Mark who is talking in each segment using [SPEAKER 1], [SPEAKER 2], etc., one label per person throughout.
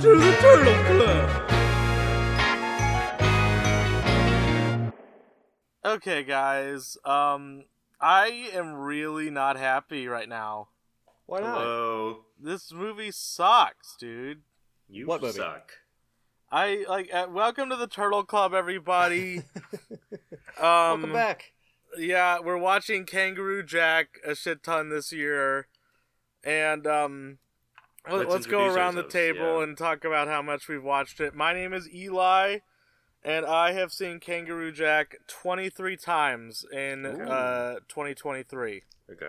[SPEAKER 1] 这是个这都good.
[SPEAKER 2] Okay, guys. Um, I am really not happy right now.
[SPEAKER 3] Why not?
[SPEAKER 1] Hello.
[SPEAKER 2] This movie sucks, dude.
[SPEAKER 1] You
[SPEAKER 3] What movie?
[SPEAKER 1] suck.
[SPEAKER 2] I like. Uh, welcome to the Turtle Club, everybody. um,
[SPEAKER 3] Welcome back.
[SPEAKER 2] Yeah, we're watching Kangaroo Jack a shit ton this year, and um, let-
[SPEAKER 1] Let's
[SPEAKER 2] let's, go
[SPEAKER 1] introduce
[SPEAKER 2] around the
[SPEAKER 1] ourselves,
[SPEAKER 2] table
[SPEAKER 1] yeah.
[SPEAKER 2] and talk about how much we've watched it. My name is Eli, and I have seen Kangaroo Jack twenty three times in uh twenty twenty three.
[SPEAKER 1] Okay.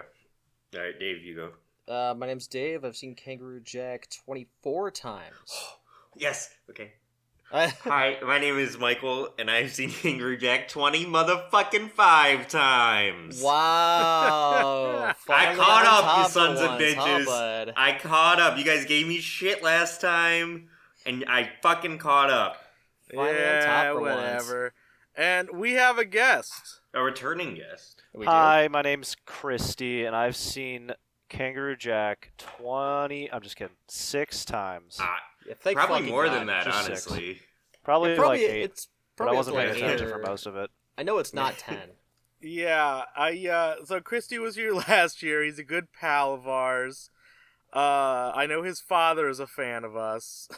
[SPEAKER 1] All right, Dave, you go.
[SPEAKER 3] Uh, my name's Dave. I've seen Kangaroo Jack 24 times.
[SPEAKER 4] Yes. Okay.
[SPEAKER 3] I-
[SPEAKER 4] Hi, my name is Michael, and I've seen Kangaroo Jack 20 motherfucking five times.
[SPEAKER 3] wow. Finally
[SPEAKER 4] caught
[SPEAKER 3] on
[SPEAKER 4] up, you
[SPEAKER 3] top for
[SPEAKER 4] sons of
[SPEAKER 3] once, huh,
[SPEAKER 4] bitches.
[SPEAKER 3] bud?
[SPEAKER 4] I caught up. You guys gave me shit last time, and I fucking caught up.
[SPEAKER 3] Finally on top for once.
[SPEAKER 2] whatever. And we have a guest.
[SPEAKER 4] A returning guest.
[SPEAKER 3] We do?
[SPEAKER 5] Hi, my name's Christy, and I've seen Kangaroo Jack 20, I'm just kidding, six times.
[SPEAKER 4] Ah,
[SPEAKER 3] Yeah, thank
[SPEAKER 4] probably
[SPEAKER 3] fucking
[SPEAKER 4] more
[SPEAKER 3] God.
[SPEAKER 4] than that,
[SPEAKER 5] Just six.
[SPEAKER 4] honestly.
[SPEAKER 5] probably,
[SPEAKER 3] Yeah, probably
[SPEAKER 5] like eight,
[SPEAKER 3] it's
[SPEAKER 5] but
[SPEAKER 3] probably
[SPEAKER 5] I
[SPEAKER 3] up
[SPEAKER 5] wasn't
[SPEAKER 3] to
[SPEAKER 5] paying
[SPEAKER 3] like
[SPEAKER 5] attention
[SPEAKER 3] eight
[SPEAKER 5] for
[SPEAKER 3] or-
[SPEAKER 5] most of it.
[SPEAKER 3] I know it's not 10.
[SPEAKER 2] Yeah, I uh so Christy was here last year. He's a good pal of ours. Uh I know his father is a fan of us.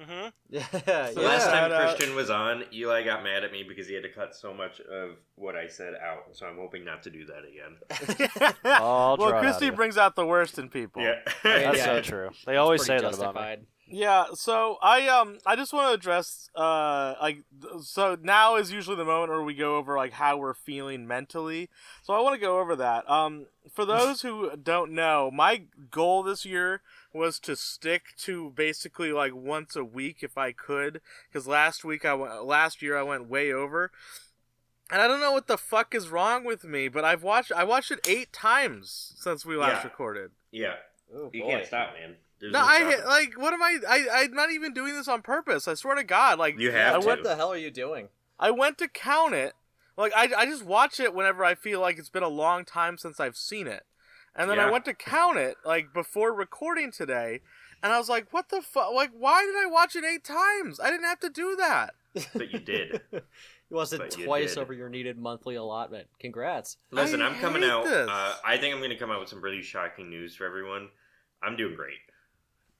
[SPEAKER 5] Mm-hmm.
[SPEAKER 3] yeah,
[SPEAKER 2] So
[SPEAKER 3] yeah.
[SPEAKER 4] Last time
[SPEAKER 2] Shout out.
[SPEAKER 4] Christian was on, Eli got mad at me because he had to cut so much of what I said out, so I'm hoping not to do that again.
[SPEAKER 5] I'll draw it
[SPEAKER 2] well,
[SPEAKER 5] out
[SPEAKER 2] Christy
[SPEAKER 5] of you.
[SPEAKER 2] brings out the worst in people.
[SPEAKER 4] Yeah.
[SPEAKER 5] That's
[SPEAKER 3] Yeah,
[SPEAKER 5] so
[SPEAKER 3] it's-
[SPEAKER 5] true. They always say
[SPEAKER 3] Pretty
[SPEAKER 5] that about me.
[SPEAKER 3] justified.
[SPEAKER 2] Yeah, so I um I just want to address uh like th- so now is usually the moment where we go over like how we're feeling mentally. So I want to go over that. Um for those who don't know, my goal this year was to stick to basically like once a week if I could cuz last week I went last year I went way over. And I don't know what the fuck is wrong with me, but I've watched I watched it 8 times since we last
[SPEAKER 4] Yeah.
[SPEAKER 2] recorded.
[SPEAKER 4] yeah.
[SPEAKER 3] Oh,
[SPEAKER 4] You
[SPEAKER 3] boy.
[SPEAKER 4] can't stop, man. There's
[SPEAKER 2] No, I
[SPEAKER 4] stopping.
[SPEAKER 2] hit, like what am I, I? I'm not even doing this on purpose. I swear to God, like
[SPEAKER 4] You
[SPEAKER 3] Yeah,
[SPEAKER 4] have to.
[SPEAKER 3] Uh, what the hell are you doing?
[SPEAKER 2] I went to count it. Like I, I just watch it whenever I feel like it's been a long time since I've seen it, and then I
[SPEAKER 4] Yeah.
[SPEAKER 2] went to count it like before recording today, and I was like, what the fuck? Like why did I watch it eight times? I didn't have to do that.
[SPEAKER 4] But you did.
[SPEAKER 3] You lost it
[SPEAKER 4] But you
[SPEAKER 3] twice
[SPEAKER 4] did.
[SPEAKER 3] over your needed monthly allotment. Congrats.
[SPEAKER 4] Listen,
[SPEAKER 2] I
[SPEAKER 4] I'm coming
[SPEAKER 2] hate
[SPEAKER 4] out.
[SPEAKER 2] this.
[SPEAKER 4] Uh, I think I'm going to come out with some really shocking news for everyone. I'm doing great.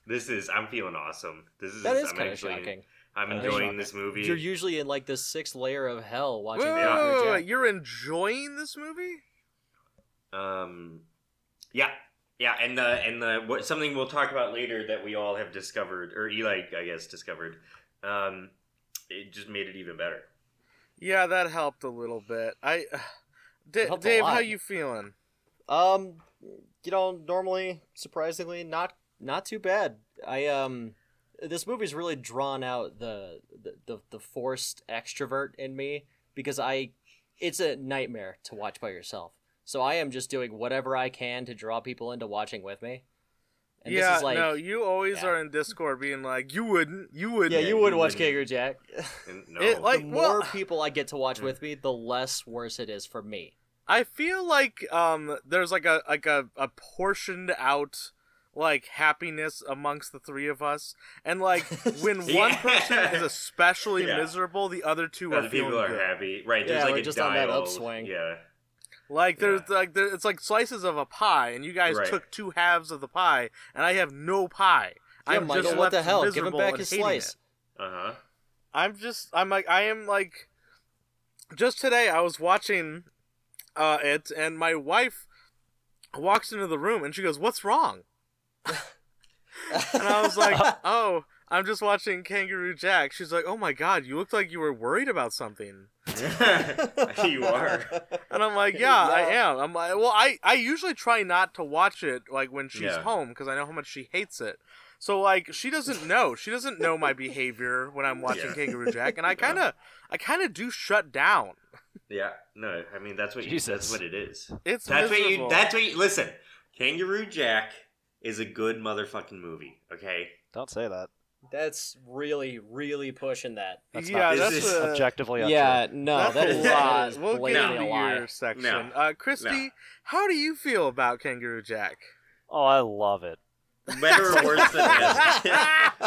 [SPEAKER 4] This is. I'm feeling awesome. This is.
[SPEAKER 3] That is
[SPEAKER 4] I'm
[SPEAKER 3] kind of
[SPEAKER 4] actually-
[SPEAKER 3] shocking.
[SPEAKER 4] I'm
[SPEAKER 3] That is
[SPEAKER 4] enjoying
[SPEAKER 3] shocking.
[SPEAKER 4] this movie.
[SPEAKER 3] You're usually in like this sixth layer of hell
[SPEAKER 2] Wait,
[SPEAKER 3] watching
[SPEAKER 2] wait,
[SPEAKER 4] Yeah.
[SPEAKER 2] wait,
[SPEAKER 3] Kangaroo
[SPEAKER 2] wait,
[SPEAKER 3] Jack.
[SPEAKER 2] wait. You're enjoying this movie?
[SPEAKER 4] Um, yeah, yeah, and the and the what something we'll talk about later that we all have discovered, or Eli, I guess, discovered. Um, it just made it even better.
[SPEAKER 2] Yeah, that helped a little bit. I, D-
[SPEAKER 3] helped a
[SPEAKER 2] Dave, how
[SPEAKER 3] lot.
[SPEAKER 2] you feeling?
[SPEAKER 3] Um, you know, normally, surprisingly, not not too bad. I um, this movie's really drawn out the the the, the forced extrovert in me because I, it's a nightmare to watch by yourself. So I am just doing whatever I can to draw people into watching with me. And
[SPEAKER 2] yeah,
[SPEAKER 3] this is like,
[SPEAKER 2] no, you always
[SPEAKER 3] yeah.
[SPEAKER 2] are in Discord being like, you wouldn't, you wouldn't.
[SPEAKER 3] yeah,
[SPEAKER 4] Yeah,
[SPEAKER 3] you
[SPEAKER 4] you
[SPEAKER 3] would watch
[SPEAKER 4] wouldn't.
[SPEAKER 3] Kangaroo Jack.
[SPEAKER 4] And no,
[SPEAKER 2] It, like-
[SPEAKER 3] the more
[SPEAKER 2] well-
[SPEAKER 3] people I get to watch with me, the less worse it is for me.
[SPEAKER 2] I feel like um there's like a like a, a portioned out like happiness amongst the three of us and like when one
[SPEAKER 4] Yeah.
[SPEAKER 2] person is especially
[SPEAKER 4] Yeah.
[SPEAKER 2] miserable the other two
[SPEAKER 4] other
[SPEAKER 2] are feeling
[SPEAKER 4] people are
[SPEAKER 2] good.
[SPEAKER 4] happy, right? There's
[SPEAKER 3] Yeah,
[SPEAKER 4] like
[SPEAKER 3] we're
[SPEAKER 4] a
[SPEAKER 3] just on that
[SPEAKER 4] dial.
[SPEAKER 3] upswing.
[SPEAKER 4] Yeah,
[SPEAKER 2] like there's
[SPEAKER 4] Yeah.
[SPEAKER 2] like there, it's like slices of a pie and you guys
[SPEAKER 4] Right.
[SPEAKER 2] took two halves of the pie and I have no pie
[SPEAKER 3] Yeah,
[SPEAKER 2] I'm
[SPEAKER 3] Michael,
[SPEAKER 2] just
[SPEAKER 3] what the
[SPEAKER 2] left
[SPEAKER 3] hell? Give him
[SPEAKER 2] miserable
[SPEAKER 3] back
[SPEAKER 2] and
[SPEAKER 3] his
[SPEAKER 2] hating
[SPEAKER 3] slice.
[SPEAKER 2] it.
[SPEAKER 4] uh huh.
[SPEAKER 2] I'm just I'm like I am like just today I was watching uh it and my wife walks into the room and she goes, "What's wrong?" and I was like, "Oh, I'm just watching Kangaroo Jack." She's like, "Oh my god, you looked like you were worried about something."
[SPEAKER 4] you are.
[SPEAKER 2] And I'm like, "Yeah, I
[SPEAKER 3] Yeah.
[SPEAKER 2] am." I'm like, "Well, I I usually try not to watch it like when she's
[SPEAKER 4] Yeah.
[SPEAKER 2] home because I know how much she hates it." So like she doesn't know. She doesn't know my behavior when I'm watching
[SPEAKER 4] Yeah.
[SPEAKER 2] Kangaroo Jack and I kind of I kind of do shut down.
[SPEAKER 4] Yeah, no, I mean that's what you, that's
[SPEAKER 5] Jesus.
[SPEAKER 4] what it is.
[SPEAKER 2] It's
[SPEAKER 4] That's what you.
[SPEAKER 2] miserable.
[SPEAKER 4] That's what you. Listen, Kangaroo Jack is a good motherfucking movie. Okay,
[SPEAKER 5] Don't say that.
[SPEAKER 3] That's really, really pushing that.
[SPEAKER 5] That's
[SPEAKER 2] yeah,
[SPEAKER 5] not
[SPEAKER 2] that's
[SPEAKER 4] This is
[SPEAKER 2] a,
[SPEAKER 5] objectively untrue.
[SPEAKER 3] yeah, no,
[SPEAKER 2] that's
[SPEAKER 3] that
[SPEAKER 2] a
[SPEAKER 3] is,
[SPEAKER 2] lot.
[SPEAKER 3] that is
[SPEAKER 2] we'll get
[SPEAKER 3] blatantly
[SPEAKER 2] into
[SPEAKER 3] a lie.
[SPEAKER 2] your section.
[SPEAKER 4] No.
[SPEAKER 2] Uh, Christy,
[SPEAKER 4] No.
[SPEAKER 2] how do you feel about Kangaroo Jack?
[SPEAKER 5] Oh, I love it.
[SPEAKER 4] Better or worse than Uh, Master?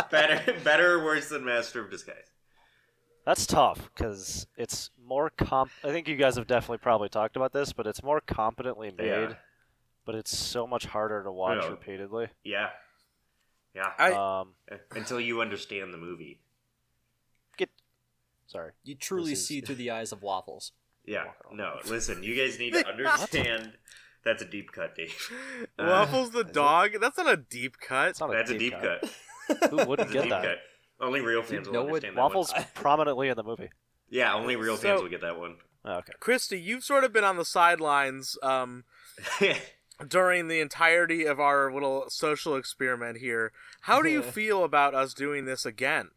[SPEAKER 4] better, better or worse than Master of Disguise?
[SPEAKER 5] That's tough because it's more comp. I think you guys have definitely probably talked about this, but it's more competently made,
[SPEAKER 4] Yeah.
[SPEAKER 5] but it's so much harder to watch
[SPEAKER 4] Yeah.
[SPEAKER 5] repeatedly.
[SPEAKER 4] Yeah, yeah.
[SPEAKER 1] I-
[SPEAKER 5] um,
[SPEAKER 4] Until you understand the movie.
[SPEAKER 5] sorry.
[SPEAKER 3] You truly
[SPEAKER 5] This is-
[SPEAKER 3] see through the eyes of waffles.
[SPEAKER 4] Yeah.
[SPEAKER 5] Wow.
[SPEAKER 4] No, listen, you guys need to understand. That's a deep cut, Dave. Uh,
[SPEAKER 2] Waffles the
[SPEAKER 5] is it?
[SPEAKER 2] dog? That's not a deep cut.
[SPEAKER 5] It's not
[SPEAKER 4] that's a deep cut.
[SPEAKER 5] Who
[SPEAKER 4] That's
[SPEAKER 5] wouldn't
[SPEAKER 4] a
[SPEAKER 5] get
[SPEAKER 4] deep
[SPEAKER 5] that?
[SPEAKER 4] cut. Only real fans will
[SPEAKER 3] know what
[SPEAKER 4] understand that one.
[SPEAKER 5] Waffles prominently in the movie.
[SPEAKER 4] Yeah, only real fans
[SPEAKER 2] So-
[SPEAKER 4] will get that one.
[SPEAKER 5] Oh, okay.
[SPEAKER 2] Christy, you've sort of been on the sidelines um, during the entirety of our little social experiment here. How do you feel about us doing this again?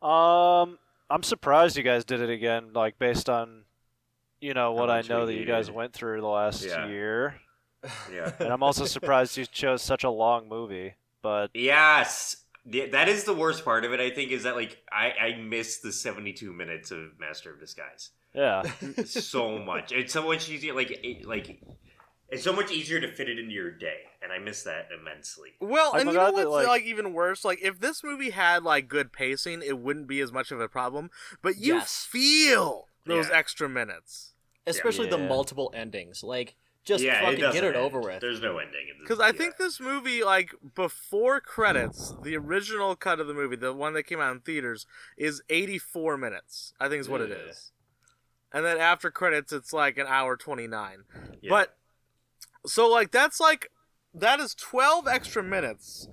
[SPEAKER 5] Um, I'm surprised you guys did it again. Like based on, you know, what I
[SPEAKER 4] much
[SPEAKER 5] know
[SPEAKER 4] we
[SPEAKER 5] that you guys
[SPEAKER 4] needed.
[SPEAKER 5] went through the last
[SPEAKER 4] Yeah.
[SPEAKER 5] year,
[SPEAKER 4] yeah.
[SPEAKER 5] and I'm also surprised you chose such a long movie. But
[SPEAKER 4] Yes. Yeah, that is the worst part of it, I think, is that like I, I miss the seventy two minutes of Master of Disguise
[SPEAKER 5] yeah,
[SPEAKER 4] so much. It's so much easier, like it, like it's so much easier to fit it into your day, and I miss that immensely.
[SPEAKER 2] Well,
[SPEAKER 5] I
[SPEAKER 2] and you know
[SPEAKER 5] forgot
[SPEAKER 2] what's
[SPEAKER 5] that,
[SPEAKER 2] like,
[SPEAKER 5] like-
[SPEAKER 2] even worse? Like if this movie had like good pacing, it wouldn't be as much of a problem. But you
[SPEAKER 3] Yes.
[SPEAKER 2] feel those
[SPEAKER 4] Yeah.
[SPEAKER 2] extra minutes.
[SPEAKER 3] Especially the
[SPEAKER 5] Yeah.
[SPEAKER 3] multiple endings. Like, just
[SPEAKER 4] yeah,
[SPEAKER 3] fucking
[SPEAKER 4] doesn't
[SPEAKER 3] get it
[SPEAKER 4] end.
[SPEAKER 3] over with.
[SPEAKER 4] There's no ending. in this-
[SPEAKER 2] Because I
[SPEAKER 4] yeah.
[SPEAKER 2] think this movie, like before credits, the original cut of the movie, the one that came out in theaters, is 84 minutes. I think is what it
[SPEAKER 4] Yeah.
[SPEAKER 2] is. And then after credits, it's like an hour 29.
[SPEAKER 4] Yeah.
[SPEAKER 2] But so like that's like that is 12 extra minutes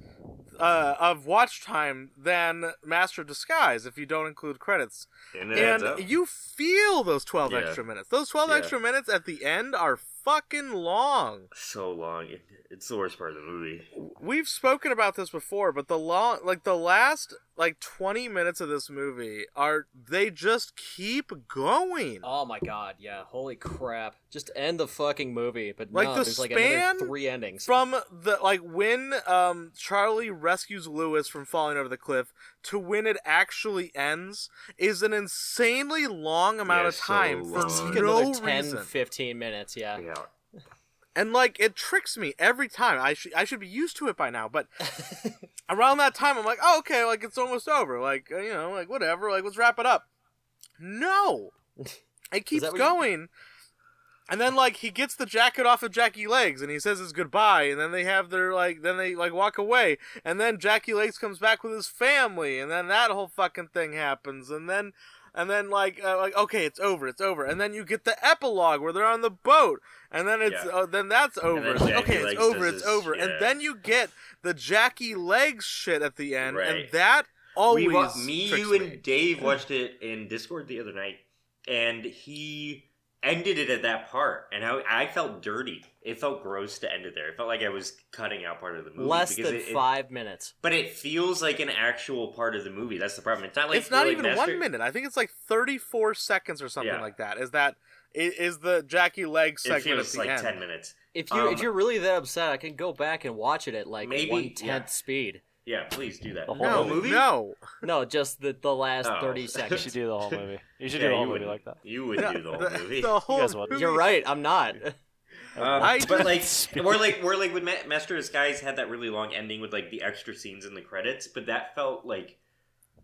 [SPEAKER 2] uh, of watch time than Master of Disguise if you don't include credits.
[SPEAKER 4] and, it adds up.
[SPEAKER 2] and you feel those 12
[SPEAKER 4] Yeah.
[SPEAKER 2] extra minutes. Those 12
[SPEAKER 4] Yeah.
[SPEAKER 2] extra minutes at the end are fucking long.
[SPEAKER 4] so long. It, it's the worst part of the movie.
[SPEAKER 2] We've spoken about this before, but the long like the last like 20 minutes of this movie are they just keep going.
[SPEAKER 3] Oh my god, yeah. Holy crap. Just end the fucking movie. But
[SPEAKER 2] Like,
[SPEAKER 3] no,
[SPEAKER 2] the
[SPEAKER 3] there's like another
[SPEAKER 2] span
[SPEAKER 3] three endings.
[SPEAKER 2] from the like when um Charlie rescues Lewis from falling over the cliff to when it actually ends is an insanely long amount
[SPEAKER 4] Yeah,
[SPEAKER 2] of time
[SPEAKER 4] so
[SPEAKER 2] for
[SPEAKER 4] long.
[SPEAKER 3] Like
[SPEAKER 2] no
[SPEAKER 3] another 10,
[SPEAKER 2] reason.
[SPEAKER 3] 15 minutes, yeah.
[SPEAKER 4] Yeah.
[SPEAKER 2] And like it tricks me every time. I should I should be used to it by now, but around that time I'm like, "Oh, okay, like it's almost over. Like, uh, you know, like whatever. Like let's wrap it up." No. It keeps
[SPEAKER 3] that what you-
[SPEAKER 2] going. And then like he gets the jacket off of Jackie Legs and he says his goodbye and then they have their like then they like walk away and then Jackie Legs comes back with his family and then that whole fucking thing happens and then and then like uh, like okay it's over it's over and then you get the epilogue where they're on the boat and then it's
[SPEAKER 4] Yeah.
[SPEAKER 2] uh, then that's over
[SPEAKER 4] then
[SPEAKER 2] It's like,
[SPEAKER 4] Jackie
[SPEAKER 2] okay
[SPEAKER 4] Legs
[SPEAKER 2] it's over
[SPEAKER 4] does
[SPEAKER 2] it's
[SPEAKER 4] his-
[SPEAKER 2] over and
[SPEAKER 4] yeah.
[SPEAKER 2] then you get the Jackie Legs shit at the end and
[SPEAKER 4] Right.
[SPEAKER 2] that always
[SPEAKER 4] we wa- me,
[SPEAKER 2] tricks
[SPEAKER 4] you, and
[SPEAKER 2] me.
[SPEAKER 4] Dave watched it in Discord the other night, and he ended it at that part, and I, I felt dirty. It felt gross to end it there. It felt like I was cutting out part of the movie.
[SPEAKER 3] Less
[SPEAKER 4] because
[SPEAKER 3] than
[SPEAKER 4] it- it-
[SPEAKER 3] five minutes.
[SPEAKER 4] but it feels like an actual part of the movie. That's the problem. It's not like
[SPEAKER 2] it's not
[SPEAKER 4] like
[SPEAKER 2] even
[SPEAKER 4] Master-
[SPEAKER 2] one minute. I think it's like 34 seconds or something
[SPEAKER 4] Yeah.
[SPEAKER 2] like that. Is that i- is the Jackie Leg
[SPEAKER 4] It
[SPEAKER 2] segment
[SPEAKER 4] feels
[SPEAKER 2] at the
[SPEAKER 4] like
[SPEAKER 2] end?
[SPEAKER 4] ten minutes.
[SPEAKER 3] If you if
[SPEAKER 4] Um,
[SPEAKER 3] you're really that upset, I can go back and watch it at like
[SPEAKER 4] Maybe,
[SPEAKER 3] one tenth
[SPEAKER 4] yeah.
[SPEAKER 3] speed.
[SPEAKER 4] Yeah, please do that.
[SPEAKER 5] The whole
[SPEAKER 2] No,
[SPEAKER 5] Hold on.
[SPEAKER 4] movie.
[SPEAKER 2] no.
[SPEAKER 3] No, just the, the last
[SPEAKER 4] Oh.
[SPEAKER 3] thirty
[SPEAKER 5] you
[SPEAKER 3] seconds.
[SPEAKER 5] should do the whole movie. You should
[SPEAKER 4] Yeah,
[SPEAKER 5] do the
[SPEAKER 4] you
[SPEAKER 5] whole movie
[SPEAKER 4] wouldn't-
[SPEAKER 5] like that.
[SPEAKER 4] You would do the whole movie.
[SPEAKER 2] The whole
[SPEAKER 5] guys watch it.
[SPEAKER 2] movie.
[SPEAKER 3] You're right, I'm not.
[SPEAKER 2] I
[SPEAKER 4] Um, Uh, but
[SPEAKER 2] just-
[SPEAKER 4] like we're like we're like when Ma- Master of Disguise had that really long ending with like the extra scenes in the credits, but that felt like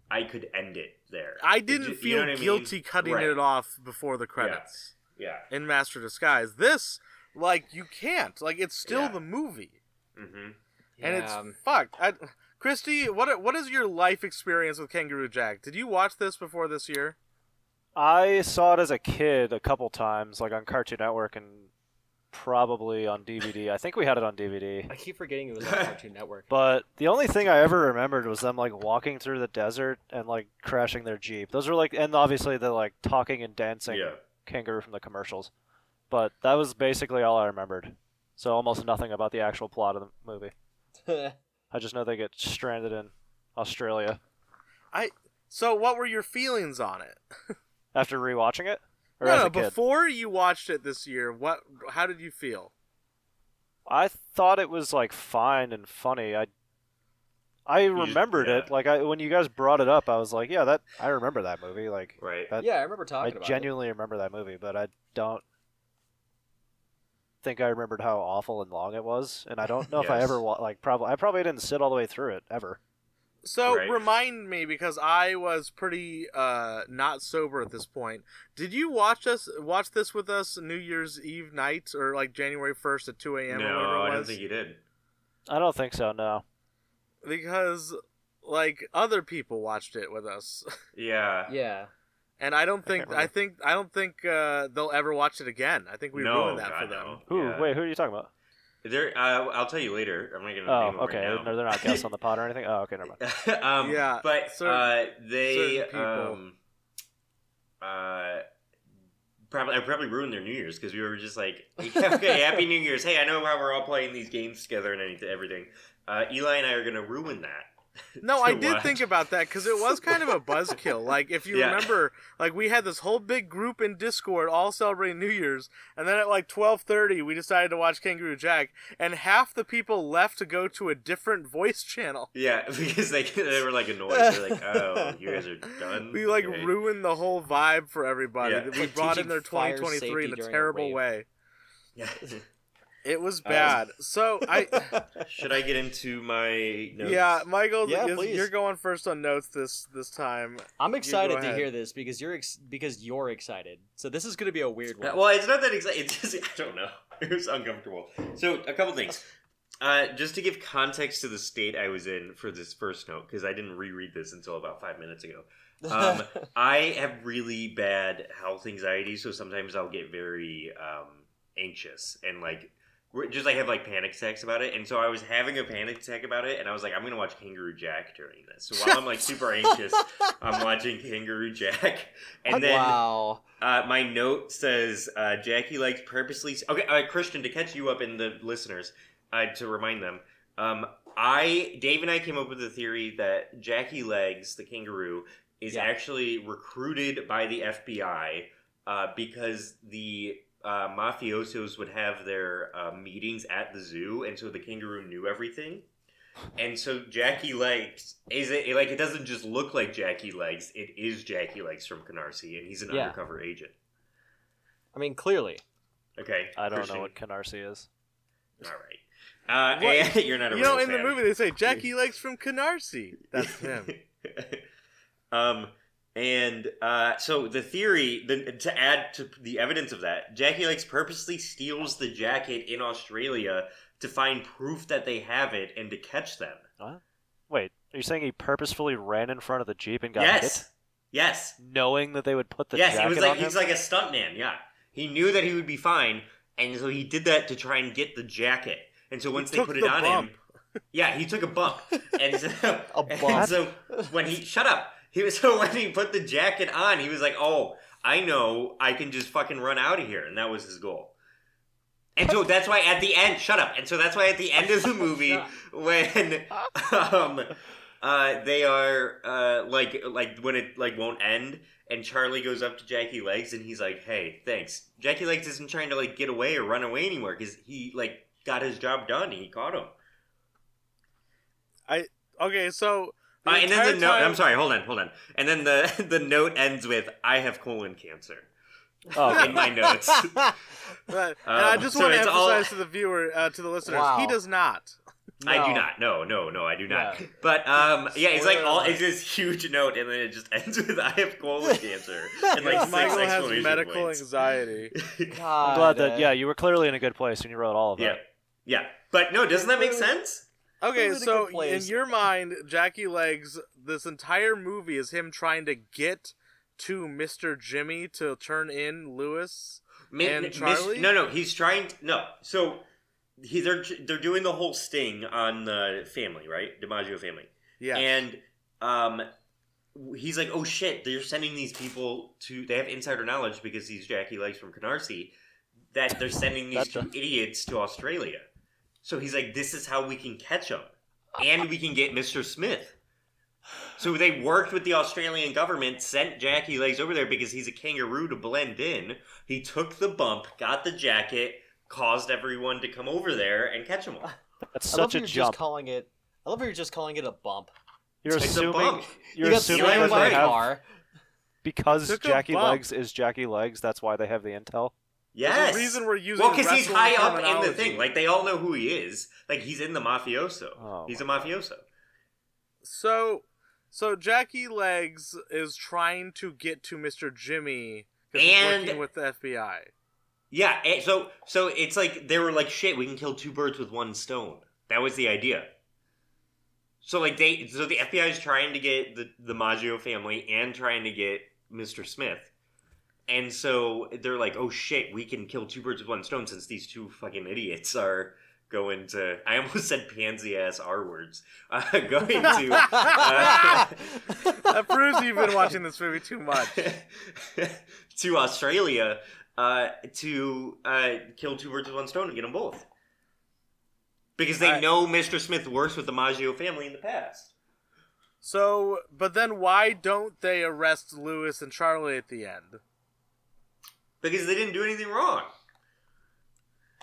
[SPEAKER 4] I could end it there.
[SPEAKER 2] I
[SPEAKER 4] It
[SPEAKER 2] didn't
[SPEAKER 4] ju- you
[SPEAKER 2] feel
[SPEAKER 4] know what I mean?
[SPEAKER 2] guilty cutting
[SPEAKER 4] Right.
[SPEAKER 2] it off before the credits
[SPEAKER 4] Yeah.
[SPEAKER 2] in Master Disguise. This, like, you can't. Like, it's still
[SPEAKER 4] Yeah.
[SPEAKER 2] the movie,
[SPEAKER 4] hmm
[SPEAKER 2] and it's
[SPEAKER 3] Yeah, um,
[SPEAKER 2] fucked. I, Christy, what what is your life experience with Kangaroo Jack? Did you watch this before this year?
[SPEAKER 5] I saw it as a kid a couple times, like on Cartoon Network and probably on DVD. I think we had it on DVD.
[SPEAKER 3] I keep forgetting it was on Cartoon Network.
[SPEAKER 5] But the only thing I ever remembered was them like walking through the desert and like crashing their jeep. Those were like, and obviously the like talking and dancing
[SPEAKER 4] Yeah.
[SPEAKER 5] kangaroo from the commercials. But that was basically all I remembered. So almost nothing about the actual plot of the movie. I just know they get stranded in Australia
[SPEAKER 2] So, what were your feelings on it?
[SPEAKER 5] after rewatching it. Or as
[SPEAKER 2] No, no,
[SPEAKER 5] a kid?
[SPEAKER 2] before you watched it this year, what? How did you feel?
[SPEAKER 5] I thought it was like fine and funny. I I remembered it.
[SPEAKER 4] yeah.
[SPEAKER 5] Like I when you guys brought it up, I was like, yeah, that I remember that movie. Like
[SPEAKER 4] Right.
[SPEAKER 5] That-
[SPEAKER 3] yeah, I remember
[SPEAKER 5] I
[SPEAKER 3] talking about
[SPEAKER 5] genuinely remember that movie, but I don't think I remembered how awful and long it was, and I don't know if I
[SPEAKER 4] Yes.
[SPEAKER 5] ever wa- like probably I probably didn't sit all the way through it ever.
[SPEAKER 2] So
[SPEAKER 4] Right.
[SPEAKER 2] remind me because I was pretty uh not sober at this point. Did you watch us watch this with us New Year's Eve night or like January first at two a.m. or whatever
[SPEAKER 4] No,
[SPEAKER 2] it was?
[SPEAKER 4] I don't think you did.
[SPEAKER 5] I don't think so. No,
[SPEAKER 2] Because like other people watched it with us,
[SPEAKER 4] Yeah.
[SPEAKER 3] Yeah.
[SPEAKER 2] and I don't think
[SPEAKER 5] remember.
[SPEAKER 2] I think I don't think uh, they'll ever watch it again. I think we
[SPEAKER 4] no,
[SPEAKER 2] ruined that
[SPEAKER 4] God,
[SPEAKER 2] for them.
[SPEAKER 4] no.
[SPEAKER 5] who?
[SPEAKER 4] Yeah.
[SPEAKER 5] Wait, who are you talking about?
[SPEAKER 4] There, uh, I'll tell you later. I'm not gonna. name them
[SPEAKER 5] Oh,
[SPEAKER 4] right
[SPEAKER 5] okay.
[SPEAKER 4] now.
[SPEAKER 5] No, they're not guests on the pod or anything. Oh, okay, never mind.
[SPEAKER 4] um,
[SPEAKER 2] Yeah,
[SPEAKER 4] but
[SPEAKER 2] cer-
[SPEAKER 4] uh, they
[SPEAKER 2] certain people.
[SPEAKER 4] um, uh, probably I probably ruined their New Year's because we were just like, okay, Happy New Year's. Hey, I know how we're all playing these games together and anything, everything. Uh, Eli and I are gonna ruin that.
[SPEAKER 2] No,
[SPEAKER 4] to
[SPEAKER 2] I did
[SPEAKER 4] watch.
[SPEAKER 2] think about that because it was kind of a buzzkill. Like if you
[SPEAKER 4] Yeah.
[SPEAKER 2] remember, like we had this whole big group in Discord all celebrating New Year's, and then at like twelve thirty, we decided to watch Kangaroo Jack, and half the people left to go to a different voice channel.
[SPEAKER 4] Yeah, because they they were like annoyed. They're like, oh, you guys are done.
[SPEAKER 2] We like
[SPEAKER 4] Okay.
[SPEAKER 2] ruined the whole vibe for everybody.
[SPEAKER 4] Yeah.
[SPEAKER 2] We brought in
[SPEAKER 3] Teaching
[SPEAKER 2] their
[SPEAKER 3] fire
[SPEAKER 2] twenty twenty three in a
[SPEAKER 3] safety during a Uh,
[SPEAKER 2] terrible
[SPEAKER 3] rave.
[SPEAKER 2] way.
[SPEAKER 4] Yeah.
[SPEAKER 2] It was bad. so I,
[SPEAKER 4] Should I get into my? Notes?
[SPEAKER 2] yeah, Michael,
[SPEAKER 3] Yeah,
[SPEAKER 2] is-
[SPEAKER 3] please.
[SPEAKER 2] you're going first on notes this this time.
[SPEAKER 3] I'm excited to
[SPEAKER 2] ahead.
[SPEAKER 3] hear this because you're ex- because you're excited. So this is gonna be a weird one.
[SPEAKER 4] Uh, Well, it's not that exciting. It's just I don't know. It was uncomfortable. So a couple things. Uh, just to give context to the state I was in for this first note, because I didn't reread this until about five minutes ago. um, I have really bad health anxiety, so sometimes I'll get very um, anxious and like re- just like have like panic attacks about it. And so I was having a panic attack about it, and I was like, I'm gonna watch Kangaroo Jack during this. So while I'm like super anxious, I'm watching Kangaroo Jack, and then.
[SPEAKER 3] wow.
[SPEAKER 4] Uh, my note says uh, Jackie likes purposely. Okay, uh, Christian, to catch you up in the listeners, uh, to remind them, um, I Dave and I came up with the theory that Jackie Legs, the kangaroo, is
[SPEAKER 3] Yeah.
[SPEAKER 4] actually recruited by the FBI uh, because the uh, mafiosos would have their uh, meetings at the zoo, and so the kangaroo knew everything. And so Jackie Legs is it like it doesn't just look like Jackie Legs; it is Jackie Legs from Canarsie, and he's an
[SPEAKER 3] Yeah.
[SPEAKER 4] undercover agent.
[SPEAKER 3] I mean, clearly.
[SPEAKER 4] Okay,
[SPEAKER 5] I don't
[SPEAKER 4] Christian,
[SPEAKER 5] know what Canarsie is.
[SPEAKER 4] All right, uh,
[SPEAKER 2] What?
[SPEAKER 4] and- you're not a
[SPEAKER 2] You know,
[SPEAKER 4] real
[SPEAKER 2] in the
[SPEAKER 4] fan.
[SPEAKER 2] movie they say Jackie Legs from Canarsie. That's him.
[SPEAKER 4] um, and uh, so the theory, the, to add to the evidence of that, Jackie Legs purposely steals the jacket in Australia to find proof that they have it and to catch them.
[SPEAKER 5] Wait, are you saying he purposefully ran in front of the jeep and got
[SPEAKER 4] yes,
[SPEAKER 5] hit,
[SPEAKER 4] yes.
[SPEAKER 5] knowing that they would put the
[SPEAKER 4] yes,
[SPEAKER 5] jacket
[SPEAKER 4] it was like
[SPEAKER 5] on him?
[SPEAKER 4] he's like a stuntman. Yeah, he knew that he would be fine, and so he did that to try and get the jacket. And so once they
[SPEAKER 2] took
[SPEAKER 4] put it
[SPEAKER 2] the
[SPEAKER 4] on
[SPEAKER 2] bump.
[SPEAKER 4] him, yeah, he took a bump. And so,
[SPEAKER 3] A
[SPEAKER 4] and
[SPEAKER 3] bump?
[SPEAKER 4] so when he shut up, he was so when he put the jacket on, he was like, "Oh, I know, I can just fucking run out of here," and that was his goal. And so that's why at the end, shut up. And so that's why at the end of the movie, when um, uh, they are uh, like like when it like won't end, and Charlie goes up to Jackie Legs and he's like, "Hey, thanks." Jackie Legs isn't trying to like get away or run away anywhere because he like got his job done. He caught him.
[SPEAKER 2] Okay, so the
[SPEAKER 4] Uh, and then
[SPEAKER 2] entire
[SPEAKER 4] the note.
[SPEAKER 2] time-
[SPEAKER 4] I'm sorry. Hold on. Hold on. And then the the note ends with, "I have colon cancer."
[SPEAKER 5] oh, okay.
[SPEAKER 4] In my notes.
[SPEAKER 2] but- and I
[SPEAKER 4] Um,
[SPEAKER 2] just
[SPEAKER 4] so
[SPEAKER 2] want to
[SPEAKER 4] it's
[SPEAKER 2] emphasize
[SPEAKER 4] all-
[SPEAKER 2] to the viewer, uh, to the listeners,
[SPEAKER 3] Wow.
[SPEAKER 2] he does not.
[SPEAKER 4] I do
[SPEAKER 3] No.
[SPEAKER 4] not. No, no, no, I do not.
[SPEAKER 3] No.
[SPEAKER 4] But um, yeah, it's like
[SPEAKER 2] Spoiler
[SPEAKER 4] all
[SPEAKER 2] alert.
[SPEAKER 4] it's this huge note, and then it just ends with "I have colon cancer." And like
[SPEAKER 2] Yes,
[SPEAKER 4] six
[SPEAKER 2] Michael has
[SPEAKER 4] exclamation
[SPEAKER 2] medical
[SPEAKER 4] points.
[SPEAKER 2] anxiety.
[SPEAKER 3] God,
[SPEAKER 5] I'm glad
[SPEAKER 3] uh,
[SPEAKER 5] that yeah, you were clearly in a good place when you wrote all of that.
[SPEAKER 4] "Ah, Yeah, yeah. But no, doesn't that make sense?
[SPEAKER 2] Okay,
[SPEAKER 3] Really
[SPEAKER 2] so
[SPEAKER 3] good place.
[SPEAKER 2] in your mind, Jackie Legs, this entire movie is him trying to get to Mr. Jimmy to turn in Lewis.
[SPEAKER 4] Mi-
[SPEAKER 2] And
[SPEAKER 4] mi- mis-
[SPEAKER 2] Charlie?
[SPEAKER 4] no, no, he's trying. To, no, so he, they're they're doing the whole sting on the family, right? DiMaggio family.
[SPEAKER 2] Yeah.
[SPEAKER 4] And um, he's like, "Oh shit, they're sending these people to. They have insider knowledge because he's Jackie Legs from Canarsie. That they're sending these
[SPEAKER 5] That's
[SPEAKER 4] two idiots to Australia. So he's like, this is how we can catch them, and we can get Mr. Smith." So they worked with the Australian government, sent Jackie Legs over there because he's a kangaroo to blend in. He took the bump, got the jacket, caused everyone to come over there and catch him. all.
[SPEAKER 5] That's
[SPEAKER 3] I love
[SPEAKER 5] such
[SPEAKER 3] how
[SPEAKER 5] a
[SPEAKER 3] you're
[SPEAKER 5] jump.
[SPEAKER 3] just calling it. I love how you're just calling it a bump.
[SPEAKER 5] you're
[SPEAKER 4] It's a
[SPEAKER 5] assuming
[SPEAKER 4] bump.
[SPEAKER 5] you're
[SPEAKER 3] you got
[SPEAKER 5] assuming
[SPEAKER 4] slammed
[SPEAKER 5] that
[SPEAKER 3] slammed by
[SPEAKER 5] they
[SPEAKER 3] a
[SPEAKER 5] have
[SPEAKER 3] car.
[SPEAKER 5] because
[SPEAKER 2] Took a
[SPEAKER 5] Jackie
[SPEAKER 2] bump.
[SPEAKER 5] Legs is Jackie Legs. That's why they have the intel.
[SPEAKER 4] Yes.
[SPEAKER 2] The reason we're using
[SPEAKER 4] well, because he's
[SPEAKER 2] wrestling
[SPEAKER 4] high up in the
[SPEAKER 2] terminology-
[SPEAKER 4] thing. Like they all know who he is. Like he's in the mafioso.
[SPEAKER 5] Oh,
[SPEAKER 4] he's a mafioso.
[SPEAKER 2] So, so Jackie Legs is trying to get to Mr. Jimmy 'cause he's
[SPEAKER 4] And-
[SPEAKER 2] working with the FBI.
[SPEAKER 4] Yeah. And so so it's like they were like, shit, we can kill two birds with one stone. That was the idea. So like they so the FBI is trying to get the the Maggio family and trying to get Mr. Smith. And so they're like, oh shit, we can kill two birds with one stone since these two fucking idiots are going to. I almost said pansy ass R words. Uh, going to. uh,
[SPEAKER 2] That proves you've been watching this movie too much.
[SPEAKER 4] to Australia uh, to uh, kill two birds with one stone and get them both. Because they
[SPEAKER 2] I-
[SPEAKER 4] know Mr. Smith works with the Maggio family in the past.
[SPEAKER 2] So, but then why don't they arrest Lewis and Charlie at the end?
[SPEAKER 4] Because they didn't do anything wrong.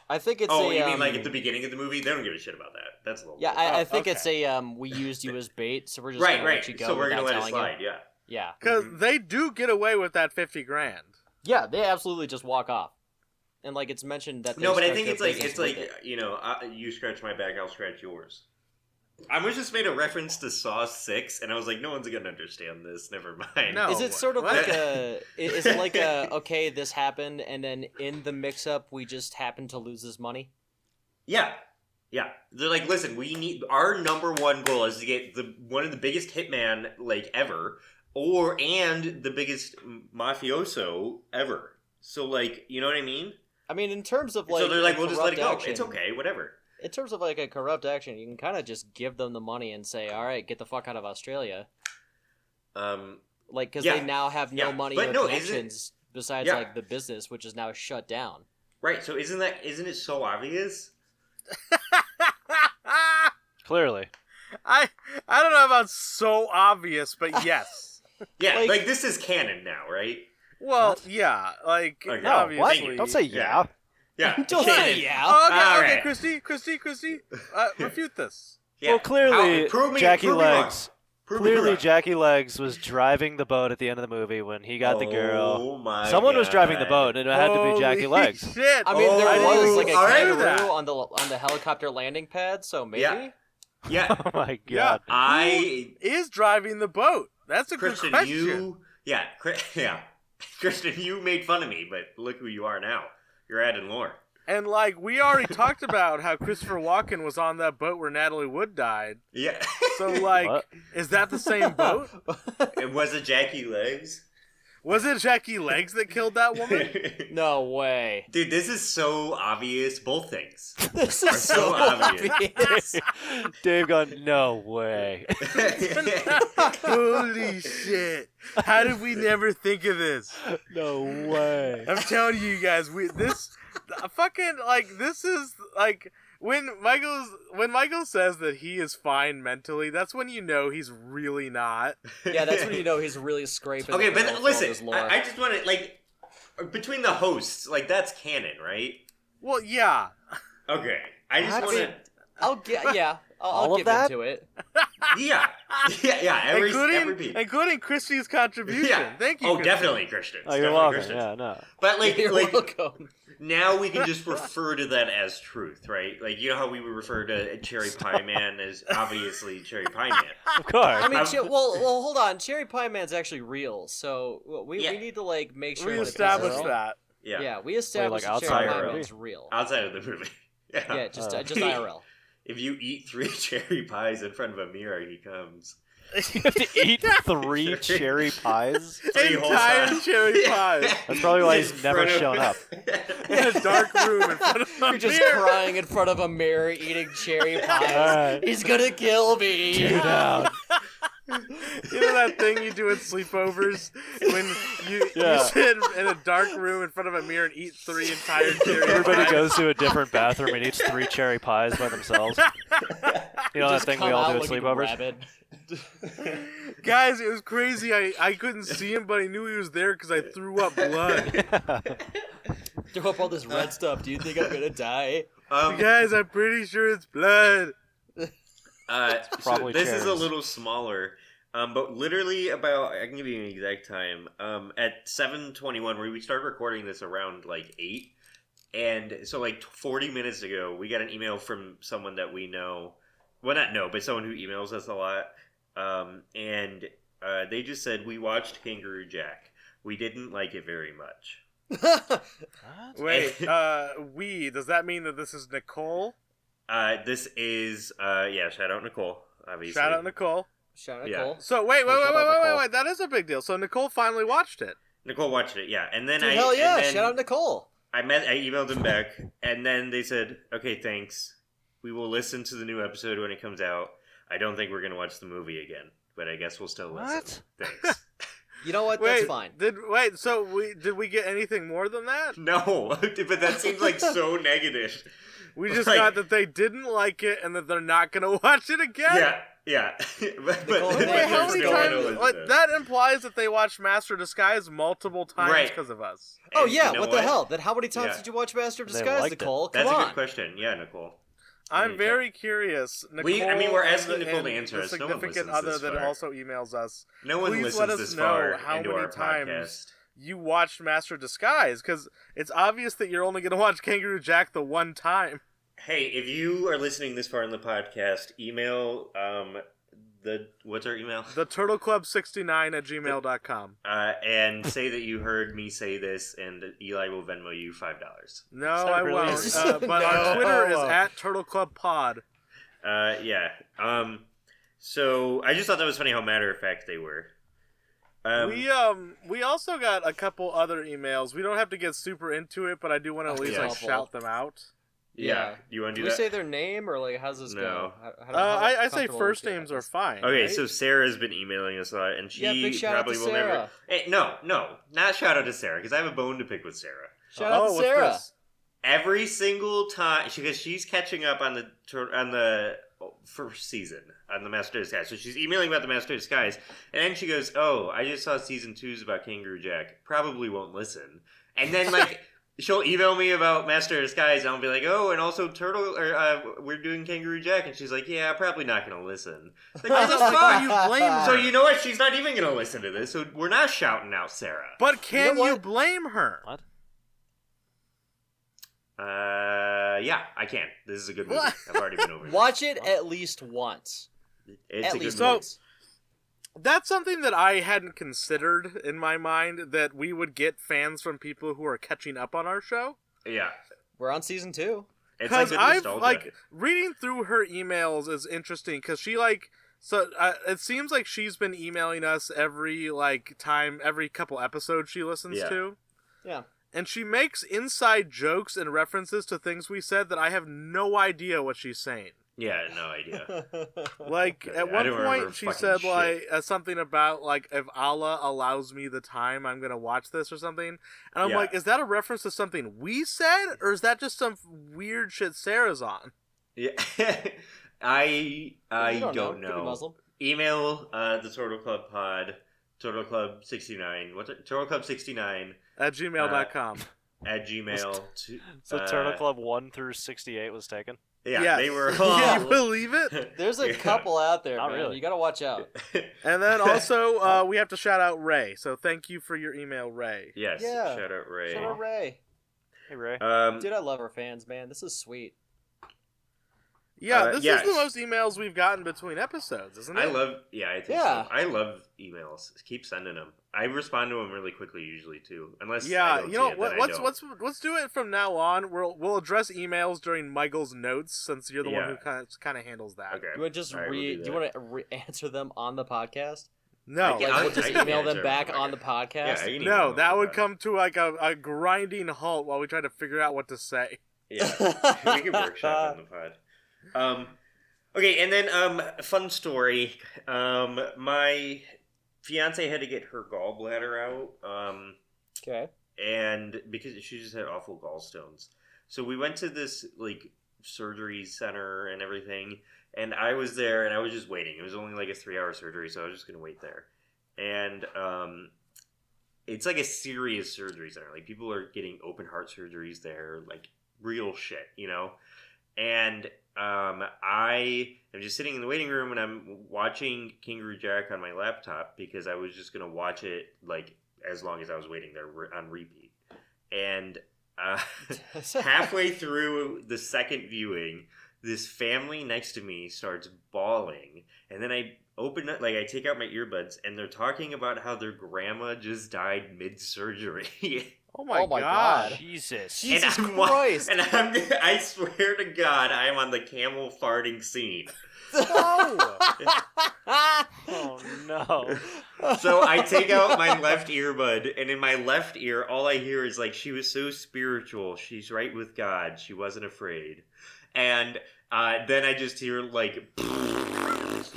[SPEAKER 3] I think it's
[SPEAKER 4] oh,
[SPEAKER 3] a.
[SPEAKER 4] you
[SPEAKER 3] um,
[SPEAKER 4] mean like at the beginning of the movie? They don't give a shit about that. That's a little.
[SPEAKER 3] yeah, I, I
[SPEAKER 2] Oh,
[SPEAKER 3] think
[SPEAKER 2] okay.
[SPEAKER 3] it's a. Um, we used you as bait, so we're just
[SPEAKER 4] right,
[SPEAKER 3] gonna
[SPEAKER 4] right.
[SPEAKER 3] let you go.
[SPEAKER 4] so we're gonna
[SPEAKER 3] without
[SPEAKER 4] let it
[SPEAKER 3] telling you.
[SPEAKER 4] slide. Yeah.
[SPEAKER 3] Yeah,
[SPEAKER 2] Because
[SPEAKER 4] Mhm.
[SPEAKER 2] they do get away with that fifty grand.
[SPEAKER 3] yeah, they absolutely just walk off, and like it's mentioned that. They
[SPEAKER 4] No, but I
[SPEAKER 3] start
[SPEAKER 4] think
[SPEAKER 3] their
[SPEAKER 4] it's like
[SPEAKER 3] business
[SPEAKER 4] it's like
[SPEAKER 3] with it.
[SPEAKER 4] you know, I, you scratch my back, I'll scratch yours. I was just made a reference to Saw Six, and I was like, no one's gonna understand this. Never mind.
[SPEAKER 2] No.
[SPEAKER 3] Is it sort of
[SPEAKER 2] What?
[SPEAKER 3] like a? i- Is it like a? Okay, this happened, and then in the mix-up, we just happened to lose this money.
[SPEAKER 4] Yeah. Yeah. They're like, listen, we need our number one goal is to get the one of the biggest hitman like ever or and the biggest mafioso ever. So like, you know what I mean?
[SPEAKER 3] I mean, in terms of like,
[SPEAKER 4] so they're like,
[SPEAKER 3] a
[SPEAKER 4] we'll just let it go.
[SPEAKER 3] corrupt action-
[SPEAKER 4] It's okay, whatever.
[SPEAKER 3] In terms of like a corrupt action, you can kind of just give them the money and say, "All right, get the fuck out of Australia,"
[SPEAKER 4] Um
[SPEAKER 3] like because
[SPEAKER 4] Yeah.
[SPEAKER 3] they now have no
[SPEAKER 4] Yeah.
[SPEAKER 3] money
[SPEAKER 4] But
[SPEAKER 3] or
[SPEAKER 4] no, is it-
[SPEAKER 3] connections besides
[SPEAKER 4] Yeah.
[SPEAKER 3] like the business, which is now shut down.
[SPEAKER 4] right, so isn't that isn't it so obvious?
[SPEAKER 5] Clearly.
[SPEAKER 2] I I don't know about so obvious, but yes.
[SPEAKER 4] Yeah,
[SPEAKER 3] Like-
[SPEAKER 4] like, this is canon now, right?
[SPEAKER 2] well, yeah, like
[SPEAKER 4] Okay.
[SPEAKER 2] okay.
[SPEAKER 4] No,
[SPEAKER 5] No, what?
[SPEAKER 2] obviously.
[SPEAKER 5] Don't say yeah.
[SPEAKER 4] Yeah. Yeah.
[SPEAKER 3] Don't
[SPEAKER 4] canon.
[SPEAKER 3] say yeah.
[SPEAKER 2] Oh, okay,
[SPEAKER 4] All
[SPEAKER 2] okay,
[SPEAKER 4] right.
[SPEAKER 2] Christy, Christy, Christy, uh, refute this.
[SPEAKER 4] Yeah.
[SPEAKER 5] Well, clearly,
[SPEAKER 4] How- prove me-
[SPEAKER 5] Jackie
[SPEAKER 4] prove me wrong.
[SPEAKER 5] Legs.
[SPEAKER 4] Prove me
[SPEAKER 5] Clearly,
[SPEAKER 4] wrong.
[SPEAKER 5] Jackie Legs was driving the boat at the end of the movie when he got the girl.
[SPEAKER 4] Oh my
[SPEAKER 5] Someone was driving the
[SPEAKER 4] God.
[SPEAKER 5] boat, and it had to be Jackie
[SPEAKER 2] Holy
[SPEAKER 5] Legs.
[SPEAKER 2] Shit.
[SPEAKER 3] I mean, there was
[SPEAKER 4] Oh,
[SPEAKER 3] like a
[SPEAKER 4] all right.
[SPEAKER 3] kangaroo on the on the helicopter landing pad, so maybe.
[SPEAKER 4] Yeah. Yeah.
[SPEAKER 5] Oh my
[SPEAKER 2] Yeah.
[SPEAKER 5] god!
[SPEAKER 4] I
[SPEAKER 2] is driving the boat. That's a
[SPEAKER 4] Kristen,
[SPEAKER 2] good question.
[SPEAKER 4] you yeah, Chri- yeah, Kristen, you made fun of me, but look who you are now. You're adding lore.
[SPEAKER 2] And like we already talked about how Christopher Walken was on that boat where Natalie Wood died.
[SPEAKER 4] Yeah,
[SPEAKER 2] So like,
[SPEAKER 5] What?
[SPEAKER 2] is that the same boat?
[SPEAKER 4] it was a Jackie Legs.
[SPEAKER 2] Was it Jackie Legs that killed that woman?
[SPEAKER 3] No way.
[SPEAKER 4] Dude, this is so obvious. Both things.
[SPEAKER 3] This
[SPEAKER 4] Are
[SPEAKER 3] is
[SPEAKER 4] so
[SPEAKER 3] so
[SPEAKER 4] obvious.
[SPEAKER 3] obvious.
[SPEAKER 5] Dave gone. No way.
[SPEAKER 2] Holy shit! How did we never think of this?
[SPEAKER 5] No way.
[SPEAKER 2] I'm telling you guys, we this uh, fucking like this is like when Michael's when Michael says that he is fine mentally. That's when you know he's really not.
[SPEAKER 3] yeah, that's when you know he's really scraping.
[SPEAKER 4] Okay,
[SPEAKER 3] the barrel for
[SPEAKER 4] but
[SPEAKER 3] all this
[SPEAKER 4] listen,
[SPEAKER 3] lore.
[SPEAKER 4] I, I just want to like between the hosts, like that's canon, right?
[SPEAKER 2] Well, yeah,
[SPEAKER 4] Okay, I just
[SPEAKER 5] That's
[SPEAKER 4] want to.
[SPEAKER 5] it.
[SPEAKER 3] will get yeah, I'll, I'll
[SPEAKER 5] All of
[SPEAKER 3] give
[SPEAKER 5] that?
[SPEAKER 3] into it.
[SPEAKER 4] Yeah, yeah, yeah. Every,
[SPEAKER 2] including
[SPEAKER 4] every beat.
[SPEAKER 2] including Christie's contribution.
[SPEAKER 4] Yeah.
[SPEAKER 2] Thank you.
[SPEAKER 4] Oh,
[SPEAKER 2] Christy.
[SPEAKER 4] definitely Christian.
[SPEAKER 5] Oh, you're
[SPEAKER 4] Definitely
[SPEAKER 5] welcome.
[SPEAKER 4] Christian.
[SPEAKER 5] Yeah, no.
[SPEAKER 4] But like,
[SPEAKER 3] You're
[SPEAKER 4] like
[SPEAKER 3] welcome.
[SPEAKER 4] now we can just refer to that as truth, right? Like you know how we would refer to Cherry Pie Man as obviously Cherry Pie Man.
[SPEAKER 5] Of course.
[SPEAKER 3] I mean,
[SPEAKER 4] I'm-
[SPEAKER 3] che- well, well, hold on. Cherry Pie Man's actually real, so well, we,
[SPEAKER 4] Yeah.
[SPEAKER 3] we need to like make sure
[SPEAKER 2] We
[SPEAKER 3] that it's
[SPEAKER 2] established
[SPEAKER 3] real.
[SPEAKER 2] that.
[SPEAKER 4] Yeah.
[SPEAKER 3] Yeah, we established that
[SPEAKER 5] outside
[SPEAKER 3] Cherry Pie
[SPEAKER 4] IRL.
[SPEAKER 3] Man's real.
[SPEAKER 4] Outside of the movie. Yeah.
[SPEAKER 3] Yeah, just
[SPEAKER 5] Uh,
[SPEAKER 3] uh, just IRL.
[SPEAKER 4] If you eat three cherry pies in front of a mirror, he comes.
[SPEAKER 5] you have to eat three cherry pies.
[SPEAKER 4] Three whole
[SPEAKER 2] Entire
[SPEAKER 4] pies.
[SPEAKER 2] cherry
[SPEAKER 4] Yeah.
[SPEAKER 2] pies.
[SPEAKER 5] That's probably why he's
[SPEAKER 4] In
[SPEAKER 5] never
[SPEAKER 4] front of-
[SPEAKER 5] shown up.
[SPEAKER 2] in a dark room in front of
[SPEAKER 3] You're just crying in front of a mirror, eating cherry pies.
[SPEAKER 5] Alright.
[SPEAKER 3] He's gonna kill me.
[SPEAKER 5] Get out.
[SPEAKER 2] You know that thing you do at sleepovers when you,
[SPEAKER 5] Yeah.
[SPEAKER 2] you sit in a dark room in front of a mirror and eat three entire cherry
[SPEAKER 5] Everybody
[SPEAKER 2] pies?
[SPEAKER 5] goes to a different bathroom and eats three cherry pies by themselves. You know that
[SPEAKER 3] Just
[SPEAKER 5] thing we
[SPEAKER 3] come
[SPEAKER 5] all
[SPEAKER 3] out
[SPEAKER 5] do at
[SPEAKER 3] looking
[SPEAKER 5] sleepovers?
[SPEAKER 3] rabid.
[SPEAKER 2] Guys, it was crazy. I, I couldn't see him, but I knew he was there because I threw up blood.
[SPEAKER 3] Throw up all this red stuff. Do you think I'm gonna die?
[SPEAKER 4] Um,
[SPEAKER 2] Guys, I'm pretty sure it's blood.
[SPEAKER 4] uh, so
[SPEAKER 5] probably
[SPEAKER 4] this is a
[SPEAKER 5] cherries.
[SPEAKER 4] little smaller. Um, but literally about I can give you an exact time. Um, at seven twenty one, where we started recording this around like eight, and so like forty minutes ago, we got an email from someone that we know. Well, not know, but someone who emails us a lot. Um, and uh, they just said we watched Kangaroo Jack. We didn't like it very much.
[SPEAKER 5] What?
[SPEAKER 2] Wait, uh, we. Does that mean that this is Nicole?
[SPEAKER 4] Uh, this is uh, yeah, shout out Nicole. Obviously,
[SPEAKER 2] Shout out Nicole.
[SPEAKER 3] Shout out
[SPEAKER 4] Yeah.
[SPEAKER 3] Cole.
[SPEAKER 2] So wait, wait,
[SPEAKER 5] Oh,
[SPEAKER 2] wait,
[SPEAKER 5] shout
[SPEAKER 2] wait,
[SPEAKER 5] out
[SPEAKER 2] wait, wait,
[SPEAKER 5] Nicole.
[SPEAKER 2] wait. That is a big deal. So Nicole finally watched it.
[SPEAKER 4] Nicole watched it, yeah, and then
[SPEAKER 3] Dude,
[SPEAKER 4] I
[SPEAKER 3] hell yeah!
[SPEAKER 4] and then
[SPEAKER 3] Shout out Nicole.
[SPEAKER 4] I met I emailed them back, and then they said, "Okay, thanks. We will listen to the new episode when it comes out. I don't think we're gonna watch the movie again, but I guess we'll still listen.
[SPEAKER 5] What?
[SPEAKER 4] Thanks."
[SPEAKER 3] You know what?
[SPEAKER 2] Wait,
[SPEAKER 3] That's fine.
[SPEAKER 2] Did wait? So we did we get anything more than that?
[SPEAKER 4] no, but that seems like so negative.
[SPEAKER 2] We just
[SPEAKER 4] Like-
[SPEAKER 2] got that they didn't like it and that they're not gonna watch it again.
[SPEAKER 4] Yeah, yeah. but, but,
[SPEAKER 3] Nicole,
[SPEAKER 4] but
[SPEAKER 2] Wait,
[SPEAKER 3] they're
[SPEAKER 2] how many
[SPEAKER 4] still
[SPEAKER 3] gonna
[SPEAKER 2] times?
[SPEAKER 4] listen
[SPEAKER 2] What,
[SPEAKER 4] to it.
[SPEAKER 2] that implies that they watched Master of Disguise multiple times
[SPEAKER 4] Right.
[SPEAKER 2] because of us.
[SPEAKER 3] Oh
[SPEAKER 4] And
[SPEAKER 3] yeah,
[SPEAKER 4] you know
[SPEAKER 3] what the hell? Then how many times
[SPEAKER 4] Yeah.
[SPEAKER 3] did you watch Master of
[SPEAKER 5] They
[SPEAKER 3] Disguise,
[SPEAKER 5] liked it.
[SPEAKER 3] Nicole? Come
[SPEAKER 4] That's a
[SPEAKER 3] on.
[SPEAKER 4] good question. Yeah, Nicole.
[SPEAKER 2] I'm
[SPEAKER 4] you go.
[SPEAKER 2] very curious. Nicole,
[SPEAKER 4] We- I mean, we're
[SPEAKER 2] and
[SPEAKER 4] asking
[SPEAKER 2] the-
[SPEAKER 4] Nicole
[SPEAKER 2] and
[SPEAKER 4] to answer
[SPEAKER 2] the
[SPEAKER 4] us. No one
[SPEAKER 2] Significant
[SPEAKER 4] listens
[SPEAKER 2] other
[SPEAKER 4] this
[SPEAKER 2] that
[SPEAKER 4] far.
[SPEAKER 2] also emails us.
[SPEAKER 4] No one
[SPEAKER 2] Please
[SPEAKER 4] listens
[SPEAKER 2] let us
[SPEAKER 4] this
[SPEAKER 2] know
[SPEAKER 4] far
[SPEAKER 2] how
[SPEAKER 4] into
[SPEAKER 2] many
[SPEAKER 4] our
[SPEAKER 2] times-
[SPEAKER 4] podcast.
[SPEAKER 2] You watched Master of Disguise because it's obvious that you're only going to watch Kangaroo Jack the one time.
[SPEAKER 4] Hey, if you are listening this far in the podcast, email um the what's our email?
[SPEAKER 2] The Turtle Club 69 at gmail.com.
[SPEAKER 4] Uh, and say that you heard me say this, and Eli will Venmo you five dollars.
[SPEAKER 2] No,
[SPEAKER 5] Is that
[SPEAKER 2] I
[SPEAKER 5] really-
[SPEAKER 2] won't. Uh, but
[SPEAKER 3] No.
[SPEAKER 2] our Twitter is
[SPEAKER 3] Oh.
[SPEAKER 2] at Turtle Club Pod.
[SPEAKER 4] Uh, yeah. Um, so I just thought that was funny how matter of fact they were. Um,
[SPEAKER 3] uh,
[SPEAKER 2] we um we also got a couple other emails. We don't have to get super into it, but I do want to at
[SPEAKER 3] Oh,
[SPEAKER 2] least
[SPEAKER 4] yeah.
[SPEAKER 2] like shout them out.
[SPEAKER 4] yeah.
[SPEAKER 3] Yeah.
[SPEAKER 4] You want to
[SPEAKER 3] Do
[SPEAKER 4] do
[SPEAKER 3] we
[SPEAKER 4] that?
[SPEAKER 3] say their name or like how's this
[SPEAKER 4] No.
[SPEAKER 3] go? How- how-
[SPEAKER 2] Uh,
[SPEAKER 3] how
[SPEAKER 2] I, I say
[SPEAKER 3] comfortable
[SPEAKER 2] first
[SPEAKER 3] we feel
[SPEAKER 2] names
[SPEAKER 3] about
[SPEAKER 2] are
[SPEAKER 3] this?
[SPEAKER 2] fine.
[SPEAKER 4] okay,
[SPEAKER 2] right?
[SPEAKER 4] so Sarah's been emailing us a lot, and she
[SPEAKER 3] Yeah, big shout out
[SPEAKER 4] probably
[SPEAKER 3] to
[SPEAKER 4] will never.
[SPEAKER 3] Sarah.
[SPEAKER 4] Hey, no, no, not shout out to Sarah because I have a bone to pick with Sarah.
[SPEAKER 3] Shout out
[SPEAKER 2] Oh,
[SPEAKER 3] to
[SPEAKER 2] what's
[SPEAKER 3] Sarah.
[SPEAKER 2] this?
[SPEAKER 4] every single time because she's catching up on the tur- on the oh, first season on the Master of Disguise. So she's emailing about the Master of Disguise, and then she goes, "Oh, I just saw season two's about Kangaroo Jack. Probably won't listen." And then like. She'll email me about Master of Disguise, and I'll be like, "Oh, and also Turtle, or uh, we're doing Kangaroo Jack," and she's like, "Yeah, probably not gonna listen." Like, what the fuck?
[SPEAKER 2] you blame
[SPEAKER 4] So you know what? She's not even gonna listen to this. So we're not shouting out Sarah.
[SPEAKER 2] But can you,
[SPEAKER 3] what?
[SPEAKER 2] blame her?
[SPEAKER 5] What?
[SPEAKER 4] Uh, yeah, I can. This is a good movie.
[SPEAKER 2] What?
[SPEAKER 4] I've already been over. it.
[SPEAKER 3] Watch it at least once.
[SPEAKER 4] It's
[SPEAKER 3] at
[SPEAKER 4] a
[SPEAKER 3] least
[SPEAKER 4] good movie.
[SPEAKER 3] once.
[SPEAKER 2] That's something that I hadn't considered in my mind that we would get fans from people who are catching up on our show.
[SPEAKER 4] Yeah,
[SPEAKER 3] We're on season two.
[SPEAKER 4] it's like
[SPEAKER 2] because
[SPEAKER 4] good
[SPEAKER 2] I've
[SPEAKER 4] nostalgia.
[SPEAKER 2] like reading through her emails is interesting because she like so uh, it seems like she's been emailing us every like time every couple episodes she listens
[SPEAKER 4] Yeah.
[SPEAKER 2] to
[SPEAKER 3] Yeah.
[SPEAKER 2] and she makes inside jokes and references to things we said that I have no idea what she's saying.
[SPEAKER 4] yeah, no idea.
[SPEAKER 2] Like
[SPEAKER 4] Okay,
[SPEAKER 2] at
[SPEAKER 4] I
[SPEAKER 2] one
[SPEAKER 4] don't remember
[SPEAKER 2] point she
[SPEAKER 4] fucking
[SPEAKER 2] said
[SPEAKER 4] shit.
[SPEAKER 2] like uh, something about like if Allah allows me the time I'm gonna watch this or something, and I'm
[SPEAKER 4] Yeah.
[SPEAKER 2] like, is that a reference to something we said or is that just some weird shit Sarah's on?
[SPEAKER 4] Yeah, I I
[SPEAKER 3] You
[SPEAKER 4] don't,
[SPEAKER 3] know. Could be
[SPEAKER 4] know.
[SPEAKER 3] Muslim.
[SPEAKER 4] Email uh the Turtle Club Pod, Turtle Club sixty nine. What's it? Turtle Club sixty nine
[SPEAKER 2] at gmail.com.
[SPEAKER 4] at Gmail. To,
[SPEAKER 5] So
[SPEAKER 4] uh,
[SPEAKER 5] Turtle Club one through sixty-eight was taken.
[SPEAKER 4] Yeah,
[SPEAKER 2] Yes.
[SPEAKER 4] they were.
[SPEAKER 2] Can you
[SPEAKER 4] All,
[SPEAKER 2] believe it?
[SPEAKER 3] There's a
[SPEAKER 4] Yeah.
[SPEAKER 3] couple out there,
[SPEAKER 5] Not
[SPEAKER 3] man.
[SPEAKER 5] really.
[SPEAKER 3] You gotta watch out.
[SPEAKER 2] And then also, uh, we have to shout out Ray. So thank you for your email, Ray.
[SPEAKER 4] Yes.
[SPEAKER 3] Yeah.
[SPEAKER 4] Shout out Ray.
[SPEAKER 3] Shout out Ray.
[SPEAKER 5] Hey Ray.
[SPEAKER 4] Um,
[SPEAKER 3] Dude, I love our fans, man. This is sweet.
[SPEAKER 2] Yeah,
[SPEAKER 4] Uh,
[SPEAKER 2] this
[SPEAKER 4] yes.
[SPEAKER 2] is the most emails we've gotten between episodes, isn't it?
[SPEAKER 4] I love, yeah, I think
[SPEAKER 3] Yeah.
[SPEAKER 4] so. I love emails. Keep sending them. I respond to them really quickly usually too, unless I
[SPEAKER 2] Yeah,
[SPEAKER 4] don't
[SPEAKER 2] you know
[SPEAKER 4] see it,
[SPEAKER 2] what,
[SPEAKER 4] then I
[SPEAKER 2] let's
[SPEAKER 4] don't.
[SPEAKER 2] let's let's do it from now on. We'll we'll address emails during Michael's notes since you're the
[SPEAKER 4] Yeah.
[SPEAKER 2] one who kind of, kind of handles that.
[SPEAKER 4] okay.
[SPEAKER 3] You want to just
[SPEAKER 4] All right, we'll
[SPEAKER 3] read?
[SPEAKER 4] do
[SPEAKER 3] you
[SPEAKER 4] that.
[SPEAKER 3] want to re- answer them on the podcast?
[SPEAKER 2] No,
[SPEAKER 4] Yeah,
[SPEAKER 3] like,
[SPEAKER 4] I-
[SPEAKER 3] we'll
[SPEAKER 4] I
[SPEAKER 3] just
[SPEAKER 4] can
[SPEAKER 3] email
[SPEAKER 4] answer
[SPEAKER 3] them back
[SPEAKER 4] them, I
[SPEAKER 3] on the
[SPEAKER 4] Yeah,
[SPEAKER 3] podcast.
[SPEAKER 4] I can email
[SPEAKER 2] no, that
[SPEAKER 4] them
[SPEAKER 2] would
[SPEAKER 4] back.
[SPEAKER 2] come to like a, a grinding halt while we try to figure out what to say.
[SPEAKER 4] Yeah, we can workshop in the pod. Um, okay, and then um, fun story. Um, my fiance had to get her gallbladder out. Um,
[SPEAKER 3] okay.
[SPEAKER 4] and because she just had awful gallstones. So we went to this like surgery center and everything, and I was there and I was just waiting. It was only like a three hour surgery, so I was just gonna wait there. And um, it's like a serious surgery center. Like people are getting open heart surgeries there, like real shit, you know. and um, I am just sitting in the waiting room and I'm watching Kangaroo Jack on my laptop because I was just gonna watch it like as long as I was waiting there re- on repeat. And uh, halfway through the second viewing, this family next to me starts bawling, and then I open up like I take out my earbuds and they're talking about how their grandma just died mid surgery.
[SPEAKER 2] Oh my,
[SPEAKER 3] Oh my
[SPEAKER 2] god.
[SPEAKER 3] God.
[SPEAKER 5] Jesus.
[SPEAKER 3] Jesus
[SPEAKER 4] and I'm, wa-
[SPEAKER 3] Christ!
[SPEAKER 4] And I'm, I swear to God, I am on the camel farting scene.
[SPEAKER 5] Oh no.
[SPEAKER 4] So I take out my left earbud, and in my left ear, all I hear is like, she was so spiritual. She's right with God. She wasn't afraid. And uh, then I just hear like,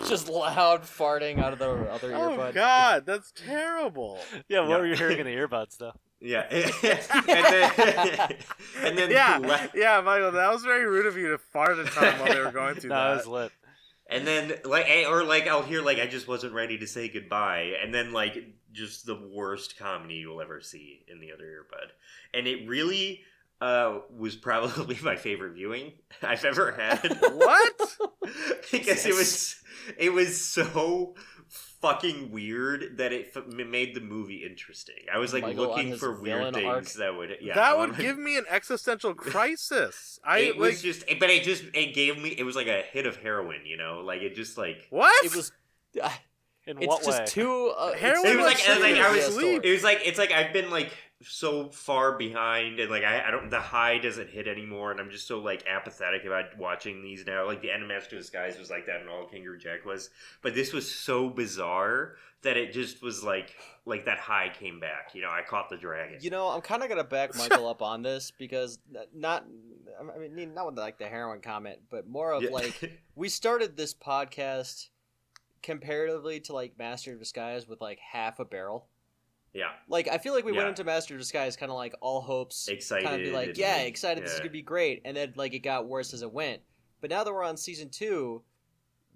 [SPEAKER 3] just loud farting out of the other
[SPEAKER 2] Oh
[SPEAKER 3] earbud.
[SPEAKER 2] god, that's terrible.
[SPEAKER 5] Yeah, what
[SPEAKER 4] Yeah.
[SPEAKER 5] were you hearing in the earbuds though?
[SPEAKER 4] yeah. and then, and then
[SPEAKER 2] yeah,
[SPEAKER 4] the left.
[SPEAKER 2] yeah, Michael, that was very rude of you to fart at time while they were going through
[SPEAKER 5] No,
[SPEAKER 2] that.
[SPEAKER 5] it was lit.
[SPEAKER 4] And then like eh, or like I'll hear like I just wasn't ready to say goodbye and then like just the worst comedy you'll ever see in the other earbud. And it really uh was probably my favorite viewing I've ever had
[SPEAKER 2] What?
[SPEAKER 4] because it was it was so fucking weird that it f- made the movie interesting. I was like
[SPEAKER 3] Michael on
[SPEAKER 4] looking
[SPEAKER 3] his
[SPEAKER 4] for weird
[SPEAKER 3] villain
[SPEAKER 4] things
[SPEAKER 3] arc.
[SPEAKER 4] that would yeah
[SPEAKER 2] that
[SPEAKER 4] I'm
[SPEAKER 2] would
[SPEAKER 4] like-
[SPEAKER 2] give me an existential crisis. I
[SPEAKER 4] it
[SPEAKER 2] like
[SPEAKER 4] was just but it just it gave me it was like a hit of heroin, you know? Like it just like
[SPEAKER 2] what?
[SPEAKER 3] It was. Uh,
[SPEAKER 5] In
[SPEAKER 3] it's
[SPEAKER 5] what
[SPEAKER 3] just
[SPEAKER 5] way?
[SPEAKER 3] too. Uh, it's
[SPEAKER 2] Heroin
[SPEAKER 3] too
[SPEAKER 4] was
[SPEAKER 3] much
[SPEAKER 4] like- I was like, I was
[SPEAKER 3] CBS
[SPEAKER 2] asleep.
[SPEAKER 4] It
[SPEAKER 3] story.
[SPEAKER 4] was like it's like I've been like so far behind, and like I, I don't the high doesn't hit anymore, and I'm just so like apathetic about watching these now. Like the Animaster to the Skies was like that, and all Kangaroo Jack was, but this was so bizarre that it just was like like that high came back. You know, I caught the dragon.
[SPEAKER 3] You know, I'm kind of gonna back Michael up on this because n- not, I mean, not with like the heroin comment, but more of
[SPEAKER 4] Yeah.
[SPEAKER 3] like we started this podcast comparatively to like Master of Disguise with like half a barrel.
[SPEAKER 4] yeah,
[SPEAKER 3] Like I feel like we
[SPEAKER 4] Yeah.
[SPEAKER 3] went into Master of Disguise kind of like all hopes,
[SPEAKER 4] excited.
[SPEAKER 3] kind of be like,
[SPEAKER 4] and,
[SPEAKER 3] yeah, excited. This is
[SPEAKER 4] yeah.
[SPEAKER 3] gonna be great, and then like it got worse as it went. But now that we're on season two,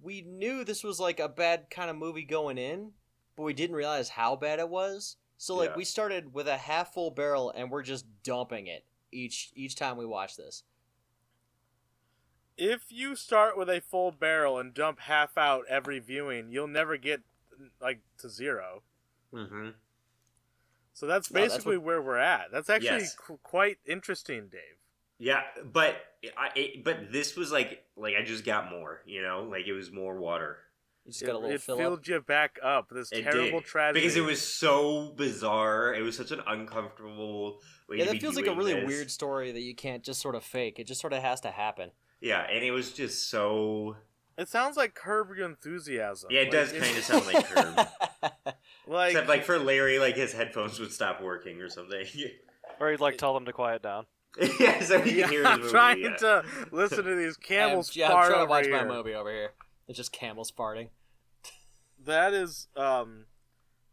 [SPEAKER 3] we knew this was like a bad kind of movie going in, but we didn't realize how bad it was. So like
[SPEAKER 4] Yeah.
[SPEAKER 3] we started with a half full barrel, and we're just dumping it each each time we watch this.
[SPEAKER 2] if you start with a full barrel and dump half out every viewing, you'll never get like to zero.
[SPEAKER 4] Mhm.
[SPEAKER 2] So that's
[SPEAKER 3] No, that's
[SPEAKER 2] basically where we're at. That's actually
[SPEAKER 4] Yes.
[SPEAKER 2] qu- quite interesting, Dave.
[SPEAKER 4] Yeah, but I it, but this was like like I just got more. You know, like it was more water.
[SPEAKER 3] You just
[SPEAKER 2] It,
[SPEAKER 3] got a little
[SPEAKER 2] it
[SPEAKER 3] fill
[SPEAKER 2] filled
[SPEAKER 3] up.
[SPEAKER 2] you back up. This
[SPEAKER 4] It
[SPEAKER 2] terrible
[SPEAKER 4] did.
[SPEAKER 2] tragedy.
[SPEAKER 4] because it was so bizarre. It was such an uncomfortable. Way
[SPEAKER 3] Yeah,
[SPEAKER 4] to
[SPEAKER 3] that
[SPEAKER 4] be
[SPEAKER 3] feels like a
[SPEAKER 4] doing
[SPEAKER 3] really
[SPEAKER 4] this.
[SPEAKER 3] weird story that you can't just sort of fake. It just sort of has to happen.
[SPEAKER 4] Yeah, and it was just so.
[SPEAKER 2] It sounds like Curb Your Enthusiasm.
[SPEAKER 4] Yeah, it
[SPEAKER 2] Like,
[SPEAKER 4] does
[SPEAKER 2] it's-
[SPEAKER 4] kind of sound like Curb.
[SPEAKER 2] like,
[SPEAKER 4] Except like for Larry, like his headphones would stop working or something.
[SPEAKER 5] Or you'd like tell them to quiet down.
[SPEAKER 4] yeah, so he
[SPEAKER 2] yeah,
[SPEAKER 4] can hear his
[SPEAKER 2] I'm
[SPEAKER 4] movie.
[SPEAKER 2] trying
[SPEAKER 4] yeah.
[SPEAKER 2] to listen to these camels
[SPEAKER 3] I'm, yeah,
[SPEAKER 2] fart
[SPEAKER 3] I'm trying
[SPEAKER 2] over
[SPEAKER 3] to watch
[SPEAKER 2] here.
[SPEAKER 3] my movie over here. It's just camels farting.
[SPEAKER 2] That is um,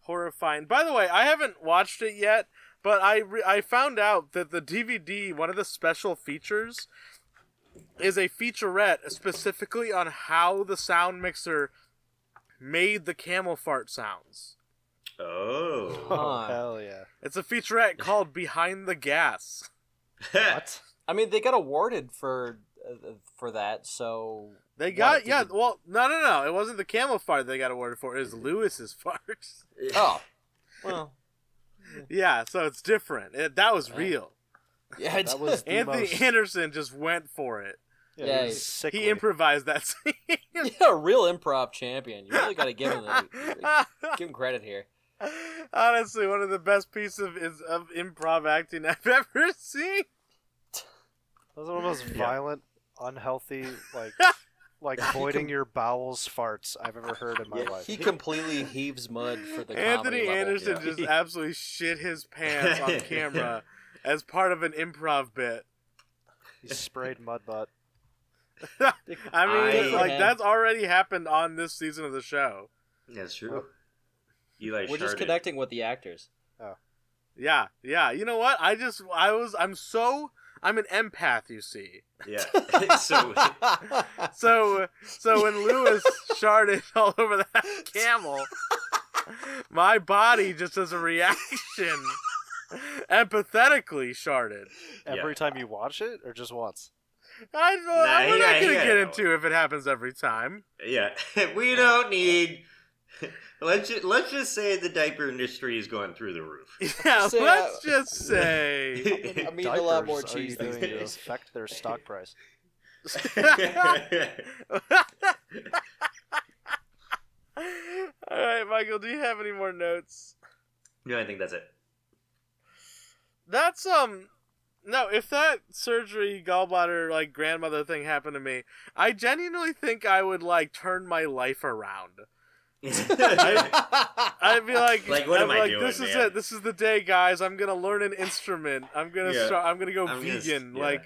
[SPEAKER 2] horrifying. By the way, I haven't watched it yet, but I re- I found out that the DVD one of the special features is a featurette specifically on how the sound mixer made the camel fart sounds.
[SPEAKER 4] Oh.
[SPEAKER 5] Oh,
[SPEAKER 3] Huh.
[SPEAKER 5] hell yeah.
[SPEAKER 2] It's a featurette called Behind the Gas.
[SPEAKER 5] What?
[SPEAKER 3] I mean, they got awarded for uh, for that, so
[SPEAKER 2] They
[SPEAKER 3] What,
[SPEAKER 2] got
[SPEAKER 3] did
[SPEAKER 2] yeah,
[SPEAKER 3] the-
[SPEAKER 2] well, no no no, it wasn't the camel fart they got awarded for, it was Lewis's fart.
[SPEAKER 3] oh well,
[SPEAKER 2] yeah, so it's different. It, that was
[SPEAKER 3] Right.
[SPEAKER 2] real.
[SPEAKER 3] yeah,
[SPEAKER 5] That was the
[SPEAKER 2] Anthony
[SPEAKER 5] most...
[SPEAKER 2] Anderson just went for it.
[SPEAKER 5] Yeah,
[SPEAKER 3] Yeah,
[SPEAKER 5] he was
[SPEAKER 3] he-
[SPEAKER 5] sickly.
[SPEAKER 2] He improvised that scene.
[SPEAKER 3] yeah, a real improv champion. You really got to give him the, give him credit here.
[SPEAKER 2] Honestly, one of the best pieces of, is, of improv acting I've ever seen.
[SPEAKER 5] Those are the most violent, unhealthy, like like
[SPEAKER 3] He
[SPEAKER 5] voiding
[SPEAKER 3] com-
[SPEAKER 5] your bowels farts I've ever heard in my
[SPEAKER 3] Yeah,
[SPEAKER 5] life.
[SPEAKER 3] he completely heaves mud for the comedy
[SPEAKER 2] Anthony
[SPEAKER 3] level.
[SPEAKER 2] Anderson
[SPEAKER 4] yeah.
[SPEAKER 2] just absolutely shit his pants on camera as part of an improv bit.
[SPEAKER 5] He sprayed mud butt.
[SPEAKER 2] I mean,
[SPEAKER 4] I-
[SPEAKER 2] like that's already happened on this season of the show.
[SPEAKER 4] That's true. Eli
[SPEAKER 3] We're just
[SPEAKER 4] sharted.
[SPEAKER 3] connecting with the actors.
[SPEAKER 2] Yeah, yeah. You know what? I just, I was, I'm so, I'm an empath. You see.
[SPEAKER 4] Yeah. so
[SPEAKER 2] So, so when Lewis sharded all over that camel, my body just as a reaction, empathetically sharded.
[SPEAKER 5] Every time you watch it, or just once?
[SPEAKER 2] I,
[SPEAKER 4] Nah,
[SPEAKER 2] we're not
[SPEAKER 4] he got- he
[SPEAKER 2] gonna
[SPEAKER 4] got
[SPEAKER 2] get
[SPEAKER 4] it that
[SPEAKER 2] into if it happens every time.
[SPEAKER 4] Yeah, we don't need. Let's just, let's just say the diaper industry has gone through the roof.
[SPEAKER 2] Yeah,
[SPEAKER 3] Say, uh,
[SPEAKER 2] let's just say.
[SPEAKER 3] I'm eating a lot more
[SPEAKER 5] Diapers are you
[SPEAKER 3] cheese
[SPEAKER 5] doing
[SPEAKER 3] these
[SPEAKER 5] to
[SPEAKER 3] days.
[SPEAKER 5] affect their stock price.
[SPEAKER 2] All right, Michael, do you have any more notes?
[SPEAKER 4] no, I think that's it.
[SPEAKER 2] That's um no, if that surgery gallbladder like grandmother thing happened to me, I genuinely think I would like turn my life around. I'd be like,
[SPEAKER 4] Like, what
[SPEAKER 2] I'm
[SPEAKER 4] am I
[SPEAKER 2] like,
[SPEAKER 4] doing,
[SPEAKER 2] This is
[SPEAKER 4] man?
[SPEAKER 2] it. This is the day, guys. I'm gonna learn an instrument. I'm gonna
[SPEAKER 4] Yeah.
[SPEAKER 2] start. I'm gonna go
[SPEAKER 4] I'm gonna s-
[SPEAKER 2] vegan.
[SPEAKER 4] yeah.
[SPEAKER 2] Like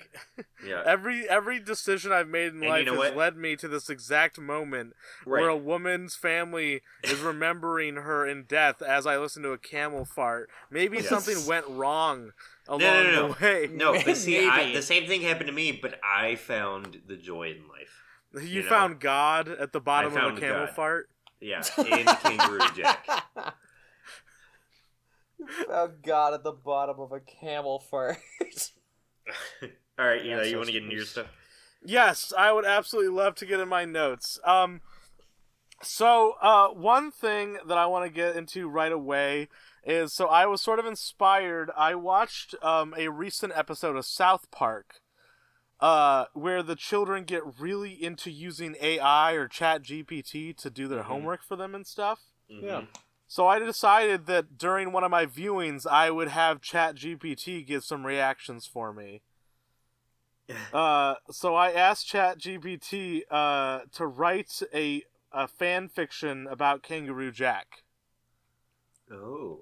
[SPEAKER 4] yeah,
[SPEAKER 2] every every decision I've made in
[SPEAKER 4] And you
[SPEAKER 2] life
[SPEAKER 4] know
[SPEAKER 2] has
[SPEAKER 4] what?
[SPEAKER 2] led me to this exact moment where a
[SPEAKER 4] right.
[SPEAKER 2] woman's family is remembering her in death. As I listen to a camel fart, maybe
[SPEAKER 4] Yes.
[SPEAKER 2] something went wrong along
[SPEAKER 4] no, no.
[SPEAKER 2] the way.
[SPEAKER 4] No, but see, I,
[SPEAKER 3] Maybe.
[SPEAKER 4] the same thing happened to me, but I found the joy in life.
[SPEAKER 2] You,
[SPEAKER 4] You know?
[SPEAKER 2] found God at the bottom of
[SPEAKER 4] found
[SPEAKER 2] a camel
[SPEAKER 4] God.
[SPEAKER 2] fart.
[SPEAKER 4] Yeah, in Kangaroo Jack.
[SPEAKER 3] oh God! At the bottom of a camel fart.
[SPEAKER 4] All right, Eli,
[SPEAKER 5] Yeah, so
[SPEAKER 4] you want to get into
[SPEAKER 5] it's-
[SPEAKER 4] your stuff?
[SPEAKER 2] Yes, I would absolutely love to get in my notes. Um, so uh, one thing that I want to get into right away is so I was sort of inspired. I watched um, a recent episode of South Park. Uh, where the children get really into using AI or Chat GPT to do their
[SPEAKER 4] Mhm.
[SPEAKER 2] homework for them and stuff.
[SPEAKER 3] Yeah.
[SPEAKER 4] Mhm.
[SPEAKER 2] So I decided that during one of my viewings, I would have ChatGPT give some reactions for me. Uh, so I asked ChatGPT uh, to write a, a fan fiction about Kangaroo Jack.
[SPEAKER 4] Oh.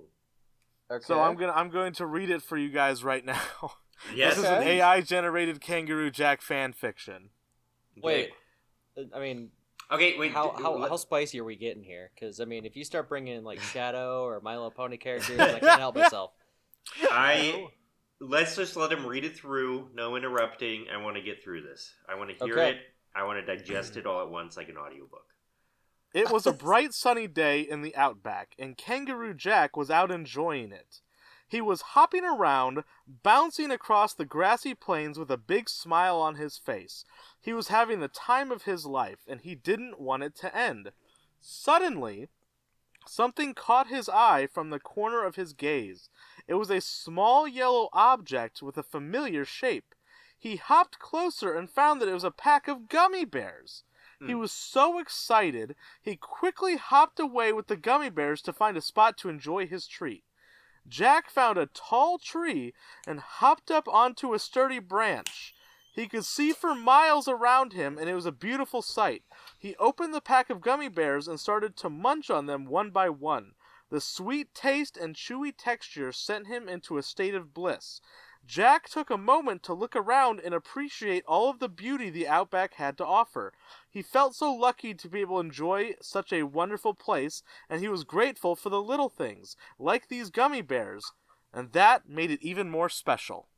[SPEAKER 3] Okay.
[SPEAKER 2] So I'm gonna I'm going to read it for you guys right now.
[SPEAKER 4] Yes.
[SPEAKER 2] This is an
[SPEAKER 3] Okay.
[SPEAKER 2] AI generated Kangaroo Jack fan fiction.
[SPEAKER 3] Wait. I mean,
[SPEAKER 4] Okay, wait.
[SPEAKER 3] how
[SPEAKER 4] d-
[SPEAKER 3] how,
[SPEAKER 4] let-
[SPEAKER 3] how spicy are we getting here? Because I mean, if you start bringing in like Shadow or My Little Pony characters, I can't help myself.
[SPEAKER 4] I let's just let him read it through. No interrupting. I want to get through this. I want to hear
[SPEAKER 3] Okay.
[SPEAKER 4] it. I want to digest it all at once like an audiobook.
[SPEAKER 2] It was a bright sunny day in the outback, and Kangaroo Jack was out enjoying it. He was hopping around, bouncing across the grassy plains with a big smile on his face. He was having the time of his life, and he didn't want it to end. Suddenly, something caught his eye from the corner of his gaze. It was a small yellow object with a familiar shape. He hopped closer and found that it was a pack of gummy bears. He was so excited, he quickly hopped away with the gummy bears to find a spot to enjoy his treat. Jack found a tall tree and hopped up onto a sturdy branch. He could see for miles around him, and it was a beautiful sight. He opened the pack of gummy bears and started to munch on them one by one. The sweet taste and chewy texture sent him into a state of bliss. Jack took a moment to look around and appreciate all of the beauty the outback had to offer. He felt so lucky to be able to enjoy such a wonderful place, and he was grateful for the little things, like these gummy bears, and that made it even more special.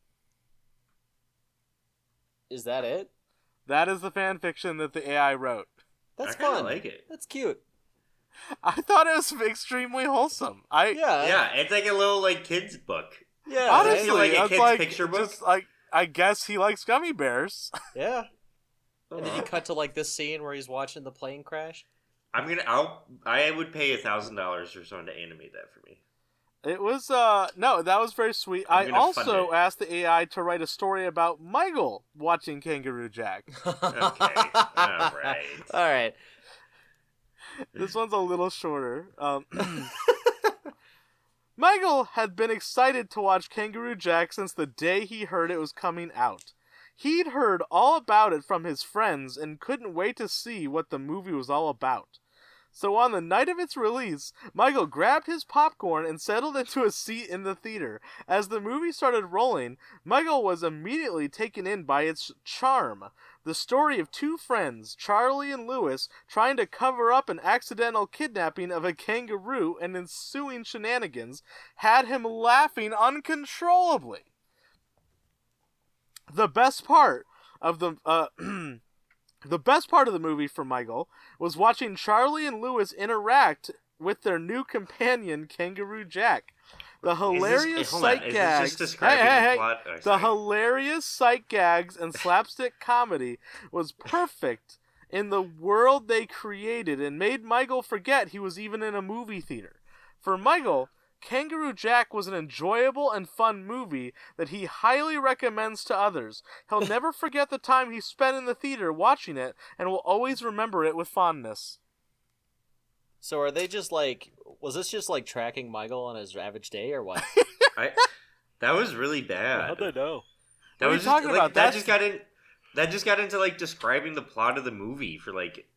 [SPEAKER 3] Is that it?
[SPEAKER 2] That is the fan fiction that the AI wrote.
[SPEAKER 3] That's
[SPEAKER 4] I kinda
[SPEAKER 3] fun.
[SPEAKER 4] like it.
[SPEAKER 3] That's cute.
[SPEAKER 2] I thought it was extremely wholesome. I
[SPEAKER 3] Yeah.
[SPEAKER 4] yeah, it's like a little like kids book.
[SPEAKER 3] Yeah.
[SPEAKER 2] honestly,
[SPEAKER 4] feel like a
[SPEAKER 2] I was
[SPEAKER 4] kid's
[SPEAKER 2] like,
[SPEAKER 4] picture book.
[SPEAKER 2] just like I guess he likes gummy bears.
[SPEAKER 3] Yeah. And then you
[SPEAKER 2] uh-huh.
[SPEAKER 4] Aw.
[SPEAKER 3] cut to like this scene where he's watching the plane crash.
[SPEAKER 4] I'm gonna. I'll. I would pay a thousand dollars for someone to animate that for me.
[SPEAKER 2] It was uh no, that was very sweet.
[SPEAKER 4] I'm
[SPEAKER 2] I
[SPEAKER 4] gonna fund
[SPEAKER 2] also
[SPEAKER 4] it.
[SPEAKER 2] asked the AI to write a story about Michael watching Kangaroo Jack.
[SPEAKER 4] Okay. all right.
[SPEAKER 2] Uh,
[SPEAKER 3] All right.
[SPEAKER 2] this one's a little shorter. Um, Michael had been excited to watch Kangaroo Jack since the day he heard it was coming out. He'd heard all about it from his friends and couldn't wait to see what the movie was all about. So on the night of its release, Michael grabbed his popcorn and settled into a seat in the theater. As the movie started rolling, Michael was immediately taken in by its charm the story of two friends, Charlie and Lewis, trying to cover up an accidental kidnapping of a kangaroo and ensuing shenanigans, had him laughing uncontrollably. The best part of the uh, the best part of the movie for Michael was watching Charlie and Lewis interact with their new companion, Kangaroo Jack. The
[SPEAKER 4] Is this- eh,
[SPEAKER 2] hilarious
[SPEAKER 4] hold on,
[SPEAKER 2] sight
[SPEAKER 4] is this
[SPEAKER 2] gags.
[SPEAKER 4] just describing
[SPEAKER 2] hey, hey,
[SPEAKER 4] the
[SPEAKER 2] hey.
[SPEAKER 4] plot? Oh,
[SPEAKER 2] The
[SPEAKER 4] sorry.
[SPEAKER 2] hilarious sight gags and slapstick comedy was perfect in the world they created and made Michael forget he was even in a movie theater. For Michael, Kangaroo Jack was an enjoyable and fun movie that he highly recommends to others. He'll never forget the time he spent in the theater watching it and will always remember it with fondness.
[SPEAKER 3] So are they just like? Was this just like tracking Michael on his average day or what?
[SPEAKER 4] I, that was really bad.
[SPEAKER 5] How'd they know?
[SPEAKER 2] What
[SPEAKER 4] That
[SPEAKER 2] are
[SPEAKER 4] was
[SPEAKER 2] you
[SPEAKER 4] just,
[SPEAKER 2] talking
[SPEAKER 4] like,
[SPEAKER 2] about?
[SPEAKER 4] That
[SPEAKER 2] That's-
[SPEAKER 4] just got in. That just got into like describing the plot of the movie for like.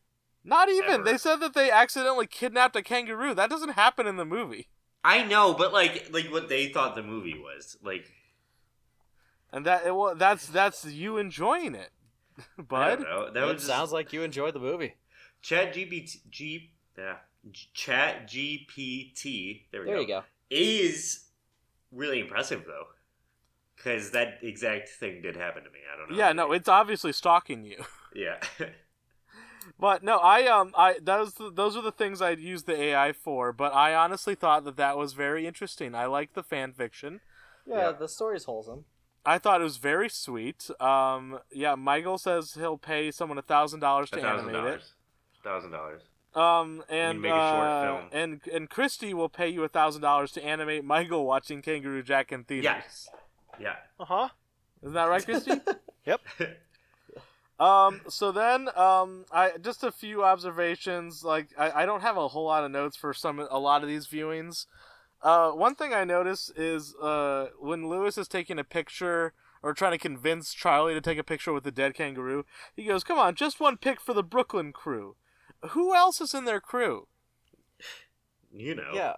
[SPEAKER 2] Not even.
[SPEAKER 4] Ever.
[SPEAKER 2] They said that they accidentally kidnapped a kangaroo. That doesn't happen in the movie.
[SPEAKER 4] I know, but like like what they thought the movie was like.
[SPEAKER 2] And that it, well, that's that's you enjoying it,
[SPEAKER 4] I don't
[SPEAKER 2] bud.
[SPEAKER 4] know. That
[SPEAKER 3] it
[SPEAKER 4] was
[SPEAKER 3] sounds like you enjoyed the movie.
[SPEAKER 4] Chat GPT. G, yeah, G- Chat GPT. There we
[SPEAKER 3] There
[SPEAKER 4] go.
[SPEAKER 3] you go.
[SPEAKER 4] Is really impressive though, because that exact thing did happen to me. I don't know.
[SPEAKER 2] Yeah, no, it's obviously stalking you.
[SPEAKER 4] Yeah.
[SPEAKER 2] But no, I um, I those those are the things I'd use the AI for. But I honestly thought that that was very interesting. I liked the fan fiction.
[SPEAKER 3] Yeah,
[SPEAKER 4] Yeah.
[SPEAKER 3] the story's wholesome.
[SPEAKER 2] I thought it was very sweet. Um, yeah, Michael says he'll pay someone a thousand dollars to
[SPEAKER 4] A thousand
[SPEAKER 2] animate it.
[SPEAKER 4] dollars. Thousand dollars.
[SPEAKER 2] Um, and
[SPEAKER 4] make a short
[SPEAKER 2] uh,
[SPEAKER 4] film.
[SPEAKER 2] and and Christy will pay you a thousand dollars to animate Michael watching Kangaroo Jack in theaters.
[SPEAKER 4] Yes. Yeah.
[SPEAKER 5] Uh huh.
[SPEAKER 2] Isn't that right, Christy?
[SPEAKER 5] Yep.
[SPEAKER 2] Um, so then, um, I just a few observations. Like, I, I don't have a whole lot of notes for some a lot of these viewings. Uh, one thing I notice is uh, when Lewis is taking a picture or trying to convince Charlie to take a picture with the dead kangaroo, he goes, "Come on, just one pic for the Brooklyn crew." Who else is in their crew?
[SPEAKER 4] You know.
[SPEAKER 3] Yeah.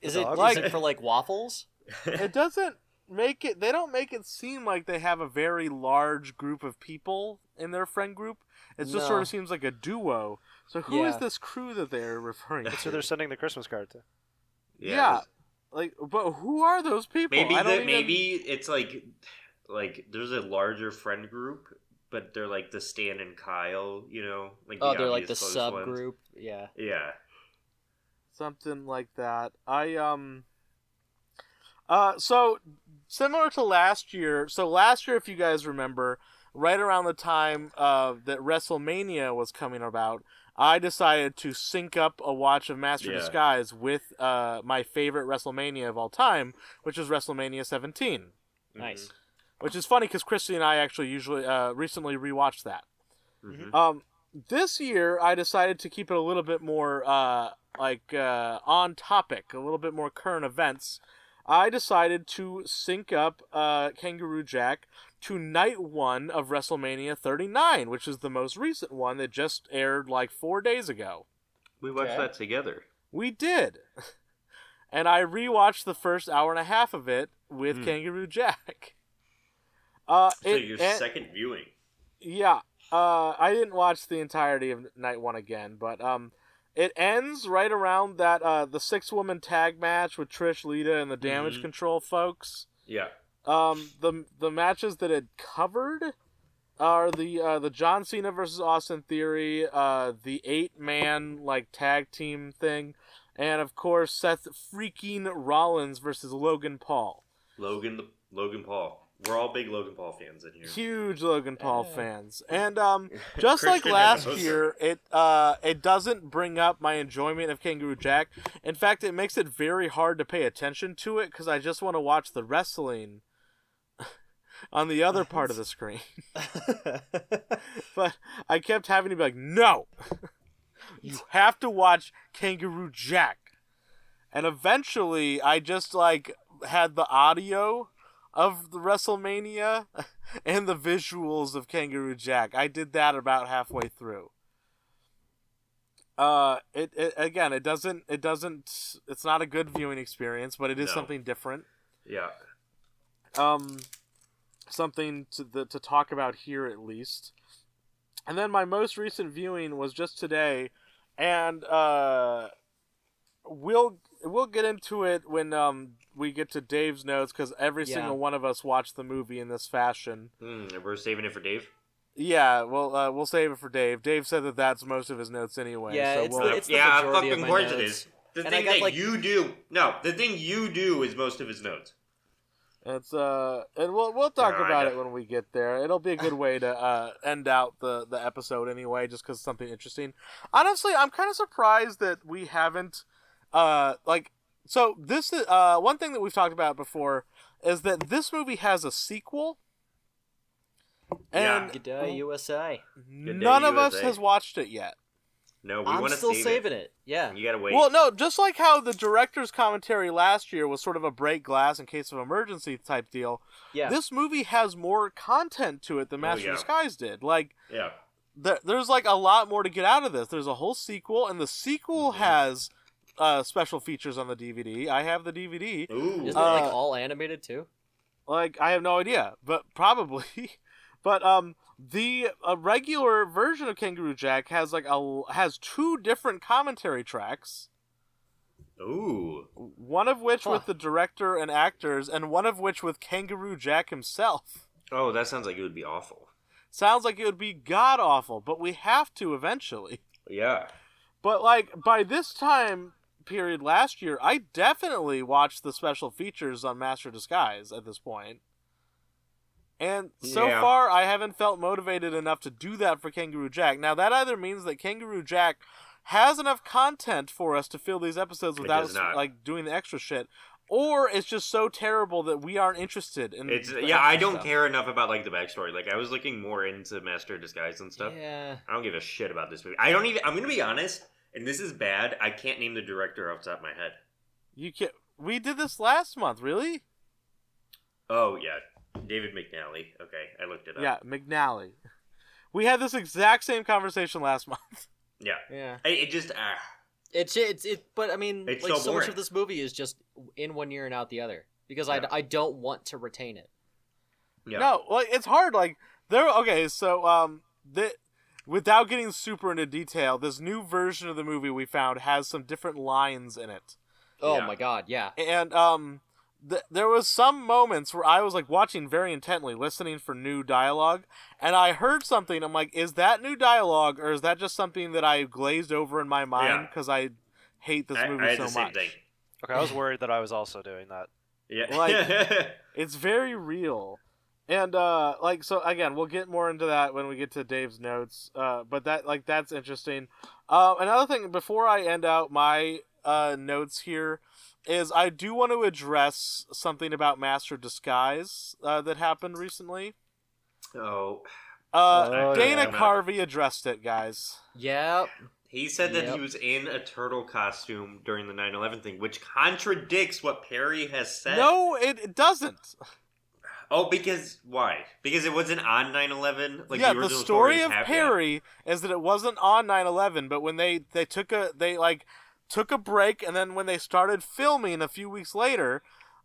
[SPEAKER 3] Is
[SPEAKER 5] The
[SPEAKER 3] it,
[SPEAKER 5] dog.
[SPEAKER 3] is
[SPEAKER 2] Like-
[SPEAKER 3] it for like waffles?
[SPEAKER 2] It doesn't make it. They don't make it seem like they have a very large group of people in their friend group. It just
[SPEAKER 3] No.
[SPEAKER 2] sort of seems like a duo. So who is
[SPEAKER 3] Yeah.
[SPEAKER 2] this crew that they're referring to?
[SPEAKER 5] That's who they're sending the Christmas card to.
[SPEAKER 2] Yeah. Like, but who are those people?
[SPEAKER 4] Maybe
[SPEAKER 2] I don't
[SPEAKER 4] that
[SPEAKER 2] even-
[SPEAKER 4] maybe it's like like there's a larger friend group, but they're like the Stan and Kyle, you know, like
[SPEAKER 3] Oh, they're like the
[SPEAKER 4] obvious close ones.
[SPEAKER 3] subgroup. Yeah.
[SPEAKER 4] Yeah,
[SPEAKER 2] something like that. I um. Uh, so similar to last year. So last year, if you guys remember, right around the time uh, that WrestleMania was coming about, I decided to sync up a watch of Master
[SPEAKER 4] Yeah.
[SPEAKER 2] Disguise with uh, my favorite WrestleMania of all time, which is WrestleMania 17.
[SPEAKER 4] Mm-hmm.
[SPEAKER 3] Nice.
[SPEAKER 2] Which is funny because Christy and I actually usually uh, recently rewatched that.
[SPEAKER 3] Mm-hmm.
[SPEAKER 4] Mhm.
[SPEAKER 2] Um, this year I decided to keep it a little bit more uh, like uh, on topic, a little bit more current events. I decided to sync up uh, Kangaroo Jack to night one of WrestleMania 39, which is the most recent one that just aired like four days ago.
[SPEAKER 4] We watched
[SPEAKER 3] Okay.
[SPEAKER 4] that together.
[SPEAKER 2] We did. And I rewatched the first hour and a half of it with
[SPEAKER 4] Hmm.
[SPEAKER 2] Kangaroo Jack. Uh,
[SPEAKER 4] So
[SPEAKER 2] it-
[SPEAKER 4] your
[SPEAKER 2] and-
[SPEAKER 4] second viewing.
[SPEAKER 2] yeah. Uh, I didn't watch the entirety of night one again, but um, it ends right around that uh, the six woman tag match with Trish, Lita, and the Damage
[SPEAKER 4] Mhm.
[SPEAKER 2] Control folks.
[SPEAKER 4] Yeah.
[SPEAKER 2] Um, the the matches that it covered are the uh, the John Cena versus Austin Theory, uh, the eight man like tag team thing, and of course Seth freaking Rollins versus Logan Paul.
[SPEAKER 4] Logan the Logan Paul. We're all big Logan Paul fans in here.
[SPEAKER 2] huge Logan Paul fans, and um, just like
[SPEAKER 4] Christian
[SPEAKER 2] last
[SPEAKER 4] knows.
[SPEAKER 2] year, it uh, it doesn't bring up my enjoyment of Kangaroo Jack. In fact, it makes it very hard to pay attention to it because I just want to watch the wrestling on the other part of the screen. But I kept having to be like, no, you have to watch Kangaroo Jack. And eventually, I just like had the audio of the WrestleMania and the visuals of Kangaroo Jack. I did that about halfway through. Uh, it, it again, it doesn't, it doesn't, it's not a good viewing experience, but it is
[SPEAKER 4] No.
[SPEAKER 2] something different
[SPEAKER 4] Yeah.
[SPEAKER 2] um, something to the, to talk about here at least. And then my most recent viewing was just today, and uh, we'll we'll get into it when um, we get to Dave's notes because every
[SPEAKER 3] Yeah.
[SPEAKER 2] single one of us watched the movie in this fashion.
[SPEAKER 4] Mm, we're saving it for Dave.
[SPEAKER 2] Yeah, well, uh, we'll save it for Dave. Dave said that that's most of his notes anyway.
[SPEAKER 3] yeah,
[SPEAKER 2] so
[SPEAKER 3] it's
[SPEAKER 2] we'll,
[SPEAKER 3] the, it's the
[SPEAKER 4] Uh, Yeah,
[SPEAKER 3] majority
[SPEAKER 4] fucking
[SPEAKER 3] of my
[SPEAKER 4] course it
[SPEAKER 3] notes.
[SPEAKER 4] is. The
[SPEAKER 3] And I
[SPEAKER 4] thing
[SPEAKER 3] got,
[SPEAKER 4] that
[SPEAKER 3] like-
[SPEAKER 4] you do, no, the thing you do is most of his notes.
[SPEAKER 2] It's uh, and we'll we'll talk
[SPEAKER 4] Alright.
[SPEAKER 2] about it when we get there. It'll be a good way to uh end out the the episode anyway, just because something interesting. Honestly, I'm kind of surprised that we haven't uh like so this is uh one thing that we've talked about before is that this movie has a sequel, and
[SPEAKER 3] G'day, USA.
[SPEAKER 4] Good day,
[SPEAKER 2] none of us
[SPEAKER 4] USA.
[SPEAKER 2] has watched it yet.
[SPEAKER 4] No, we
[SPEAKER 3] I'm
[SPEAKER 4] want to
[SPEAKER 3] still
[SPEAKER 4] save
[SPEAKER 3] saving it. Yeah.
[SPEAKER 4] You gotta wait.
[SPEAKER 2] Well, no, just like how the director's commentary last year was sort of a break glass in case of emergency type deal.
[SPEAKER 3] Yeah.
[SPEAKER 2] This movie has more content to it than Master
[SPEAKER 4] yeah.
[SPEAKER 2] of Disguise did. Like
[SPEAKER 4] yeah,
[SPEAKER 2] there, there's like a lot more to get out of this. There's a whole sequel, and the sequel has uh, special features on the DVD. I have the DVD.
[SPEAKER 4] ooh,
[SPEAKER 3] Isn't it like
[SPEAKER 2] Uh,
[SPEAKER 3] all animated too?
[SPEAKER 2] Like I have no idea, but probably. but um, the uh, regular version of Kangaroo Jack has like a has two different commentary tracks.
[SPEAKER 4] ooh,
[SPEAKER 2] One of which
[SPEAKER 3] Huh.
[SPEAKER 2] with the director and actors, and one of which with Kangaroo Jack himself.
[SPEAKER 4] oh, that sounds like it would be awful.
[SPEAKER 2] Sounds like it would be god awful, but we have to eventually.
[SPEAKER 4] Yeah,
[SPEAKER 2] But like by this time period last year, I definitely watched the special features on Master Disguise at this point. And so
[SPEAKER 4] Yeah.
[SPEAKER 2] far I haven't felt motivated enough to do that for Kangaroo Jack. Now that either means that Kangaroo Jack has enough content for us to fill these episodes
[SPEAKER 4] It
[SPEAKER 2] without
[SPEAKER 4] does not.
[SPEAKER 2] like doing the extra shit or it's just so terrible that we aren't interested in
[SPEAKER 4] it's
[SPEAKER 2] Mm, the
[SPEAKER 4] yeah. I
[SPEAKER 2] extra
[SPEAKER 4] don't
[SPEAKER 2] stuff.
[SPEAKER 4] care enough about like the backstory. Like I was looking more into Master of Disguise and stuff.
[SPEAKER 3] Yeah.
[SPEAKER 4] I don't give a shit about this movie. I don't even. I'm gonna be honest, and this is bad. I can't name the director off the top of my head.
[SPEAKER 2] You can We did this last month, really?
[SPEAKER 4] Oh yeah, David McNally. Okay, I looked it up.
[SPEAKER 2] Yeah, McNally. We had this exact same conversation last month.
[SPEAKER 4] yeah.
[SPEAKER 3] Yeah.
[SPEAKER 4] I, it just ah,
[SPEAKER 3] It's it's it. But I mean,
[SPEAKER 4] It's
[SPEAKER 3] like
[SPEAKER 4] so
[SPEAKER 3] so, much
[SPEAKER 4] boring.
[SPEAKER 3] of this movie is just in one year and out the other because
[SPEAKER 4] Yeah.
[SPEAKER 3] I I don't want to retain it.
[SPEAKER 4] yeah.
[SPEAKER 2] No, like it's hard. Like there. Okay, so um, the, without getting super into detail, this new version of the movie we found has some different lines in it,
[SPEAKER 3] Oh
[SPEAKER 4] Yeah.
[SPEAKER 3] my god. Yeah.
[SPEAKER 2] and um, th- there was some moments where I was like watching very intently, listening for new dialogue, and I heard something. I'm like, is that new dialogue or is that just something that I glazed over in my mind
[SPEAKER 4] Yeah.
[SPEAKER 2] because I hate this
[SPEAKER 4] I,
[SPEAKER 2] movie
[SPEAKER 4] I had
[SPEAKER 2] so
[SPEAKER 4] the same
[SPEAKER 2] much?
[SPEAKER 4] thing.
[SPEAKER 5] Okay, I was worried that I was also doing that.
[SPEAKER 4] Yeah.
[SPEAKER 2] Like- It's very real. And uh like so again, we'll get more into that when we get to Dave's notes. Uh but that like that's interesting. Uh, another thing before I end out my uh notes here is I do want to address something about Master Disguise uh, that happened recently.
[SPEAKER 4] oh,
[SPEAKER 2] Uh
[SPEAKER 5] Oh,
[SPEAKER 2] Dana
[SPEAKER 5] yeah.
[SPEAKER 2] Carvey addressed it, guys.
[SPEAKER 3] Yeah.
[SPEAKER 4] He said that
[SPEAKER 3] Yep.
[SPEAKER 4] he was in a turtle costume during the 9 11 thing, which contradicts what Perry has said.
[SPEAKER 2] No, it, it doesn't.
[SPEAKER 4] Oh, because why? Because it wasn't on 9 11? Like,
[SPEAKER 2] yeah, the,
[SPEAKER 4] original
[SPEAKER 2] story of
[SPEAKER 4] is half-
[SPEAKER 2] Perry is that it wasn't on 9/11, but when they they took a they like took a break, and then when they started filming a few weeks later,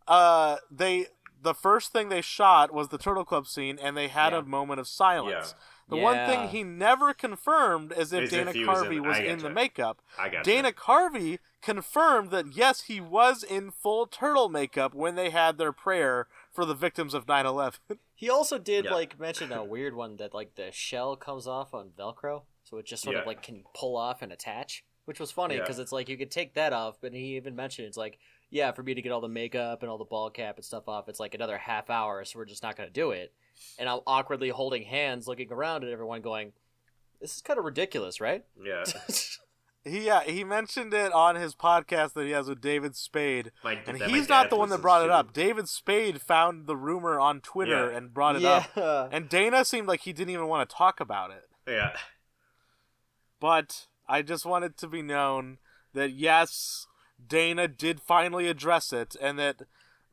[SPEAKER 2] uh, they the first thing they shot was the Turtle Club scene, and they had
[SPEAKER 3] Yeah.
[SPEAKER 2] a moment of silence. The one
[SPEAKER 3] Yeah.
[SPEAKER 2] thing he never confirmed is if
[SPEAKER 4] Is if
[SPEAKER 2] Dana
[SPEAKER 4] he was in-
[SPEAKER 2] Carvey
[SPEAKER 4] I
[SPEAKER 2] was in,
[SPEAKER 4] gotcha.
[SPEAKER 2] the makeup.
[SPEAKER 4] I got
[SPEAKER 2] Dana Carvey confirmed that yes, he was in full turtle makeup when they had their prayer for the victims of 9/11.
[SPEAKER 3] He also did
[SPEAKER 4] Yeah.
[SPEAKER 3] like mention a weird one that like the shell comes off on Velcro, so it just sort of
[SPEAKER 4] Yeah.
[SPEAKER 3] like can pull off and attach, which was funny
[SPEAKER 4] Yeah.
[SPEAKER 3] because it's like you could take that off, but he even mentioned it's like yeah, for me to get all the makeup and all the ball cap and stuff off, it's like another half hour, so we're just not gonna do it. And I'm awkwardly holding hands, looking around at everyone, going, "This is kind of ridiculous, right?"
[SPEAKER 4] Yeah.
[SPEAKER 2] He yeah, he mentioned it on his podcast that he has with David Spade,
[SPEAKER 4] My,
[SPEAKER 2] and
[SPEAKER 4] that my
[SPEAKER 2] he's not
[SPEAKER 4] dad
[SPEAKER 2] the one that
[SPEAKER 4] listens
[SPEAKER 2] brought it
[SPEAKER 4] to.
[SPEAKER 2] up. David Spade found the rumor on Twitter
[SPEAKER 4] Yeah.
[SPEAKER 2] and brought it
[SPEAKER 3] yeah.
[SPEAKER 2] up, and Dana seemed like he didn't even want to talk about it.
[SPEAKER 4] Yeah.
[SPEAKER 2] But I just wanted to be known that yes, Dana did finally address it, and that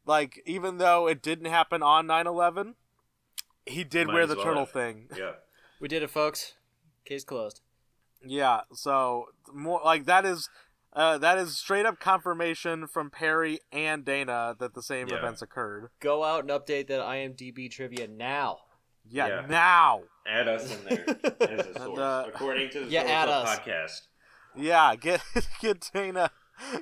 [SPEAKER 2] like even though it didn't happen on 9-11, he did
[SPEAKER 4] Might
[SPEAKER 2] wear
[SPEAKER 4] as
[SPEAKER 2] the
[SPEAKER 4] well
[SPEAKER 2] turtle
[SPEAKER 4] have.
[SPEAKER 2] thing.
[SPEAKER 4] Yeah.
[SPEAKER 3] we did it, folks. Case closed.
[SPEAKER 2] Yeah, so more like that is uh, that is straight up confirmation from Perry and Dana that the same
[SPEAKER 4] Yeah.
[SPEAKER 2] events occurred.
[SPEAKER 3] Go out and update that IMDb trivia now.
[SPEAKER 2] Yeah,
[SPEAKER 4] Yeah.
[SPEAKER 2] now.
[SPEAKER 4] Add us in there as a source,
[SPEAKER 2] uh,
[SPEAKER 4] according to the
[SPEAKER 3] Yeah,
[SPEAKER 4] Turtle
[SPEAKER 3] add
[SPEAKER 4] Club
[SPEAKER 3] us.
[SPEAKER 4] podcast.
[SPEAKER 2] Yeah, get get Dana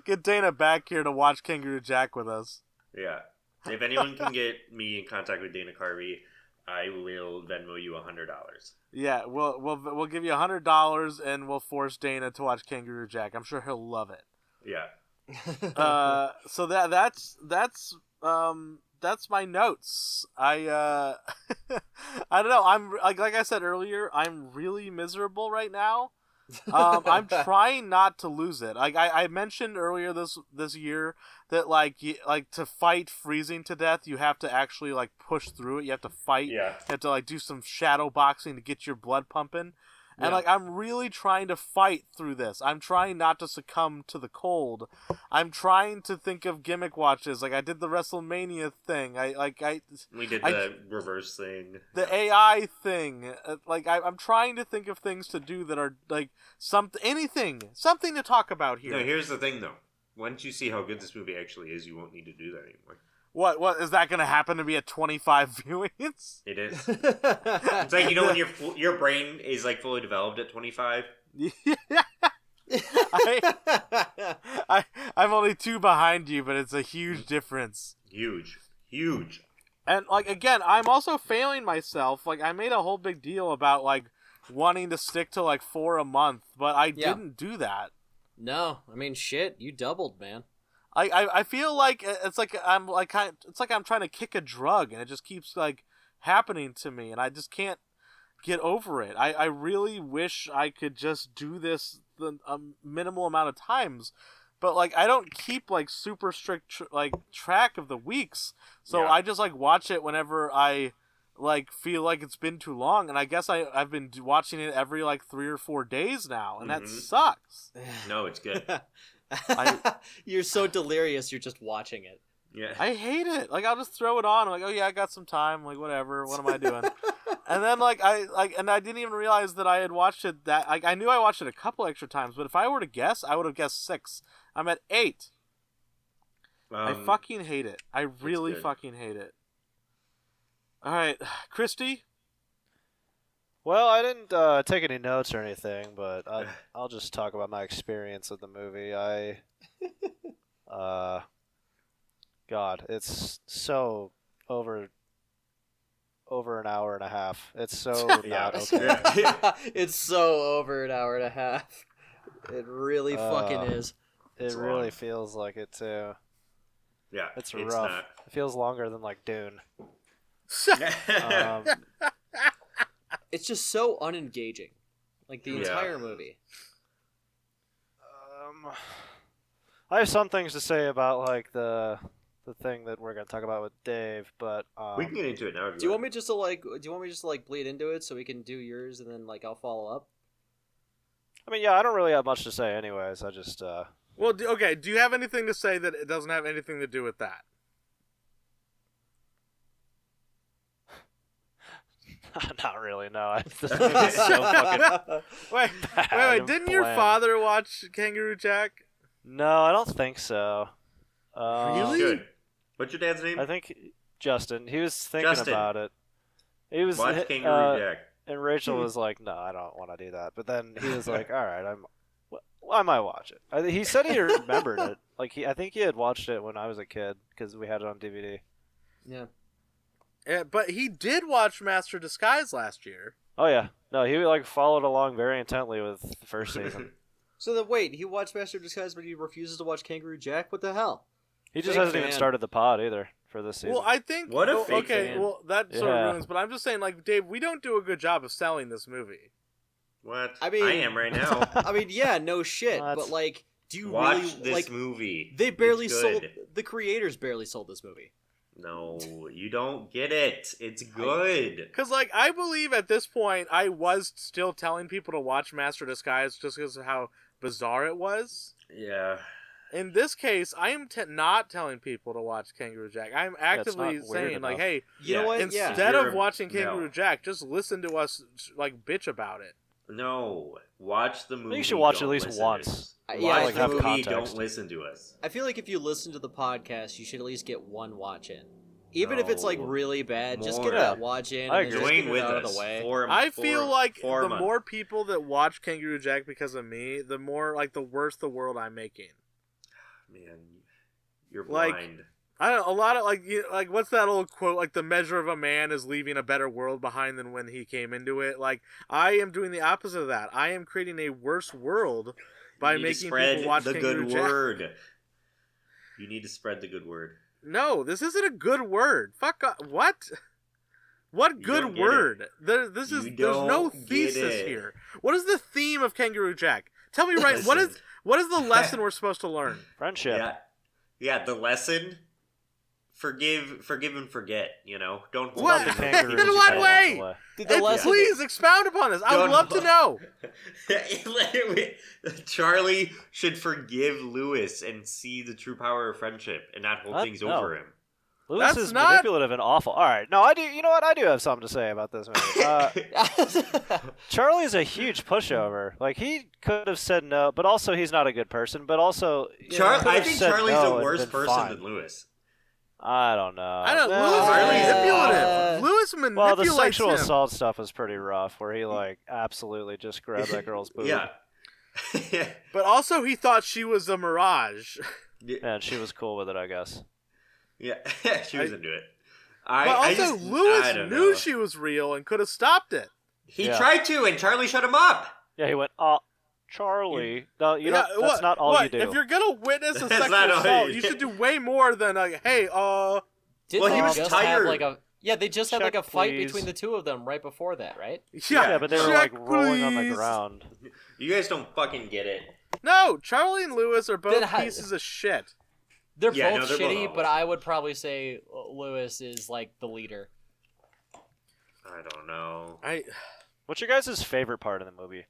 [SPEAKER 2] get Dana back here to watch Kangaroo Jack with us.
[SPEAKER 4] Yeah. If anyone can get me in contact with Dana Carvey, I will Venmo you $100.
[SPEAKER 2] Yeah, we'll we'll we'll give you a hundred dollars and we'll force Dana to watch Kangaroo Jack. I'm sure he'll love it.
[SPEAKER 4] Yeah.
[SPEAKER 2] uh, so that that's that's um that's my notes. I uh I don't know. I'm like like I said earlier, I'm really miserable right now. Um, I'm trying not to lose it. Like I, I mentioned earlier this this year that like you, like to fight freezing to death, you have to actually like push through it. You have to fight.
[SPEAKER 4] Yeah.
[SPEAKER 2] You have to like do some shadow boxing to get your blood pumping. And
[SPEAKER 3] Yeah.
[SPEAKER 2] like I'm really trying to fight through this. I'm trying not to succumb to the cold. I'm trying to think of gimmick watches. Like I did the WrestleMania thing. I like I
[SPEAKER 4] We did
[SPEAKER 2] I-
[SPEAKER 4] the reverse thing.
[SPEAKER 2] the AI thing. Uh, Like I, I'm trying to think of things to do that are like something, anything, something to talk about here.
[SPEAKER 4] No, here's the thing though. Once you see how good this movie actually is, you won't need to do that anymore.
[SPEAKER 2] What what is that going to happen to me at 25 viewings?
[SPEAKER 4] It is. It's like you know when your fu- your brain is like fully developed at 25.
[SPEAKER 2] I, I I'm only two behind you, but it's a huge difference.
[SPEAKER 4] Huge, huge.
[SPEAKER 2] And like again, I'm also failing myself. Like I made a whole big deal about like wanting to stick to like four a month, but I
[SPEAKER 3] Yeah.
[SPEAKER 2] didn't do that.
[SPEAKER 3] no, I mean shit. You doubled, man.
[SPEAKER 2] I, I, I feel like uh, it's like I'm like kind it's like I'm trying to kick a drug and it just keeps like happening to me and I just can't get over it. I, I really wish I could just do this the a minimal amount of times, but like I don't keep like super strict tr- like track of the weeks, so
[SPEAKER 4] Yeah.
[SPEAKER 2] I just like watch it whenever I like feel like it's been too long and I guess I I've been d- watching it every like three or four days now and
[SPEAKER 4] Mhm.
[SPEAKER 2] that sucks.
[SPEAKER 4] No, it's good.
[SPEAKER 2] I-
[SPEAKER 3] you're so delirious. You're just watching it.
[SPEAKER 4] Yeah.
[SPEAKER 2] I hate it. Like I'll just throw it on. I'm like, oh yeah, I got some time. Like whatever. What am I doing? and then like I like, and I didn't even realize that I had watched it. That like I knew I watched it a couple extra times, but if I were to guess, I would have guessed six. I'm at eight. I
[SPEAKER 4] Um,
[SPEAKER 2] fucking hate it. I really
[SPEAKER 4] good.
[SPEAKER 2] fucking hate it. All right, Christy.
[SPEAKER 5] Well, I didn't uh, take any notes or anything, but I, I'll just talk about my experience of the movie. I, uh, God, it's so over, over an hour and a half. It's so
[SPEAKER 4] Yeah.
[SPEAKER 5] not okay.
[SPEAKER 4] Yeah.
[SPEAKER 3] it's so over an hour and a half. It really fucking
[SPEAKER 5] Uh,
[SPEAKER 3] is.
[SPEAKER 5] It
[SPEAKER 4] It's
[SPEAKER 5] really
[SPEAKER 4] long.
[SPEAKER 5] feels like it too.
[SPEAKER 4] Yeah.
[SPEAKER 5] It's, rough. It feels longer than like Dune.
[SPEAKER 4] not.
[SPEAKER 5] Um,
[SPEAKER 3] It's just so unengaging. Like the
[SPEAKER 4] Yeah.
[SPEAKER 3] entire movie.
[SPEAKER 5] Um, I have some things to say about like the the thing that we're gonna talk about with Dave, but um,
[SPEAKER 4] we can get into it now. If
[SPEAKER 3] Do you want me just to like? Do you want me just to like bleed into it so we can do yours and then like I'll follow up?
[SPEAKER 5] I mean, yeah, I don't really have much to say, anyways. I just uh,
[SPEAKER 2] Well, do, okay. Do you have anything to say that it doesn't have anything to do with that?
[SPEAKER 5] not really. No, I, this movie's so fucking
[SPEAKER 2] Wait,
[SPEAKER 5] bad.
[SPEAKER 2] wait,
[SPEAKER 5] and
[SPEAKER 2] wait. Didn't your
[SPEAKER 5] bland.
[SPEAKER 2] father watch Kangaroo Jack?
[SPEAKER 5] No, I don't think so. Um,
[SPEAKER 2] Really?
[SPEAKER 4] Good. What's your dad's name?
[SPEAKER 5] I think Justin. He was thinking
[SPEAKER 4] Justin.
[SPEAKER 5] about it. He was
[SPEAKER 4] Watch
[SPEAKER 5] uh,
[SPEAKER 4] Kangaroo Jack.
[SPEAKER 5] and Rachel
[SPEAKER 3] Hmm.
[SPEAKER 5] was like, "No, I don't want to do that." But then he was like, "All right, I'm. wh- I might watch it." I, he said he remembered it. Like he, I think he had watched it when I was a kid because we had it on DVD.
[SPEAKER 3] yeah.
[SPEAKER 2] Uh, but he did watch Master Disguise last year.
[SPEAKER 5] Oh yeah, no, he like followed along very intently with the first season.
[SPEAKER 3] So then wait, he watched Master of Disguise, but he refuses to watch Kangaroo Jack. What the hell?
[SPEAKER 5] He just
[SPEAKER 3] Big
[SPEAKER 5] hasn't even
[SPEAKER 3] fan.
[SPEAKER 5] started the pod either for this season.
[SPEAKER 2] Well, I think
[SPEAKER 4] What a
[SPEAKER 2] well,
[SPEAKER 4] fake
[SPEAKER 2] okay.
[SPEAKER 4] fan.
[SPEAKER 2] Well, that sort
[SPEAKER 5] Yeah.
[SPEAKER 2] of ruins. But I'm just saying, like Dave, we don't do a good job of selling this movie.
[SPEAKER 4] What?
[SPEAKER 3] I mean-
[SPEAKER 4] I am right now.
[SPEAKER 3] I mean, yeah, no shit,
[SPEAKER 5] What?
[SPEAKER 3] but like, do you
[SPEAKER 4] Watch
[SPEAKER 3] really
[SPEAKER 4] this
[SPEAKER 3] like?
[SPEAKER 4] movie.
[SPEAKER 3] They barely
[SPEAKER 4] It's
[SPEAKER 3] sold.
[SPEAKER 4] good.
[SPEAKER 3] The creators barely sold this movie.
[SPEAKER 4] No, you don't get it. It's good.
[SPEAKER 2] Because, like, I believe at this point, I was still telling people to watch Master Disguise just because of how bizarre it was.
[SPEAKER 4] Yeah.
[SPEAKER 2] In this case, I am t- not telling people to watch Kangaroo Jack. I'm actively
[SPEAKER 5] not weird
[SPEAKER 2] saying, like,
[SPEAKER 5] enough.
[SPEAKER 2] hey,
[SPEAKER 3] You
[SPEAKER 4] Yeah,
[SPEAKER 3] know what?
[SPEAKER 2] instead
[SPEAKER 3] yeah.
[SPEAKER 4] You're-
[SPEAKER 2] of watching
[SPEAKER 4] no.
[SPEAKER 2] Kangaroo Jack, just listen to us like bitch about it.
[SPEAKER 4] No. Watch the movie.
[SPEAKER 5] you should watch
[SPEAKER 4] don't
[SPEAKER 5] at least
[SPEAKER 4] listen to
[SPEAKER 5] once.
[SPEAKER 4] us.
[SPEAKER 3] I-
[SPEAKER 4] Watch
[SPEAKER 3] yeah, I
[SPEAKER 4] the
[SPEAKER 3] have
[SPEAKER 4] movie.
[SPEAKER 5] context.
[SPEAKER 4] Don't listen to us.
[SPEAKER 3] I feel like if you listen to the podcast, you should at least get one watch in. Even if it's like
[SPEAKER 4] No.
[SPEAKER 3] really bad, just get
[SPEAKER 4] More.
[SPEAKER 3] that watch in.
[SPEAKER 5] I
[SPEAKER 3] and then
[SPEAKER 5] agree.
[SPEAKER 3] just get
[SPEAKER 4] Dwayne
[SPEAKER 3] it
[SPEAKER 4] with
[SPEAKER 3] out of
[SPEAKER 4] us.
[SPEAKER 3] the way.
[SPEAKER 4] for-
[SPEAKER 2] I
[SPEAKER 4] for-
[SPEAKER 2] feel like
[SPEAKER 4] for
[SPEAKER 2] the
[SPEAKER 4] a month.
[SPEAKER 2] more people that watch Kangaroo Jack because of me, the more like the worse the world I'm making.
[SPEAKER 4] man, you're
[SPEAKER 2] Like-
[SPEAKER 4] blind.
[SPEAKER 2] I don't. A lot of like, you, like what's that old quote? Like the measure of a man is leaving a better world behind than when he came into it. Like I am doing the opposite of that. I am creating a worse world by
[SPEAKER 4] You need to
[SPEAKER 2] making
[SPEAKER 4] spread
[SPEAKER 2] people watch
[SPEAKER 4] the
[SPEAKER 2] Kangaroo
[SPEAKER 4] good
[SPEAKER 2] Jack.
[SPEAKER 4] word. You need to spread the good word.
[SPEAKER 2] No, this isn't a good word. Fuck o- what? What
[SPEAKER 4] You don't
[SPEAKER 2] good
[SPEAKER 4] get
[SPEAKER 2] word? There, this is
[SPEAKER 4] You
[SPEAKER 2] there's no
[SPEAKER 4] don't get
[SPEAKER 2] thesis
[SPEAKER 4] it.
[SPEAKER 2] here. What is the theme of Kangaroo Jack? Tell me right. What is
[SPEAKER 4] Listen.
[SPEAKER 2] what is the lesson we're supposed to learn?
[SPEAKER 5] Friendship.
[SPEAKER 4] Yeah. Yeah, the lesson forgive forgive and forget, you know. Don't hold
[SPEAKER 2] What?
[SPEAKER 5] The
[SPEAKER 4] it
[SPEAKER 5] kangaroo
[SPEAKER 2] In
[SPEAKER 5] just
[SPEAKER 2] what
[SPEAKER 5] ran
[SPEAKER 2] way?
[SPEAKER 5] away.
[SPEAKER 3] Dude, the
[SPEAKER 2] And
[SPEAKER 3] lesson,
[SPEAKER 2] Please expound upon this. I would
[SPEAKER 4] Don't
[SPEAKER 2] love to
[SPEAKER 4] look.
[SPEAKER 2] know.
[SPEAKER 4] Charlie should forgive Lewis and see the true power of friendship and not hold
[SPEAKER 5] What?
[SPEAKER 4] things
[SPEAKER 5] No.
[SPEAKER 4] over him.
[SPEAKER 5] Lewis
[SPEAKER 2] That's
[SPEAKER 5] is
[SPEAKER 2] not-
[SPEAKER 5] manipulative and awful. All right, no, I do. You know what? I do have something to say about this movie. Uh, Charlie's a huge pushover. Like he could have said no, but also he's not a good person. But also, you know,
[SPEAKER 4] Char-
[SPEAKER 5] he could
[SPEAKER 4] I
[SPEAKER 5] have
[SPEAKER 4] think
[SPEAKER 5] said
[SPEAKER 4] Charlie's
[SPEAKER 5] no
[SPEAKER 4] a
[SPEAKER 5] and
[SPEAKER 4] worse
[SPEAKER 5] been
[SPEAKER 4] person
[SPEAKER 5] fine.
[SPEAKER 4] than Lewis.
[SPEAKER 5] I don't know.
[SPEAKER 2] I don't.
[SPEAKER 5] No,
[SPEAKER 2] Lewis is
[SPEAKER 4] Charlie's
[SPEAKER 5] yeah.
[SPEAKER 2] manipulative.
[SPEAKER 3] uh,
[SPEAKER 2] Lewis
[SPEAKER 5] Well, the
[SPEAKER 2] manipulates
[SPEAKER 5] sexual
[SPEAKER 2] him.
[SPEAKER 5] assault stuff was pretty rough, where he like absolutely just grabbed that girl's boob,
[SPEAKER 4] Yeah. yeah.
[SPEAKER 2] But also, he thought she was a mirage.
[SPEAKER 5] and she was cool with it, I guess.
[SPEAKER 4] Yeah. she
[SPEAKER 2] I-
[SPEAKER 4] was into it. I,
[SPEAKER 2] but also,
[SPEAKER 4] I just, I
[SPEAKER 2] Lewis
[SPEAKER 4] don't
[SPEAKER 2] knew
[SPEAKER 4] know.
[SPEAKER 2] she was real and could have stopped it.
[SPEAKER 4] He
[SPEAKER 5] Yeah.
[SPEAKER 4] tried to, and Charlie shut him up.
[SPEAKER 5] Yeah, he went, "Oh, Charlie, no, you
[SPEAKER 2] Yeah,
[SPEAKER 5] don't,
[SPEAKER 2] what-
[SPEAKER 5] that's not all
[SPEAKER 2] what,
[SPEAKER 5] you do."
[SPEAKER 2] If you're gonna witness a
[SPEAKER 4] That's
[SPEAKER 2] sexual
[SPEAKER 4] not all you
[SPEAKER 2] assault,
[SPEAKER 4] do.
[SPEAKER 2] you should do way more than like, hey, uh,
[SPEAKER 3] did
[SPEAKER 4] Well, he
[SPEAKER 3] they
[SPEAKER 4] was
[SPEAKER 3] just
[SPEAKER 4] tired.
[SPEAKER 3] Have like a, yeah, they just had like a
[SPEAKER 5] Check,
[SPEAKER 3] fight
[SPEAKER 5] please.
[SPEAKER 3] between the two of them right before that, right?
[SPEAKER 2] yeah,
[SPEAKER 5] yeah, but they were
[SPEAKER 2] check,
[SPEAKER 5] like rolling on the
[SPEAKER 2] please."
[SPEAKER 5] ground.
[SPEAKER 4] You guys don't fucking get it.
[SPEAKER 2] No, Charlie and Lewis are both
[SPEAKER 3] Then how-
[SPEAKER 2] pieces of shit.
[SPEAKER 3] They're
[SPEAKER 4] Yeah, no,
[SPEAKER 3] both
[SPEAKER 4] they're both
[SPEAKER 3] shitty,
[SPEAKER 4] awful.
[SPEAKER 3] but I would probably say uh, Lewis is like the leader.
[SPEAKER 4] I don't know.
[SPEAKER 2] I
[SPEAKER 5] What's your guys' favorite part of the movie?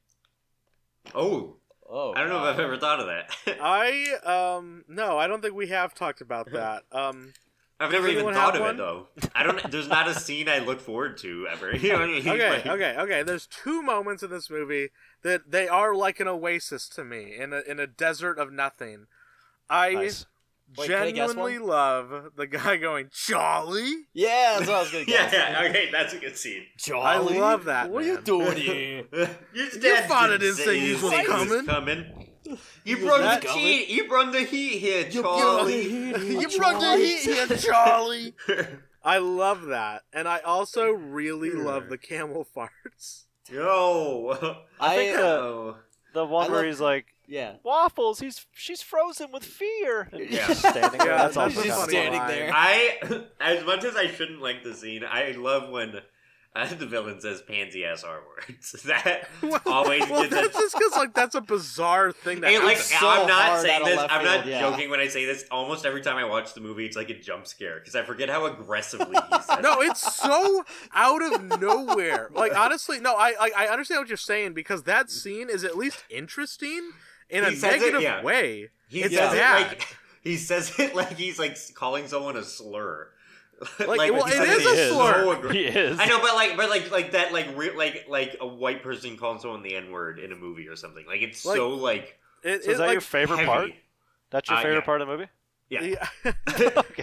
[SPEAKER 4] Oh,
[SPEAKER 3] Oh,
[SPEAKER 4] I don't know
[SPEAKER 3] wow.
[SPEAKER 4] if I've ever thought of
[SPEAKER 2] Uh,
[SPEAKER 4] that.
[SPEAKER 2] I um no, I don't think we have talked about that. Um
[SPEAKER 4] I've never even
[SPEAKER 2] anyone
[SPEAKER 4] thought
[SPEAKER 2] have
[SPEAKER 4] of
[SPEAKER 2] one?
[SPEAKER 4] it though. I don't. There's not a scene I look forward to ever. You know what I mean?
[SPEAKER 2] okay,
[SPEAKER 4] Like,
[SPEAKER 2] okay, okay. There's two moments in this movie that they are like an oasis to me in a in a desert of nothing. I
[SPEAKER 5] Nice.
[SPEAKER 3] Wait, can I guess
[SPEAKER 2] genuinely love the guy going, Charlie?
[SPEAKER 3] Yeah, that's what I was gonna
[SPEAKER 4] Yeah,
[SPEAKER 3] guess.
[SPEAKER 4] yeah, okay, that's a good scene.
[SPEAKER 2] I love that.
[SPEAKER 3] What are
[SPEAKER 2] man.
[SPEAKER 3] you doing here?
[SPEAKER 4] Your
[SPEAKER 2] father didn't say you was coming.
[SPEAKER 4] You
[SPEAKER 3] was
[SPEAKER 4] brought
[SPEAKER 3] not
[SPEAKER 4] the
[SPEAKER 3] coming.
[SPEAKER 4] heat. You brought the heat here, Charlie.
[SPEAKER 2] you brought the heat here, Charlie. I love that, and I also really
[SPEAKER 3] Hmm.
[SPEAKER 2] love the camel farts.
[SPEAKER 4] Yo.
[SPEAKER 3] I,
[SPEAKER 5] think, uh,
[SPEAKER 4] Oh.
[SPEAKER 5] The one
[SPEAKER 3] I
[SPEAKER 5] where
[SPEAKER 3] love-
[SPEAKER 5] he's like,
[SPEAKER 3] yeah.
[SPEAKER 5] "Waffles, he's she's frozen with fear." And
[SPEAKER 4] Yeah.
[SPEAKER 5] just standing there.
[SPEAKER 2] Yeah,
[SPEAKER 5] that's all
[SPEAKER 2] that's
[SPEAKER 5] she
[SPEAKER 2] a
[SPEAKER 3] He's just
[SPEAKER 2] funny
[SPEAKER 5] got.
[SPEAKER 3] standing
[SPEAKER 2] line.
[SPEAKER 3] there.
[SPEAKER 4] I, as much as I shouldn't like the scene, I love when uh, the villain says pansy ass R words. that always
[SPEAKER 2] well,
[SPEAKER 4] gets a
[SPEAKER 2] that's just because like that's a bizarre thing that
[SPEAKER 4] Hey, like
[SPEAKER 2] happens.
[SPEAKER 3] so
[SPEAKER 4] I'm
[SPEAKER 3] hard
[SPEAKER 4] not
[SPEAKER 3] out
[SPEAKER 4] saying
[SPEAKER 3] of
[SPEAKER 4] this.
[SPEAKER 3] left
[SPEAKER 4] I'm not
[SPEAKER 3] field, yeah.
[SPEAKER 4] joking when I say this. Almost every time I watch the movie, it's like a jump scare because I forget how aggressively he says.
[SPEAKER 2] no, it's so out of nowhere. Like honestly, no, I like I understand what you're saying because that scene is at least interesting in a
[SPEAKER 4] He says it,
[SPEAKER 2] negative
[SPEAKER 4] yeah.
[SPEAKER 2] way.
[SPEAKER 4] he
[SPEAKER 2] it's
[SPEAKER 4] says
[SPEAKER 2] bad.
[SPEAKER 4] it like he says it like he's like calling someone a slur.
[SPEAKER 2] Like, well,
[SPEAKER 4] he
[SPEAKER 2] it
[SPEAKER 4] says
[SPEAKER 5] is a
[SPEAKER 4] so
[SPEAKER 2] slur.
[SPEAKER 4] aggra-
[SPEAKER 5] He is.
[SPEAKER 4] I know, but like, but like, like that, like, re- like, like a white person calling someone the N word in a movie or something. Like, it's
[SPEAKER 2] Like,
[SPEAKER 4] so like
[SPEAKER 2] It,
[SPEAKER 5] So
[SPEAKER 2] it,
[SPEAKER 5] is that
[SPEAKER 2] like,
[SPEAKER 5] your favorite
[SPEAKER 4] heavy.
[SPEAKER 5] part? That's your
[SPEAKER 4] Uh,
[SPEAKER 5] favorite
[SPEAKER 4] yeah.
[SPEAKER 5] part of the movie?
[SPEAKER 4] Yeah.
[SPEAKER 2] Yeah.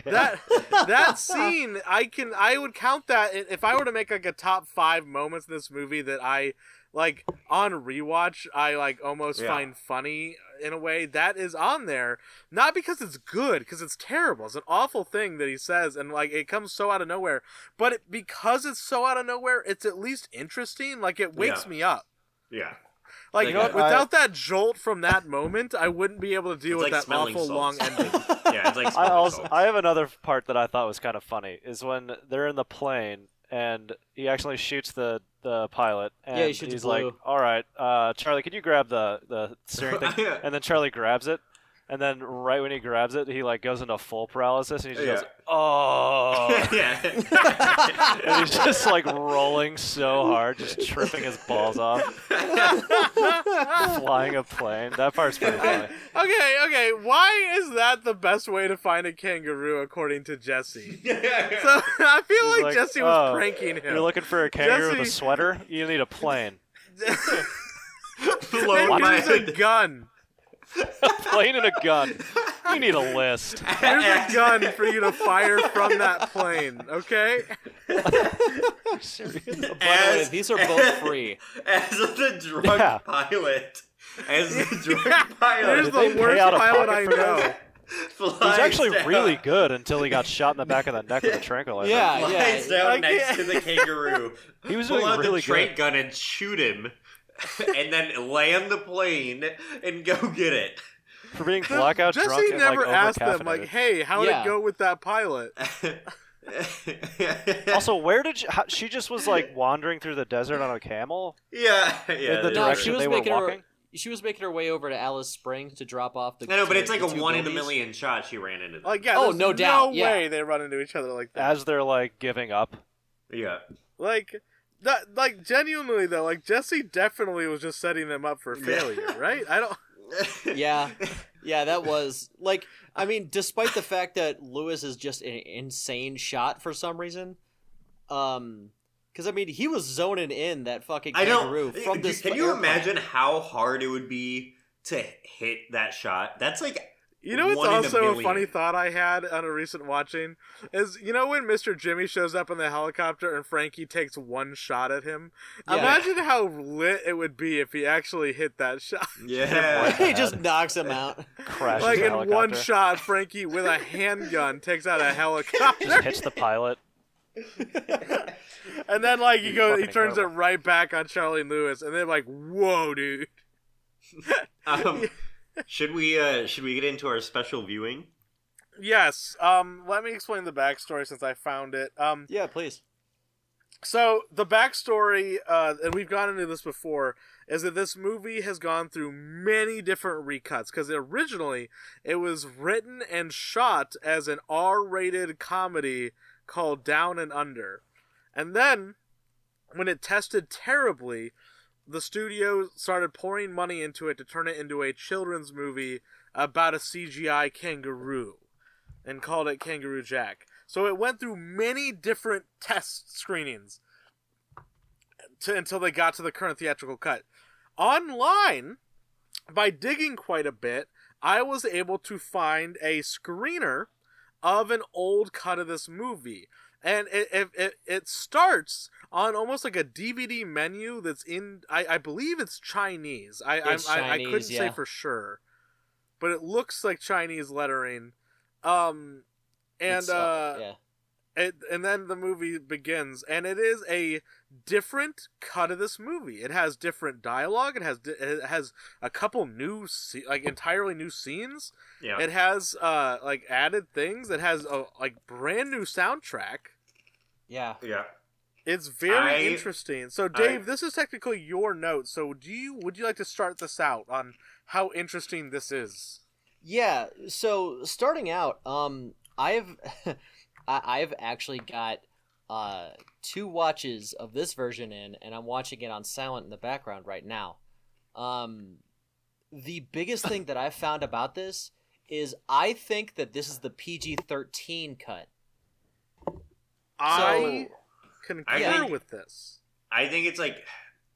[SPEAKER 2] that that scene i can i would count that i- if i were to make like a top five moments in this movie that i like on rewatch i like almost
[SPEAKER 4] Yeah.
[SPEAKER 2] find funny in a way that is on there not because it's good because it's terrible it's an awful thing that he says and like it comes so out of nowhere but it, because it's so out of nowhere it's at least interesting like it wakes
[SPEAKER 4] Yeah.
[SPEAKER 2] me up
[SPEAKER 4] yeah,
[SPEAKER 2] like
[SPEAKER 4] Like, uh,
[SPEAKER 2] without that jolt from that moment i wouldn't be able to deal
[SPEAKER 4] It's
[SPEAKER 2] with
[SPEAKER 4] like
[SPEAKER 2] that
[SPEAKER 4] smelling
[SPEAKER 2] awful long
[SPEAKER 4] salts.
[SPEAKER 2] ending
[SPEAKER 4] yeah. It's like
[SPEAKER 5] I
[SPEAKER 4] smelling
[SPEAKER 5] also
[SPEAKER 4] salts.
[SPEAKER 5] I have another part that I thought was kind of funny is when they're in the plane and he accidentally shoots the, the pilot and
[SPEAKER 3] Yeah, he shoots
[SPEAKER 5] he's
[SPEAKER 3] the
[SPEAKER 5] like,
[SPEAKER 3] blue.
[SPEAKER 5] "All right, uh, Charlie, can you grab the the steering thing?"
[SPEAKER 4] Yeah.
[SPEAKER 5] And then Charlie grabs it, and then right when he grabs it, he like goes into full paralysis and he just
[SPEAKER 4] Yeah.
[SPEAKER 5] goes, "Oh."
[SPEAKER 4] yeah.
[SPEAKER 5] and he's just like rolling so hard, just tripping his balls off, flying a plane. That part's pretty funny.
[SPEAKER 2] Okay, okay. Why is that the best way to find a kangaroo according to Jesse? So I feel
[SPEAKER 5] He's
[SPEAKER 2] like,
[SPEAKER 5] like,
[SPEAKER 2] Jesse was
[SPEAKER 5] "Oh,
[SPEAKER 2] pranking him.
[SPEAKER 5] You're looking for a kangaroo with a
[SPEAKER 2] Jesse-
[SPEAKER 5] sweater? You need a plane.
[SPEAKER 4] Blow
[SPEAKER 2] Maybe
[SPEAKER 4] my-
[SPEAKER 2] here's a gun.
[SPEAKER 5] plane and a gun. You need a list.
[SPEAKER 2] Here's a gun for you to fire from that plane. Okay.
[SPEAKER 3] By the way,
[SPEAKER 4] As-
[SPEAKER 3] these are both free.
[SPEAKER 4] as the drunk
[SPEAKER 5] Yeah.
[SPEAKER 4] pilot. As the drunk
[SPEAKER 2] Here's
[SPEAKER 4] pilot.
[SPEAKER 5] they
[SPEAKER 2] the
[SPEAKER 5] pay
[SPEAKER 2] worst
[SPEAKER 5] out of
[SPEAKER 2] pilot
[SPEAKER 5] pocket
[SPEAKER 2] I
[SPEAKER 5] for
[SPEAKER 2] know.
[SPEAKER 4] flies
[SPEAKER 5] He's actually
[SPEAKER 4] down,
[SPEAKER 5] really good until he got shot in the back of the neck with a tranquilizer.
[SPEAKER 3] Yeah,
[SPEAKER 4] Flies
[SPEAKER 3] yeah.
[SPEAKER 4] down
[SPEAKER 2] I
[SPEAKER 4] next
[SPEAKER 2] can't-
[SPEAKER 4] to the kangaroo.
[SPEAKER 5] He was
[SPEAKER 4] pull
[SPEAKER 5] doing
[SPEAKER 4] out
[SPEAKER 5] really
[SPEAKER 4] the trank
[SPEAKER 5] good.
[SPEAKER 4] gun and shoot him, and then land the plane and go get it.
[SPEAKER 5] for being blackout
[SPEAKER 2] Jesse
[SPEAKER 5] drunk and
[SPEAKER 2] never
[SPEAKER 5] like
[SPEAKER 2] asked them like,
[SPEAKER 5] overcaffeinated.
[SPEAKER 2] "Hey, how did
[SPEAKER 3] Yeah.
[SPEAKER 2] it go with that pilot?"
[SPEAKER 5] also, where did she, how, she just was like wandering through the desert on a camel?
[SPEAKER 4] yeah, yeah.
[SPEAKER 5] the
[SPEAKER 4] they-
[SPEAKER 3] No, she
[SPEAKER 5] direction
[SPEAKER 3] was
[SPEAKER 5] they were
[SPEAKER 3] making her-
[SPEAKER 5] walking.
[SPEAKER 3] She was making her way over to Alice Springs to drop off the.
[SPEAKER 4] I know, but
[SPEAKER 3] two-
[SPEAKER 4] it's like
[SPEAKER 3] the
[SPEAKER 4] a
[SPEAKER 3] two
[SPEAKER 4] one in a
[SPEAKER 3] goalies.
[SPEAKER 4] million shot she ran into. Them.
[SPEAKER 2] Like, yeah.
[SPEAKER 3] Oh,
[SPEAKER 2] there's
[SPEAKER 3] no doubt, yeah.
[SPEAKER 2] way they run into each other like that.
[SPEAKER 5] As they're like giving up.
[SPEAKER 4] yeah,
[SPEAKER 2] Like that. Like genuinely though, like Jesse definitely was just setting them up for
[SPEAKER 4] Yeah.
[SPEAKER 2] failure, right? I don't.
[SPEAKER 3] Yeah, yeah, that was like. I mean, despite the fact that Lewis is just an insane shot for some reason, um, because I mean he was zoning in that fucking
[SPEAKER 4] I
[SPEAKER 3] kangaroo
[SPEAKER 4] don't.
[SPEAKER 3] from this.
[SPEAKER 4] can you
[SPEAKER 3] airplane.
[SPEAKER 4] imagine how hard it would be to hit that shot? That's like
[SPEAKER 2] You know, it's
[SPEAKER 4] One in a
[SPEAKER 2] also a
[SPEAKER 4] billion.
[SPEAKER 2] funny thought I had on a recent watching is you know when Mr. Jimmy shows up in the helicopter and Frankie takes one shot at him.
[SPEAKER 3] Yeah.
[SPEAKER 2] Imagine how lit it would be if he actually hit that shot.
[SPEAKER 4] yeah.
[SPEAKER 3] he just knocks him out.
[SPEAKER 5] Crashes
[SPEAKER 2] like
[SPEAKER 5] the
[SPEAKER 2] in
[SPEAKER 5] helicopter.
[SPEAKER 2] one shot, Frankie with a handgun takes out a
[SPEAKER 5] Just
[SPEAKER 2] helicopter,
[SPEAKER 5] hits the pilot.
[SPEAKER 2] and then like he
[SPEAKER 5] He's
[SPEAKER 2] goes, he
[SPEAKER 5] fucking
[SPEAKER 2] turns it
[SPEAKER 5] incredible.
[SPEAKER 2] right back on Charlie Lewis, and they're like, "Whoa, dude!"
[SPEAKER 4] Um, should we uh, should we get into our special viewing?
[SPEAKER 2] Yes. Um, let me explain the backstory since I found it. Um,
[SPEAKER 3] Yeah, please.
[SPEAKER 2] So the backstory, uh, and we've gone into this before, is that this movie has gone through many different recuts because originally it was written and shot as an R-rated comedy called Down and Under, and then when it tested terribly, the studio started pouring money into it to turn it into a children's movie about a CGI kangaroo and called it Kangaroo Jack. So it went through many different test screenings to, until they got to the current theatrical cut. Online, by digging quite a bit, I was able to find a screener of an old cut of this movie. And it, it, it, it starts on almost like a DVD menu that's in, I, I believe it's Chinese. I,
[SPEAKER 3] It's
[SPEAKER 2] I, I, I
[SPEAKER 3] Chinese,
[SPEAKER 2] couldn't say
[SPEAKER 3] yeah.
[SPEAKER 2] for sure, but it looks like Chinese lettering. Um, and
[SPEAKER 3] It's, uh,
[SPEAKER 2] uh,
[SPEAKER 3] yeah.
[SPEAKER 2] it, and then the movie begins and it is a different cut of this movie it has different dialogue it has di- it has a couple new sce- like entirely new scenes
[SPEAKER 4] Yeah.
[SPEAKER 2] it has uh like added things it has a like brand new soundtrack
[SPEAKER 3] Yeah.
[SPEAKER 4] yeah.
[SPEAKER 2] it's very
[SPEAKER 4] I-
[SPEAKER 2] interesting so dave this is technically your note so do you would you like to start this out on how interesting this is
[SPEAKER 3] Yeah. So starting out, um, I've I, I've actually got uh two watches of this version in, and I'm watching it on silent in the background right now. Um, the biggest thing that I've found about this is I think that this is the PG-13 cut.
[SPEAKER 2] i concur
[SPEAKER 4] think-
[SPEAKER 2] with this
[SPEAKER 4] I think it's like,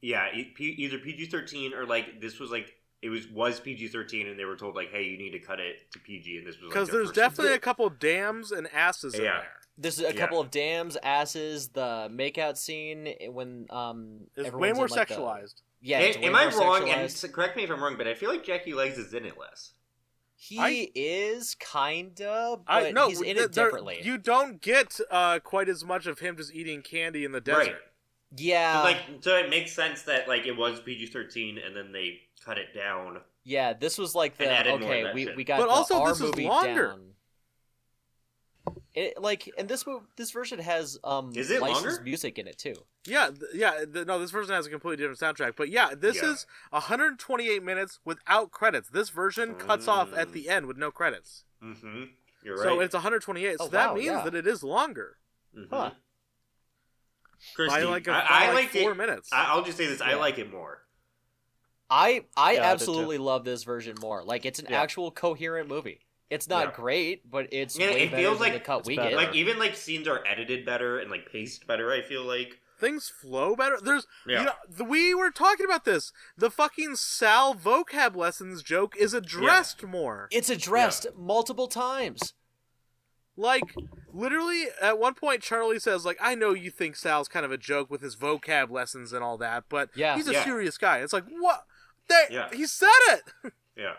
[SPEAKER 4] yeah, e- P- either PG thirteen or like this was like it was was PG thirteen, and they were told like, hey, you need to cut it to PG, and this was
[SPEAKER 2] because
[SPEAKER 4] like, their
[SPEAKER 2] there's
[SPEAKER 4] first-
[SPEAKER 2] definitely a couple dams and asses in
[SPEAKER 4] Yeah.
[SPEAKER 2] there
[SPEAKER 3] There's a
[SPEAKER 4] Yeah.
[SPEAKER 3] couple of dams, asses, the makeout scene when um
[SPEAKER 2] It's way
[SPEAKER 3] everyone's
[SPEAKER 2] more
[SPEAKER 3] in, like, the-
[SPEAKER 2] sexualized.
[SPEAKER 3] yeah, it's
[SPEAKER 4] A-
[SPEAKER 3] way
[SPEAKER 4] am
[SPEAKER 3] more
[SPEAKER 4] I wrong? And
[SPEAKER 3] sexualized.
[SPEAKER 4] s- correct me if I'm wrong, but I feel like Jackie Legs is in it less.
[SPEAKER 3] He
[SPEAKER 2] I-
[SPEAKER 3] is kinda, but
[SPEAKER 2] I no,
[SPEAKER 3] he's in
[SPEAKER 2] th-
[SPEAKER 3] it
[SPEAKER 2] there-
[SPEAKER 3] differently.
[SPEAKER 2] You don't get uh, quite as much of him just eating candy in the desert.
[SPEAKER 4] Right.
[SPEAKER 3] yeah,
[SPEAKER 4] So, like, so it makes sense that like it was PG thirteen, and then they cut it down.
[SPEAKER 3] yeah. This was like
[SPEAKER 4] And
[SPEAKER 3] the
[SPEAKER 4] added more of
[SPEAKER 3] okay.
[SPEAKER 4] that
[SPEAKER 3] We,
[SPEAKER 4] shit.
[SPEAKER 3] we got
[SPEAKER 2] But
[SPEAKER 3] the
[SPEAKER 2] also
[SPEAKER 3] R
[SPEAKER 2] this is
[SPEAKER 3] movie
[SPEAKER 2] longer.
[SPEAKER 3] down. It, like and this mo- this version has um
[SPEAKER 4] Is it
[SPEAKER 3] licensed
[SPEAKER 4] longer?
[SPEAKER 3] music in it too.
[SPEAKER 2] Yeah, th- yeah. th- no, this version has a completely different soundtrack. But yeah, this
[SPEAKER 4] Yeah.
[SPEAKER 2] is 128 minutes without credits. This version cuts off at the end with no credits.
[SPEAKER 4] Mm-hmm. You're right.
[SPEAKER 2] So it's 128. So
[SPEAKER 3] Oh,
[SPEAKER 2] that
[SPEAKER 3] wow,
[SPEAKER 2] means
[SPEAKER 3] yeah.
[SPEAKER 2] that it is longer
[SPEAKER 4] Mhm.
[SPEAKER 3] Huh.
[SPEAKER 4] Christy,
[SPEAKER 2] by like, a,
[SPEAKER 4] I-
[SPEAKER 2] by
[SPEAKER 4] I
[SPEAKER 2] like
[SPEAKER 4] liked
[SPEAKER 2] four
[SPEAKER 4] it.
[SPEAKER 2] minutes.
[SPEAKER 4] I- I'll just say this: I
[SPEAKER 3] Yeah.
[SPEAKER 4] like it more.
[SPEAKER 3] I I
[SPEAKER 5] Yeah, I did too.
[SPEAKER 3] absolutely love this version more. Like it's an
[SPEAKER 2] Yeah.
[SPEAKER 3] actual coherent movie. It's not
[SPEAKER 4] Yeah.
[SPEAKER 3] great, but it's
[SPEAKER 4] Yeah,
[SPEAKER 3] way
[SPEAKER 4] it
[SPEAKER 3] better
[SPEAKER 4] feels
[SPEAKER 3] than
[SPEAKER 4] like-
[SPEAKER 3] the cut
[SPEAKER 5] it's
[SPEAKER 3] we
[SPEAKER 5] better.
[SPEAKER 3] get.
[SPEAKER 4] Like even like scenes are edited better and like paced better. I feel like.
[SPEAKER 2] Things flow better. There's,
[SPEAKER 4] Yeah.
[SPEAKER 2] you know, th- we were talking about this. The fucking Sal vocab lessons joke is addressed more.
[SPEAKER 3] it's addressed multiple times.
[SPEAKER 2] Like, literally, at one point, Charlie says, "Like, I know you think Sal's kind of a joke with his vocab lessons and all that, but
[SPEAKER 3] Yeah.
[SPEAKER 2] he's a
[SPEAKER 4] Yeah.
[SPEAKER 2] serious guy." It's like, what? That
[SPEAKER 4] Yeah.
[SPEAKER 2] he said it.
[SPEAKER 4] Yeah.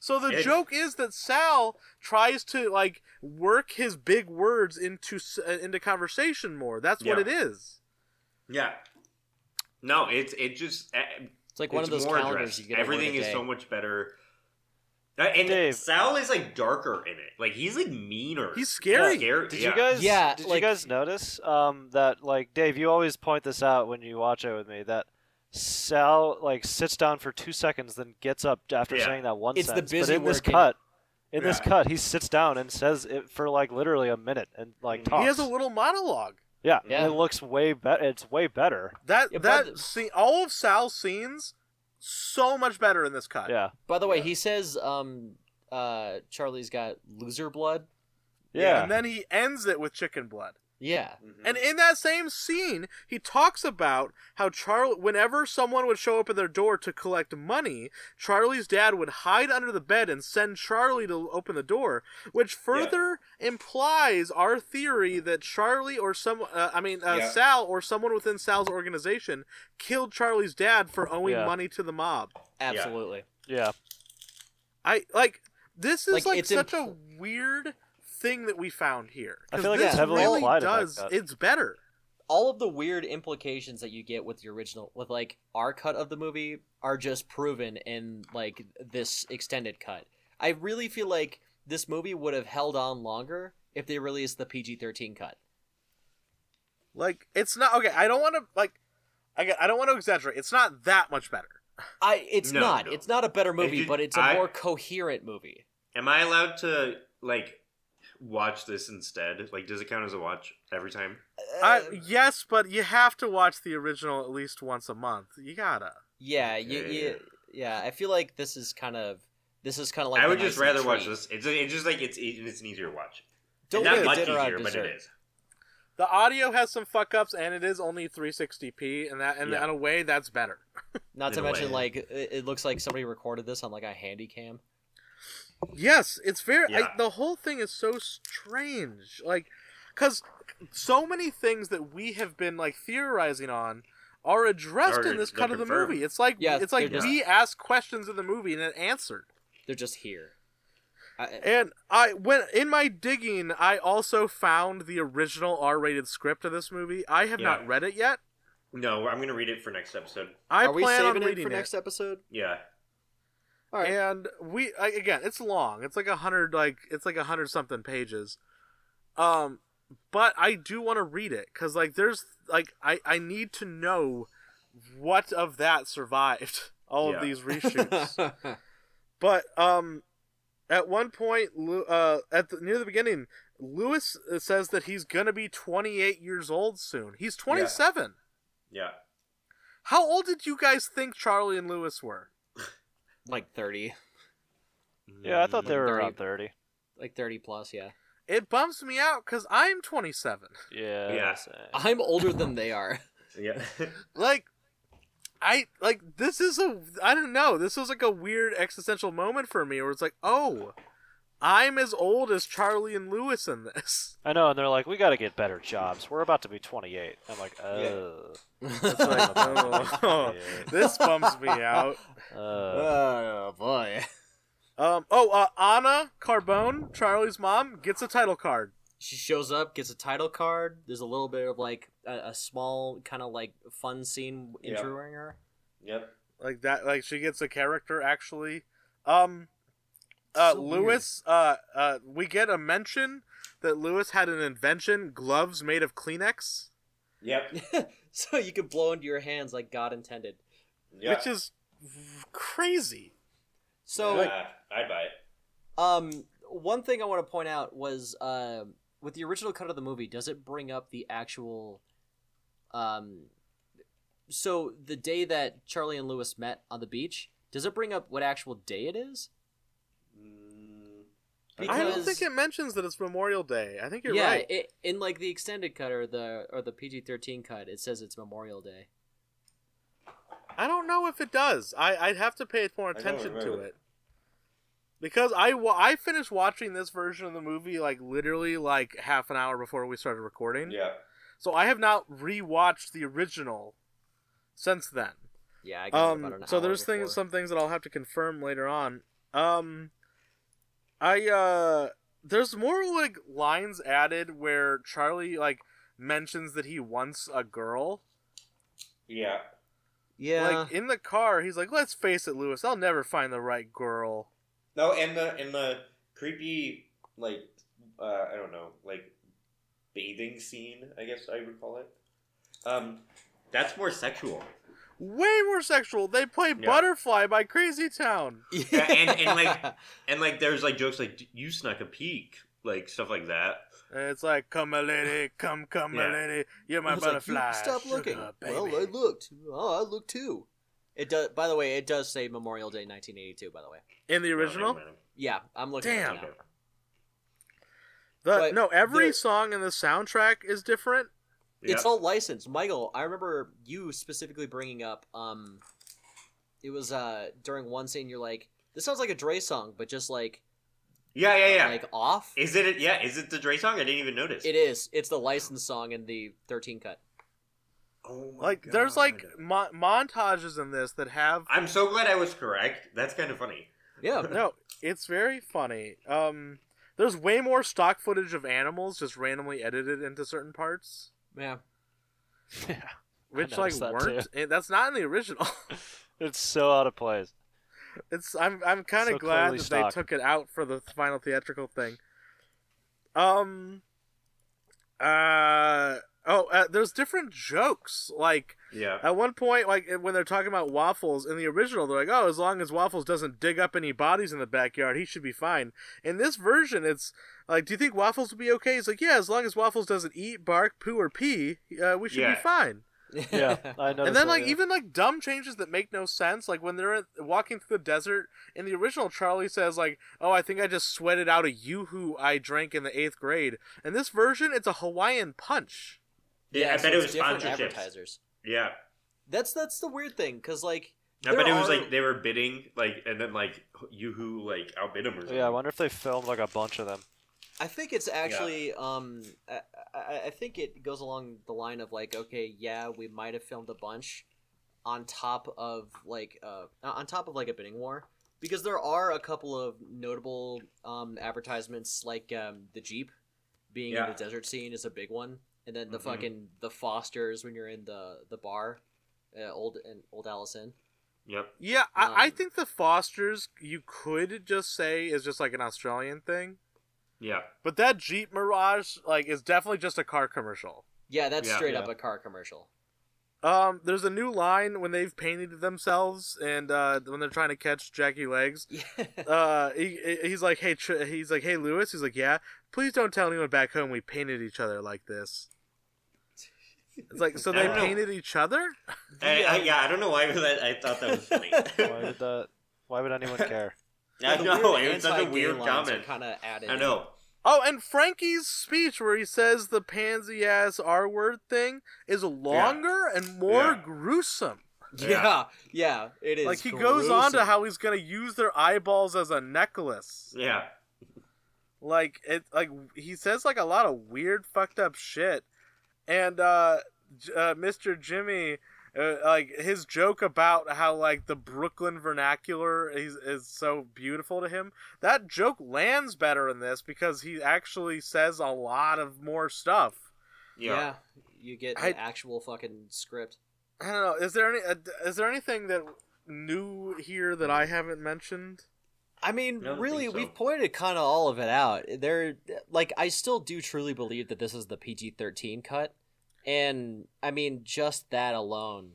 [SPEAKER 2] So the
[SPEAKER 4] It-
[SPEAKER 2] joke is that Sal tries to like work his big words into s- uh, into conversation more. That's what
[SPEAKER 4] Yeah.
[SPEAKER 2] it is.
[SPEAKER 4] Yeah. No, it's it just eh,
[SPEAKER 3] It's like one
[SPEAKER 4] it's
[SPEAKER 3] of those
[SPEAKER 4] more
[SPEAKER 3] calendars
[SPEAKER 4] addressed.
[SPEAKER 3] you get. at work
[SPEAKER 4] Everything
[SPEAKER 3] a
[SPEAKER 4] is
[SPEAKER 3] day.
[SPEAKER 4] so much better. Uh, And
[SPEAKER 5] Dave.
[SPEAKER 4] Sal is like darker in it. Like he's like meaner.
[SPEAKER 2] He's scary.
[SPEAKER 4] Scary.
[SPEAKER 5] Did
[SPEAKER 4] yeah.
[SPEAKER 5] you guys?
[SPEAKER 3] Yeah,
[SPEAKER 5] Did
[SPEAKER 3] like-
[SPEAKER 5] you guys notice um, that? Like Dave, you always point this out when you watch it with me. That Sal like sits down for two seconds, then gets up after
[SPEAKER 4] Yeah.
[SPEAKER 5] saying that one
[SPEAKER 3] It's the
[SPEAKER 5] sentence.
[SPEAKER 3] busy
[SPEAKER 5] but in this
[SPEAKER 3] working-
[SPEAKER 5] cut, in this
[SPEAKER 4] Yeah.
[SPEAKER 5] cut, he sits down and says it for like literally a minute and like
[SPEAKER 4] He
[SPEAKER 5] talks.
[SPEAKER 2] He has a little monologue.
[SPEAKER 5] yeah,
[SPEAKER 3] Yeah.
[SPEAKER 5] it looks way better. It's way better.
[SPEAKER 2] That
[SPEAKER 3] Yeah, but-
[SPEAKER 2] that scene, all of Sal's scenes, so much better in this cut.
[SPEAKER 5] Yeah.
[SPEAKER 3] By the way, he says um uh Charlie's got loser blood.
[SPEAKER 5] Yeah.
[SPEAKER 2] And then he ends it with chicken blood.
[SPEAKER 3] Yeah.
[SPEAKER 5] Mm-hmm.
[SPEAKER 4] Mhm.
[SPEAKER 2] And in that same scene, he talks about how Charlie, whenever someone would show up at their door to collect money, Charlie's dad would hide under the bed and send Charlie to open the door, which further implies our theory that Charlie or some, uh, I mean, uh,
[SPEAKER 1] Yeah.
[SPEAKER 2] Sal or someone within Sal's organization killed Charlie's dad for owing
[SPEAKER 5] Yeah.
[SPEAKER 2] money to the mob.
[SPEAKER 3] Absolutely.
[SPEAKER 5] yeah.
[SPEAKER 2] I like this is like,
[SPEAKER 3] Like, it's
[SPEAKER 2] such
[SPEAKER 3] impl-
[SPEAKER 2] a weird thing that we found here.
[SPEAKER 5] I
[SPEAKER 2] 'Cause
[SPEAKER 5] feel like
[SPEAKER 2] this
[SPEAKER 3] it's heavily
[SPEAKER 2] really
[SPEAKER 5] implied in that
[SPEAKER 2] does.
[SPEAKER 5] cut.
[SPEAKER 2] It's better.
[SPEAKER 3] All of the weird implications that you get with the original with like our cut of the movie are just proven in like this extended cut. I really feel like this movie would have held on longer if they released the PG-13 cut.
[SPEAKER 2] Like it's not okay. I don't want to like. I get- I don't want to exaggerate. It's not that much better.
[SPEAKER 3] I it's
[SPEAKER 4] No,
[SPEAKER 3] not.
[SPEAKER 4] no.
[SPEAKER 3] It's not a better movie,
[SPEAKER 4] did-
[SPEAKER 3] but it's a
[SPEAKER 4] I-
[SPEAKER 3] more coherent movie.
[SPEAKER 4] Am I allowed to like watch this instead? Like, does it count as a watch every time?
[SPEAKER 3] Uh,
[SPEAKER 2] I, yes, but you have to watch the original at least once a month. You gotta.
[SPEAKER 3] Yeah, you,
[SPEAKER 4] Okay.
[SPEAKER 3] you, yeah. I feel like this is kind of this is kind of like
[SPEAKER 4] I
[SPEAKER 3] the
[SPEAKER 4] would just
[SPEAKER 3] nice
[SPEAKER 4] rather watch
[SPEAKER 3] treat.
[SPEAKER 4] this. It's, it's just like it's e- it's an easier watch.
[SPEAKER 3] Don't
[SPEAKER 4] not
[SPEAKER 3] make
[SPEAKER 4] much
[SPEAKER 3] dinner out of
[SPEAKER 4] easier, but
[SPEAKER 3] dessert.
[SPEAKER 4] it is.
[SPEAKER 2] The audio has some fuck ups, and it is only 360p, and that and
[SPEAKER 4] Yeah.
[SPEAKER 2] in a way that's better.
[SPEAKER 3] Not to
[SPEAKER 4] in a
[SPEAKER 3] mention,
[SPEAKER 4] way.
[SPEAKER 3] like it, it looks like somebody recorded this on like a handy cam.
[SPEAKER 2] Yes, it's very.
[SPEAKER 4] Yeah.
[SPEAKER 2] I, the whole thing is so strange. Like, because so many things that we have been like theorizing on are addressed
[SPEAKER 4] Are-
[SPEAKER 2] in this
[SPEAKER 4] they're
[SPEAKER 2] cut of the
[SPEAKER 4] confirmed.
[SPEAKER 2] movie. It's like
[SPEAKER 3] Yeah,
[SPEAKER 2] it's like
[SPEAKER 3] they're
[SPEAKER 2] we ask questions in the movie and it answered.
[SPEAKER 3] They're just here. I,
[SPEAKER 2] And I when in my digging, I also found the original R-rated script of this movie. I have
[SPEAKER 4] Yeah.
[SPEAKER 2] not read it yet.
[SPEAKER 4] No, I'm gonna read it for next episode.
[SPEAKER 2] I
[SPEAKER 3] are we
[SPEAKER 2] plan on
[SPEAKER 3] saving it
[SPEAKER 2] reading
[SPEAKER 3] for next episode?
[SPEAKER 4] Yeah,
[SPEAKER 3] All right.
[SPEAKER 2] And we I, again, it's long. It's like a hundred, like it's like a hundred something pages. Um, but I do want to read it because like there's like I I need to know what of that survived all
[SPEAKER 4] Yeah.
[SPEAKER 2] of these reshoots. But um, at one point, Lu- uh, at the, near the beginning, Lewis uh, says that he's gonna be 28 years old soon. He's 27.
[SPEAKER 4] yeah.
[SPEAKER 2] How old did you guys think Charlie and Lewis were?
[SPEAKER 3] like thirty,
[SPEAKER 5] Yeah. I thought they were
[SPEAKER 3] Thirty.
[SPEAKER 5] around thirty.
[SPEAKER 3] like thirty plus. Yeah,
[SPEAKER 2] It bumps me out because I'm 27.
[SPEAKER 5] Yeah.
[SPEAKER 4] Yeah.
[SPEAKER 5] same.
[SPEAKER 3] I'm older than they are.
[SPEAKER 4] Yeah.
[SPEAKER 2] Like, I like this is a I don't know. This was like a weird existential moment for me where it's like, oh, I'm as old as Charlie and Lewis in this.
[SPEAKER 5] I know, and they're like, we got to get better jobs. We're about to be 28. I'm like, oh.
[SPEAKER 2] It's like, oh, this bumps me out.
[SPEAKER 5] Uh,
[SPEAKER 3] oh boy,
[SPEAKER 2] Um, oh, uh, Anna Carbone, Charlie's mom, gets a title card.
[SPEAKER 3] she shows up, gets a title card. There's a little bit of like a, a small kind of like fun scene
[SPEAKER 4] Yeah.
[SPEAKER 3] introing her.
[SPEAKER 4] yep.
[SPEAKER 2] Like that, like she gets a character actually. Um, uh,
[SPEAKER 3] So weird.
[SPEAKER 2] Lewis, uh, uh, we get a mention that Lewis had an invention, gloves made of Kleenex,
[SPEAKER 4] Yep.
[SPEAKER 3] so you could blow into your hands like God intended.
[SPEAKER 4] Yeah.
[SPEAKER 2] which is v- crazy.
[SPEAKER 3] So
[SPEAKER 4] Yeah, I'd buy it.
[SPEAKER 3] Um, one thing I want to point out was um with the original cut of the movie, does it bring up the actual? Um, so the day that Charlie and Lewis met on the beach, does it bring up what actual day it is?
[SPEAKER 4] Mm,
[SPEAKER 2] I don't
[SPEAKER 3] Because-
[SPEAKER 2] think it mentions that it's Memorial Day. I think you're
[SPEAKER 3] yeah,
[SPEAKER 2] right.
[SPEAKER 3] it, in like the extended cut or the or the PG thirteen cut, it says it's Memorial Day.
[SPEAKER 2] I don't know if it does. I I'd have to pay more
[SPEAKER 4] don't
[SPEAKER 2] attention to
[SPEAKER 4] remember.
[SPEAKER 2] it. Because I wa- I finished watching this version of the movie like literally like half an hour before we started recording.
[SPEAKER 4] yeah.
[SPEAKER 2] So I have not rewatched the original since then.
[SPEAKER 3] Yeah, I got it about
[SPEAKER 2] Um
[SPEAKER 3] an
[SPEAKER 2] so
[SPEAKER 3] hour
[SPEAKER 2] there's
[SPEAKER 3] before.
[SPEAKER 2] things some things that I'll have to confirm later on. Um I uh there's more like lines added where Charlie like mentions that he wants a girl
[SPEAKER 4] Yeah.
[SPEAKER 3] Yeah,
[SPEAKER 2] like in the car, he's like, "Let's face it, Lewis. I'll never find the right girl."
[SPEAKER 4] No, and the and the creepy like uh, I don't know like bathing scene. I guess I would call it. Um, that's more sexual.
[SPEAKER 2] Way more sexual. They play
[SPEAKER 4] Yeah.
[SPEAKER 2] Butterfly by Crazy Town.
[SPEAKER 4] Yeah, and- and, like- And like there's like jokes like "D- you snuck a peek, like stuff like that.
[SPEAKER 2] And it's like, come a lady, come, come a
[SPEAKER 4] Yeah.
[SPEAKER 2] lady, you're my
[SPEAKER 3] I was like, "You
[SPEAKER 2] butterfly.
[SPEAKER 3] stop
[SPEAKER 2] sugar
[SPEAKER 3] looking. Well,
[SPEAKER 2] baby."
[SPEAKER 3] I looked. Oh, I looked too. It does. By the way, it does say Memorial Day 1982. By the way,
[SPEAKER 2] in the
[SPEAKER 4] No,
[SPEAKER 2] original.
[SPEAKER 4] never mind.
[SPEAKER 3] yeah, I'm looking. at it
[SPEAKER 2] Damn.
[SPEAKER 3] now.
[SPEAKER 4] Okay.
[SPEAKER 2] The,
[SPEAKER 3] But
[SPEAKER 2] no, every
[SPEAKER 3] the-
[SPEAKER 2] song in the soundtrack is different.
[SPEAKER 3] It's
[SPEAKER 4] Yeah.
[SPEAKER 3] all licensed. Michael, I remember you specifically bringing up um it was uh during one scene you're like this sounds like a Dre song but just like
[SPEAKER 4] yeah, yeah, yeah.
[SPEAKER 3] like off.
[SPEAKER 4] is it? a- Yeah, is it the Dre song? I didn't even notice.
[SPEAKER 3] it is. It's the licensed song in the 13 cut.
[SPEAKER 4] Oh my
[SPEAKER 2] Like there's like
[SPEAKER 4] God.
[SPEAKER 2] mo- montages in this that have
[SPEAKER 4] I'm so glad I was correct. That's kind of funny.
[SPEAKER 3] Yeah.
[SPEAKER 2] no, it's very funny. Um, there's way more stock footage of animals just randomly edited into certain parts,
[SPEAKER 3] Yeah.
[SPEAKER 5] Yeah,
[SPEAKER 2] which like
[SPEAKER 5] noticed that
[SPEAKER 2] weren't. and that's not in the original.
[SPEAKER 5] it's so out of place.
[SPEAKER 2] it's I'm I'm kind of
[SPEAKER 5] So
[SPEAKER 2] glad
[SPEAKER 5] clearly
[SPEAKER 2] that
[SPEAKER 5] stock.
[SPEAKER 2] they took it out for the final theatrical thing. Um. Uh oh, uh, there's different jokes like.
[SPEAKER 4] Yeah.
[SPEAKER 2] At one point, like eh, when they're talking about waffles in the original, they're like, "Oh, as long as waffles doesn't dig up any bodies in the backyard, he should be fine." In this version, it's like, "Do you think waffles will be okay?" He's like, "Yeah, as long as waffles doesn't eat, bark, poo, or pee, uh, we should
[SPEAKER 4] Yeah.
[SPEAKER 2] be fine."
[SPEAKER 5] Yeah, I know.
[SPEAKER 2] and then, like, even like dumb changes that make no sense, like when they're at- walking through the desert. In the original, Charlie says, "Like, oh, I think I just sweated out a yoo-hoo I drank in the eighth grade." In this version, it's a Hawaiian punch.
[SPEAKER 4] Yeah, I
[SPEAKER 3] so
[SPEAKER 4] bet it
[SPEAKER 3] it's
[SPEAKER 4] was
[SPEAKER 3] different
[SPEAKER 4] sponsorships.
[SPEAKER 3] advertisers.
[SPEAKER 4] Yeah.
[SPEAKER 3] That's that's the weird thing cuz like
[SPEAKER 4] I bet
[SPEAKER 3] There
[SPEAKER 4] it was
[SPEAKER 3] are-
[SPEAKER 4] like they were bidding, like, and then like Yoo-Hoo like outbid them or something.
[SPEAKER 5] yeah, I wonder if they filmed like a bunch of them.
[SPEAKER 3] I think it's actually um I, I, I think it goes along the line of like okay yeah we might have filmed a bunch on top of like uh on top of like a bidding war because there are a couple of notable um advertisements like um the Jeep being
[SPEAKER 4] Yeah.
[SPEAKER 3] in the desert scene is a big one and then the
[SPEAKER 4] Mhm.
[SPEAKER 3] fucking the Fosters when you're in the the bar uh, old and old Allison
[SPEAKER 4] Yep.
[SPEAKER 2] Yeah, I, I
[SPEAKER 3] Um,
[SPEAKER 2] think the Fosters you could just say is just like an Australian thing,
[SPEAKER 4] Yeah.
[SPEAKER 2] but that Jeep Mirage like is definitely just a car commercial.
[SPEAKER 3] yeah that's
[SPEAKER 4] Yeah.
[SPEAKER 3] straight up
[SPEAKER 5] Yeah.
[SPEAKER 3] a car commercial
[SPEAKER 2] Um, there's a new line when they've painted themselves and uh, when they're trying to catch Jackie Legs.
[SPEAKER 3] yeah
[SPEAKER 2] Uh, he, he- he's like, hey, Tr-, he's like, hey, Lewis. He's like, yeah. Please don't tell anyone back home we painted each other like this. It's like so
[SPEAKER 4] I
[SPEAKER 2] they
[SPEAKER 4] don't know.
[SPEAKER 2] painted each other.
[SPEAKER 4] I, I, yeah. I don't know why that I thought that was funny.
[SPEAKER 5] Why would that? Why would anyone care?
[SPEAKER 4] I know it was such a weird comment.
[SPEAKER 3] kind of added
[SPEAKER 4] I know.
[SPEAKER 2] Oh, and Frankie's speech where he says the pansy ass R word thing is longer and more
[SPEAKER 4] Yeah.
[SPEAKER 2] gruesome.
[SPEAKER 3] Yeah, yeah, it is.
[SPEAKER 2] like he goes on to
[SPEAKER 3] gruesome.
[SPEAKER 2] how he's gonna use their eyeballs as a necklace.
[SPEAKER 4] Yeah.
[SPEAKER 2] Like it like he says like a lot of weird fucked up shit. And uh, J- uh Mr. Jimmy uh, like his joke about how like the Brooklyn vernacular is, is so beautiful to him. That joke lands better in this because he actually says a lot of more stuff.
[SPEAKER 4] Yeah.
[SPEAKER 3] yeah, you get an
[SPEAKER 2] I-
[SPEAKER 3] actual fucking script.
[SPEAKER 2] I don't know. Is there any? Uh, is there anything that new here that I haven't mentioned?
[SPEAKER 3] I mean,
[SPEAKER 4] I don't
[SPEAKER 3] really,
[SPEAKER 4] think so.
[SPEAKER 3] we've pointed kind of all of it out. There, like, I still do truly believe that this is the PG thirteen cut, and I mean, just that alone,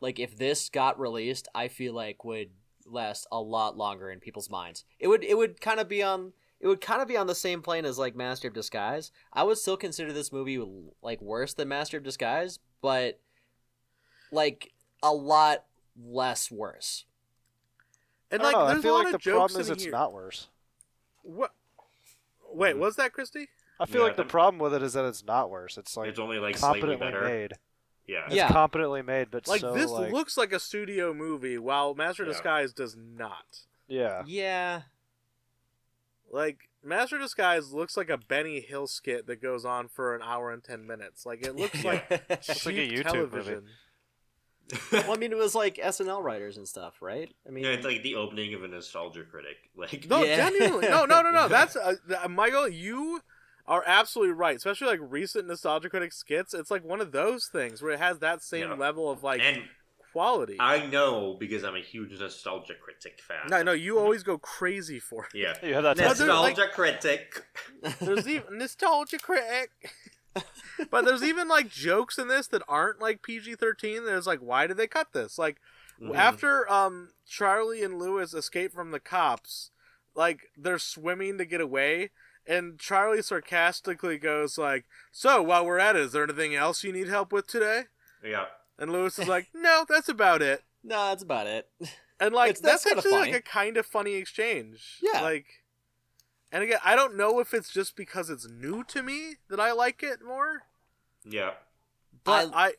[SPEAKER 3] like, if this got released, I feel like would last a lot longer in people's minds. It would, it would kind of be on, it would kind of be on the same plane as like Master of Disguise. I would still consider this movie like worse than Master of Disguise, but like a lot less worse.
[SPEAKER 2] And
[SPEAKER 5] I don't
[SPEAKER 2] like,
[SPEAKER 5] know, I
[SPEAKER 2] there's a
[SPEAKER 5] feel
[SPEAKER 2] lot
[SPEAKER 5] like
[SPEAKER 2] of
[SPEAKER 5] the
[SPEAKER 2] jokes
[SPEAKER 5] problem is
[SPEAKER 2] in
[SPEAKER 5] it's
[SPEAKER 2] here.
[SPEAKER 5] not Mm. worse.
[SPEAKER 2] What? Wait, was that Christy?
[SPEAKER 5] I feel
[SPEAKER 4] Yeah,
[SPEAKER 5] like the
[SPEAKER 4] that-
[SPEAKER 5] problem with it is that it's not worse. It's like
[SPEAKER 4] It's only like slightly
[SPEAKER 5] competently
[SPEAKER 4] better.
[SPEAKER 5] made.
[SPEAKER 4] Yeah.
[SPEAKER 5] It's
[SPEAKER 3] Yeah.
[SPEAKER 5] competently made, but
[SPEAKER 2] Like
[SPEAKER 5] so
[SPEAKER 2] this
[SPEAKER 5] like
[SPEAKER 2] looks like a studio movie, while Master of
[SPEAKER 4] Yeah.
[SPEAKER 2] Disguise does not.
[SPEAKER 5] yeah.
[SPEAKER 3] Yeah.
[SPEAKER 2] Like Master of Disguise looks like a Benny Hill skit that goes on for an hour and ten minutes. Like it looks like cheap
[SPEAKER 5] Looks like a YouTube
[SPEAKER 2] television.
[SPEAKER 3] well, I mean, it was like SNL writers and stuff, right? I mean,
[SPEAKER 4] Yeah, it's like the opening of a nostalgia critic. Like,
[SPEAKER 2] No,
[SPEAKER 3] Yeah.
[SPEAKER 2] genuinely, no, no, no, no. That's uh, th- uh, Michael. You are absolutely right. Especially like recent nostalgia critic skits. It's like one of those things where it has that same
[SPEAKER 4] Yeah.
[SPEAKER 2] level of like
[SPEAKER 4] and
[SPEAKER 2] quality.
[SPEAKER 4] I know because I'm a huge nostalgia critic fan.
[SPEAKER 2] no, no, you always go crazy for it.
[SPEAKER 4] Yeah.
[SPEAKER 5] You have that
[SPEAKER 2] No,
[SPEAKER 5] tattoo.
[SPEAKER 2] dude, like-
[SPEAKER 4] Nostalgia critic.
[SPEAKER 2] There's even nostalgia critic. but there's even like jokes in this that aren't like PG-13. There's like, why did they cut this? Like
[SPEAKER 3] Mm-hmm.
[SPEAKER 4] Mm-hmm.
[SPEAKER 2] after um Charlie and Lewis escape from the cops, like they're swimming to get away, and Charlie sarcastically goes like, "So while we're at it, is there anything else you need help with today?"
[SPEAKER 4] Yeah.
[SPEAKER 2] And Lewis is like, "No, that's about it."
[SPEAKER 3] no, that's about it.
[SPEAKER 2] And like
[SPEAKER 3] It's-
[SPEAKER 2] that's,
[SPEAKER 3] that's kinda
[SPEAKER 2] actually like
[SPEAKER 3] funny.
[SPEAKER 2] a kind of funny exchange.
[SPEAKER 3] Yeah.
[SPEAKER 2] Like, and again, I don't know if it's just because it's new to me that I like it more,
[SPEAKER 4] Yeah.
[SPEAKER 2] but
[SPEAKER 3] I,
[SPEAKER 2] I,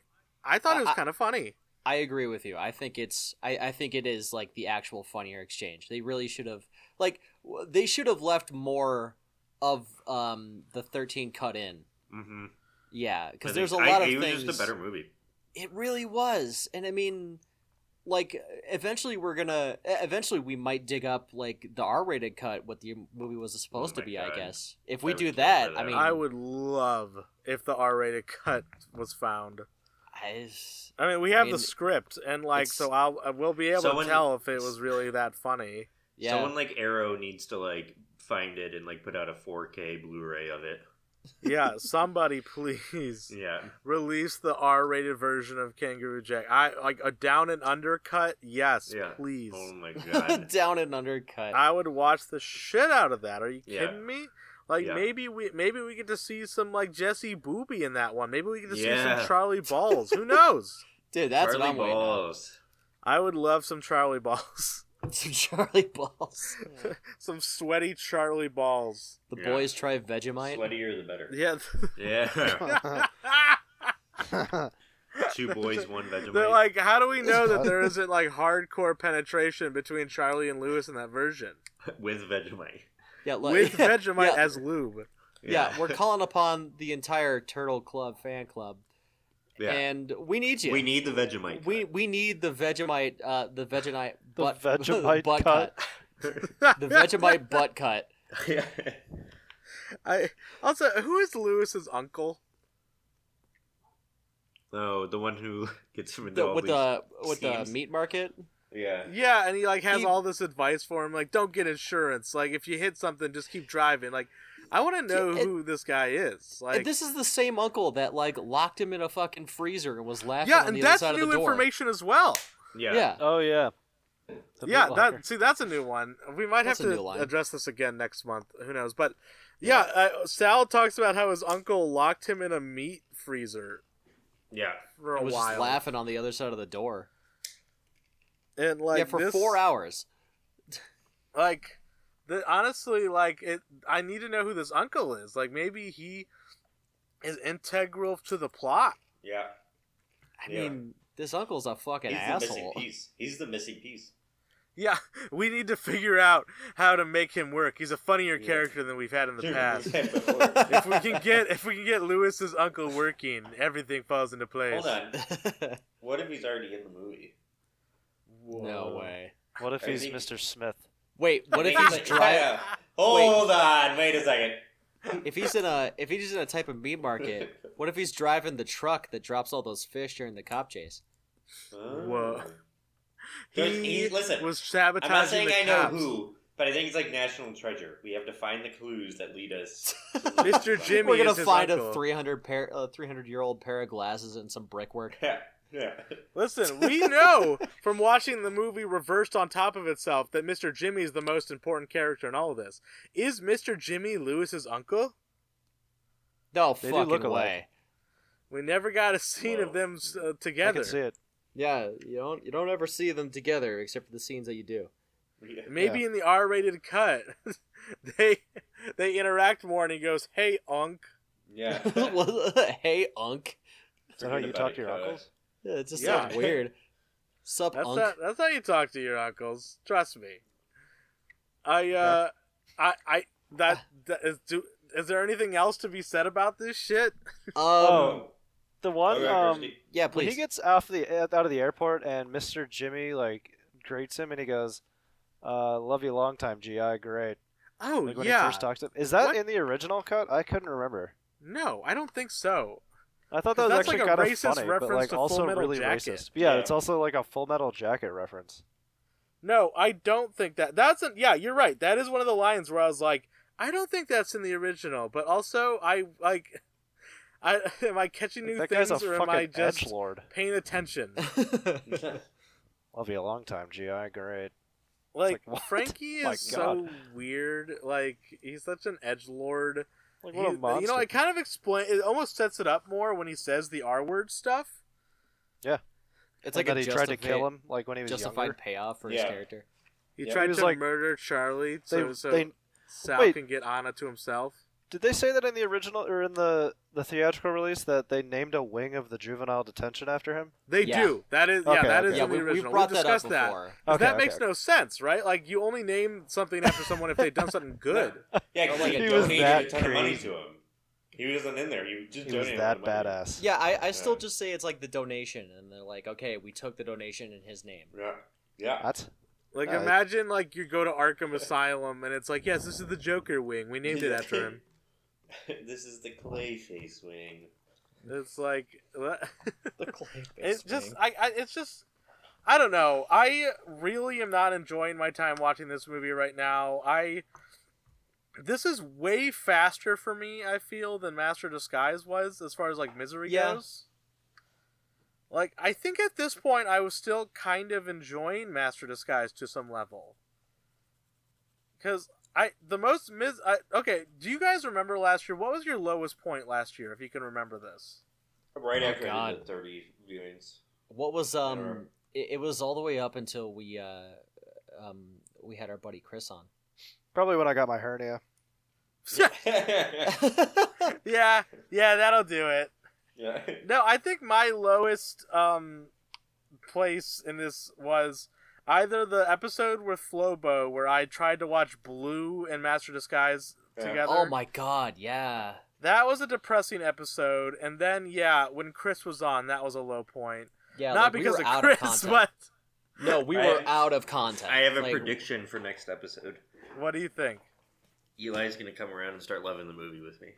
[SPEAKER 2] I, thought it was
[SPEAKER 3] I-
[SPEAKER 2] kind of funny.
[SPEAKER 3] I agree with you. I think it's I, I think it is like the actual funnier exchange. They really should have like w- they should have left more of um the 13 cut in.
[SPEAKER 4] Mm-hmm.
[SPEAKER 3] Yeah, cuz there's a lot
[SPEAKER 4] it
[SPEAKER 3] of
[SPEAKER 4] was
[SPEAKER 3] things
[SPEAKER 4] just a better movie.
[SPEAKER 3] it really was and i mean like eventually we're gonna e- eventually we might dig up like the r-rated cut what the movie was supposed
[SPEAKER 4] Oh my
[SPEAKER 3] to be i
[SPEAKER 4] God.
[SPEAKER 3] guess if we
[SPEAKER 4] I would
[SPEAKER 3] do
[SPEAKER 4] kill for
[SPEAKER 3] that, i
[SPEAKER 4] that.
[SPEAKER 3] mean
[SPEAKER 2] I would love if the R-rated cut was found.
[SPEAKER 3] I-
[SPEAKER 2] I mean, we have
[SPEAKER 3] mean,
[SPEAKER 2] the script, and like,
[SPEAKER 3] it's-
[SPEAKER 2] so I'll I will be able
[SPEAKER 4] Someone-
[SPEAKER 2] to tell if it was really that funny.
[SPEAKER 3] yeah
[SPEAKER 4] Someone like Arrow needs to like find it and like put out a 4K Blu-ray of it.
[SPEAKER 2] Yeah, somebody please
[SPEAKER 4] Yeah.
[SPEAKER 2] release the R-rated version of Kangaroo Jack. I like a down and undercut. Yes,
[SPEAKER 4] Yeah.
[SPEAKER 2] please.
[SPEAKER 4] Oh my god.
[SPEAKER 3] down and undercut
[SPEAKER 2] I would watch the shit out of that. Are you
[SPEAKER 4] Yeah.
[SPEAKER 2] kidding me? Like
[SPEAKER 4] Yeah.
[SPEAKER 2] maybe we maybe we get to see some like Jesse Booby in that one. Maybe we get to see
[SPEAKER 4] Yeah.
[SPEAKER 2] some Charlie Balls. Who knows?
[SPEAKER 3] dude that's
[SPEAKER 4] Charlie
[SPEAKER 3] what i'm
[SPEAKER 4] balls.
[SPEAKER 2] I would love some Charlie Balls.
[SPEAKER 3] waiting on some charlie balls
[SPEAKER 2] some sweaty Charlie Balls.
[SPEAKER 3] the
[SPEAKER 4] Yeah.
[SPEAKER 3] boys try vegemite
[SPEAKER 4] Sweatier the better.
[SPEAKER 2] Yeah.
[SPEAKER 4] Yeah. Two boys, one Vegemite.
[SPEAKER 2] They're like, how do we know that there isn't like hardcore penetration between Charlie and Lewis in that version
[SPEAKER 4] with Vegemite.
[SPEAKER 3] yeah like,
[SPEAKER 2] with Vegemite
[SPEAKER 3] yeah,
[SPEAKER 2] as lube?
[SPEAKER 3] yeah we're calling upon the entire turtle club fan club
[SPEAKER 4] Yeah.
[SPEAKER 3] and we need you
[SPEAKER 4] We need the Vegemite.
[SPEAKER 3] We we need the Vegemite, uh, the Vegemite
[SPEAKER 5] The
[SPEAKER 3] butt,
[SPEAKER 5] Vegemite
[SPEAKER 3] butt
[SPEAKER 5] cut.
[SPEAKER 3] The Vegemite butt cut.
[SPEAKER 4] yeah.
[SPEAKER 2] I also, who is Lewis's uncle?
[SPEAKER 4] No, the one who gets him into
[SPEAKER 3] The,
[SPEAKER 4] all
[SPEAKER 3] with
[SPEAKER 4] these.
[SPEAKER 3] the with the
[SPEAKER 4] schemes.
[SPEAKER 3] meat market.
[SPEAKER 4] Yeah.
[SPEAKER 2] Yeah, and he like has
[SPEAKER 3] He-
[SPEAKER 2] all this advice for him, like don't get insurance. Like if you hit something, just keep driving. Like I want to know
[SPEAKER 3] Yeah, it-
[SPEAKER 2] who this guy is. Like
[SPEAKER 3] and this is the same uncle that like locked him in a fucking freezer and was laughing.
[SPEAKER 2] yeah,
[SPEAKER 3] on
[SPEAKER 2] and
[SPEAKER 3] the
[SPEAKER 2] that's
[SPEAKER 3] other side of
[SPEAKER 2] new
[SPEAKER 3] the door.
[SPEAKER 2] information as well.
[SPEAKER 4] Yeah.
[SPEAKER 3] Yeah.
[SPEAKER 5] Oh yeah. The
[SPEAKER 2] yeah,
[SPEAKER 5] meat locker.
[SPEAKER 2] that see that's a new one. We might
[SPEAKER 3] That's
[SPEAKER 2] have
[SPEAKER 3] a
[SPEAKER 2] to
[SPEAKER 3] new line.
[SPEAKER 2] address this again next month. Who knows? But yeah, uh, Sal talks about how his uncle locked him in a meat freezer
[SPEAKER 4] Yeah.
[SPEAKER 2] for
[SPEAKER 3] And
[SPEAKER 2] a
[SPEAKER 3] was
[SPEAKER 2] while,
[SPEAKER 3] just laughing on the other side of the door.
[SPEAKER 2] and like
[SPEAKER 3] yeah, for
[SPEAKER 2] this-
[SPEAKER 3] four hours.
[SPEAKER 2] Like, the, honestly, like it. I need to know who this uncle is. Like maybe he is integral to the plot.
[SPEAKER 4] Yeah.
[SPEAKER 3] I
[SPEAKER 4] Yeah.
[SPEAKER 3] mean, this uncle's a fucking
[SPEAKER 4] He's the missing
[SPEAKER 3] asshole.
[SPEAKER 4] piece. He's the missing piece.
[SPEAKER 2] Yeah, we need to figure out how to make him work. He's a funnier
[SPEAKER 4] Yeah.
[SPEAKER 2] character than we've had in the past.
[SPEAKER 4] Hold
[SPEAKER 2] if we can get if we can get Lewis's uncle working, everything falls into place.
[SPEAKER 4] on. What if he's already in the movie?
[SPEAKER 3] no way.
[SPEAKER 5] What if
[SPEAKER 4] I
[SPEAKER 5] he's
[SPEAKER 4] think-
[SPEAKER 5] Mr. Smith?
[SPEAKER 3] Wait, what if
[SPEAKER 4] Maybe
[SPEAKER 3] he's
[SPEAKER 4] like-
[SPEAKER 3] dry?
[SPEAKER 4] Yeah. Hold on. Wait a second.
[SPEAKER 3] If he's in a if he's in a type of meat market, what if he's driving the truck that drops all those fish during the cop chase?
[SPEAKER 2] Whoa.
[SPEAKER 4] There's- he- listen,
[SPEAKER 2] was
[SPEAKER 4] I'm
[SPEAKER 2] sabotaging
[SPEAKER 4] not saying
[SPEAKER 2] the
[SPEAKER 4] I know
[SPEAKER 2] cops.
[SPEAKER 4] who, but I think it's like National Treasure. We have to find the clues that lead us.
[SPEAKER 2] Mr. Jimmy
[SPEAKER 3] We're gonna
[SPEAKER 2] is his
[SPEAKER 3] find
[SPEAKER 2] uncle.
[SPEAKER 3] a three hundred pair, uh, three hundred year old pair of glasses and some brickwork.
[SPEAKER 4] Yeah. Yeah.
[SPEAKER 2] Listen, we know from watching the movie reversed on top of itself that Mr. Jimmy is the most important character in all of this. Is Mr. Jimmy Lewis's uncle?
[SPEAKER 3] No
[SPEAKER 5] They do
[SPEAKER 3] fucking
[SPEAKER 5] look alike.
[SPEAKER 3] way.
[SPEAKER 2] We never got a scene
[SPEAKER 4] Whoa.
[SPEAKER 2] of them uh,
[SPEAKER 5] I
[SPEAKER 2] together.
[SPEAKER 5] can see it.
[SPEAKER 3] Yeah, you don't you don't ever see them together except for the scenes that you do.
[SPEAKER 4] Yeah.
[SPEAKER 2] Maybe in the R-rated cut, they they interact more, and he goes, "Hey, Unc."
[SPEAKER 4] Yeah.
[SPEAKER 3] hey, Unc.
[SPEAKER 5] Is that how you talk to
[SPEAKER 4] Uh,
[SPEAKER 5] your uncles?
[SPEAKER 3] Yeah, it's just
[SPEAKER 2] Yeah.
[SPEAKER 3] so weird. Sup,
[SPEAKER 2] That's
[SPEAKER 3] Unc?
[SPEAKER 2] how, that's how you talk to your uncles. Trust me. I uh, I I
[SPEAKER 5] Ah.
[SPEAKER 2] that, that is do. Is there anything else to be said about this shit?
[SPEAKER 3] Um,
[SPEAKER 5] Oh. The one
[SPEAKER 4] Okay,
[SPEAKER 5] um,
[SPEAKER 4] Christy.
[SPEAKER 3] yeah,
[SPEAKER 5] when
[SPEAKER 3] please.
[SPEAKER 5] he gets off the out of the airport and Mr. Jimmy like greets him and he goes, uh, "Love you long time, GI. Great."
[SPEAKER 2] Oh
[SPEAKER 5] Like when
[SPEAKER 2] yeah.
[SPEAKER 5] he first talks to him. Is that
[SPEAKER 2] What?
[SPEAKER 5] in the original cut? I couldn't remember.
[SPEAKER 2] no, I don't think so.
[SPEAKER 5] I thought
[SPEAKER 2] 'Cause
[SPEAKER 5] that was
[SPEAKER 2] that's
[SPEAKER 5] actually
[SPEAKER 2] like a
[SPEAKER 5] kind of
[SPEAKER 2] racist
[SPEAKER 5] funny, but
[SPEAKER 2] reference
[SPEAKER 5] like
[SPEAKER 2] to Full
[SPEAKER 5] also
[SPEAKER 2] Metal
[SPEAKER 5] really
[SPEAKER 2] Jacket.
[SPEAKER 5] racist. But yeah,
[SPEAKER 4] Yeah.
[SPEAKER 5] it's also like a Full Metal Jacket reference.
[SPEAKER 2] No, I don't think that. That's an, yeah, you're right. That is one of the lines where I was like, I don't think that's in the original, but also I like, I am I catching new
[SPEAKER 5] Like, that
[SPEAKER 2] things
[SPEAKER 5] guy's a
[SPEAKER 2] or am I
[SPEAKER 5] fucking edge
[SPEAKER 2] just
[SPEAKER 5] lord.
[SPEAKER 2] paying attention?
[SPEAKER 5] um, I'll be a long time, GI. Great.
[SPEAKER 2] Like,
[SPEAKER 5] what?
[SPEAKER 2] Frankie
[SPEAKER 5] My
[SPEAKER 2] is so weird. Like he's such an edge lord.
[SPEAKER 5] Like what a monster.
[SPEAKER 2] You know, I kind of explain. It almost sets it up more when he says the R word stuff.
[SPEAKER 3] It's
[SPEAKER 5] And
[SPEAKER 3] like a
[SPEAKER 5] that he tried to kill
[SPEAKER 3] justified-
[SPEAKER 5] him, like when he was
[SPEAKER 3] justified
[SPEAKER 5] younger.
[SPEAKER 3] payoff for his
[SPEAKER 4] Yeah.
[SPEAKER 3] character.
[SPEAKER 2] He
[SPEAKER 4] Yeah.
[SPEAKER 2] tried
[SPEAKER 5] He was
[SPEAKER 2] to
[SPEAKER 5] like-
[SPEAKER 2] murder Charlie
[SPEAKER 5] They,
[SPEAKER 2] so, so
[SPEAKER 5] they
[SPEAKER 2] Sal
[SPEAKER 5] wait.
[SPEAKER 2] can get Anna to himself.
[SPEAKER 5] Did they say that in the original or in the the theatrical release that they named a wing of the juvenile detention after him?
[SPEAKER 2] They
[SPEAKER 3] Yeah.
[SPEAKER 2] do. That is yeah.
[SPEAKER 5] Okay,
[SPEAKER 2] That
[SPEAKER 5] okay.
[SPEAKER 2] is
[SPEAKER 5] Yeah,
[SPEAKER 2] in the
[SPEAKER 3] we, we
[SPEAKER 2] original.
[SPEAKER 3] brought that up
[SPEAKER 2] discussed that.
[SPEAKER 3] before.
[SPEAKER 2] 'Cause
[SPEAKER 5] Okay,
[SPEAKER 2] that
[SPEAKER 5] okay,
[SPEAKER 2] makes
[SPEAKER 5] okay.
[SPEAKER 2] no sense, right? Like you only name something after someone if they've done something good.
[SPEAKER 4] Yeah, 'cause, like
[SPEAKER 5] He
[SPEAKER 4] it
[SPEAKER 5] was
[SPEAKER 4] donated
[SPEAKER 5] that
[SPEAKER 4] a ton of money
[SPEAKER 5] crazy.
[SPEAKER 4] to him. He wasn't in there. He just
[SPEAKER 5] He was
[SPEAKER 4] donated a
[SPEAKER 5] that
[SPEAKER 4] lot of money.
[SPEAKER 5] badass.
[SPEAKER 3] Yeah, I, I still
[SPEAKER 4] Yeah.
[SPEAKER 3] just say it's like the donation, and they're like, okay, we took the donation in his name.
[SPEAKER 4] Yeah, yeah.
[SPEAKER 5] What?
[SPEAKER 2] Like
[SPEAKER 5] Yeah, it-
[SPEAKER 2] imagine like you go to Arkham Asylum and it's like yes, this is the Joker wing. We named it after him.
[SPEAKER 4] this is the clay face wing.
[SPEAKER 2] It's like what?
[SPEAKER 3] The clay
[SPEAKER 2] it's just I, I it's just I don't know. I really am not enjoying my time watching this movie right now. I this is way faster for me, I feel, than Master of Disguise was as far as like misery
[SPEAKER 3] Yeah.
[SPEAKER 2] goes. Like I think at this point I was still kind of enjoying Master of Disguise to some level. Cuz I the most mis I, okay, do you guys remember last year what was your lowest point last year if you can remember this?
[SPEAKER 4] Right
[SPEAKER 3] Oh,
[SPEAKER 4] after I did
[SPEAKER 3] God.
[SPEAKER 4] the thirty viewings.
[SPEAKER 3] What was um?
[SPEAKER 4] Or-
[SPEAKER 3] It, it was all the way up until we uh, um, we had our buddy Chris on.
[SPEAKER 5] Probably when I got my hernia.
[SPEAKER 4] yeah.
[SPEAKER 2] Yeah, yeah, that'll do it.
[SPEAKER 4] yeah.
[SPEAKER 2] No, I think my lowest um place in this was either the episode with Flobo where I tried to watch Blue and Master Disguise together.
[SPEAKER 3] oh my god! Yeah.
[SPEAKER 2] That was a depressing episode, and then yeah, when Chris was on, that was a low point.
[SPEAKER 3] Yeah,
[SPEAKER 2] Not
[SPEAKER 3] like, we
[SPEAKER 2] because
[SPEAKER 3] were
[SPEAKER 2] of
[SPEAKER 3] out of
[SPEAKER 2] Chris,
[SPEAKER 3] content.
[SPEAKER 2] but
[SPEAKER 3] no, we
[SPEAKER 4] I-
[SPEAKER 3] were out of content.
[SPEAKER 4] I have a
[SPEAKER 3] Like,
[SPEAKER 4] prediction for next episode.
[SPEAKER 2] what do you think?
[SPEAKER 4] Eli's gonna come around and start loving the movie with me.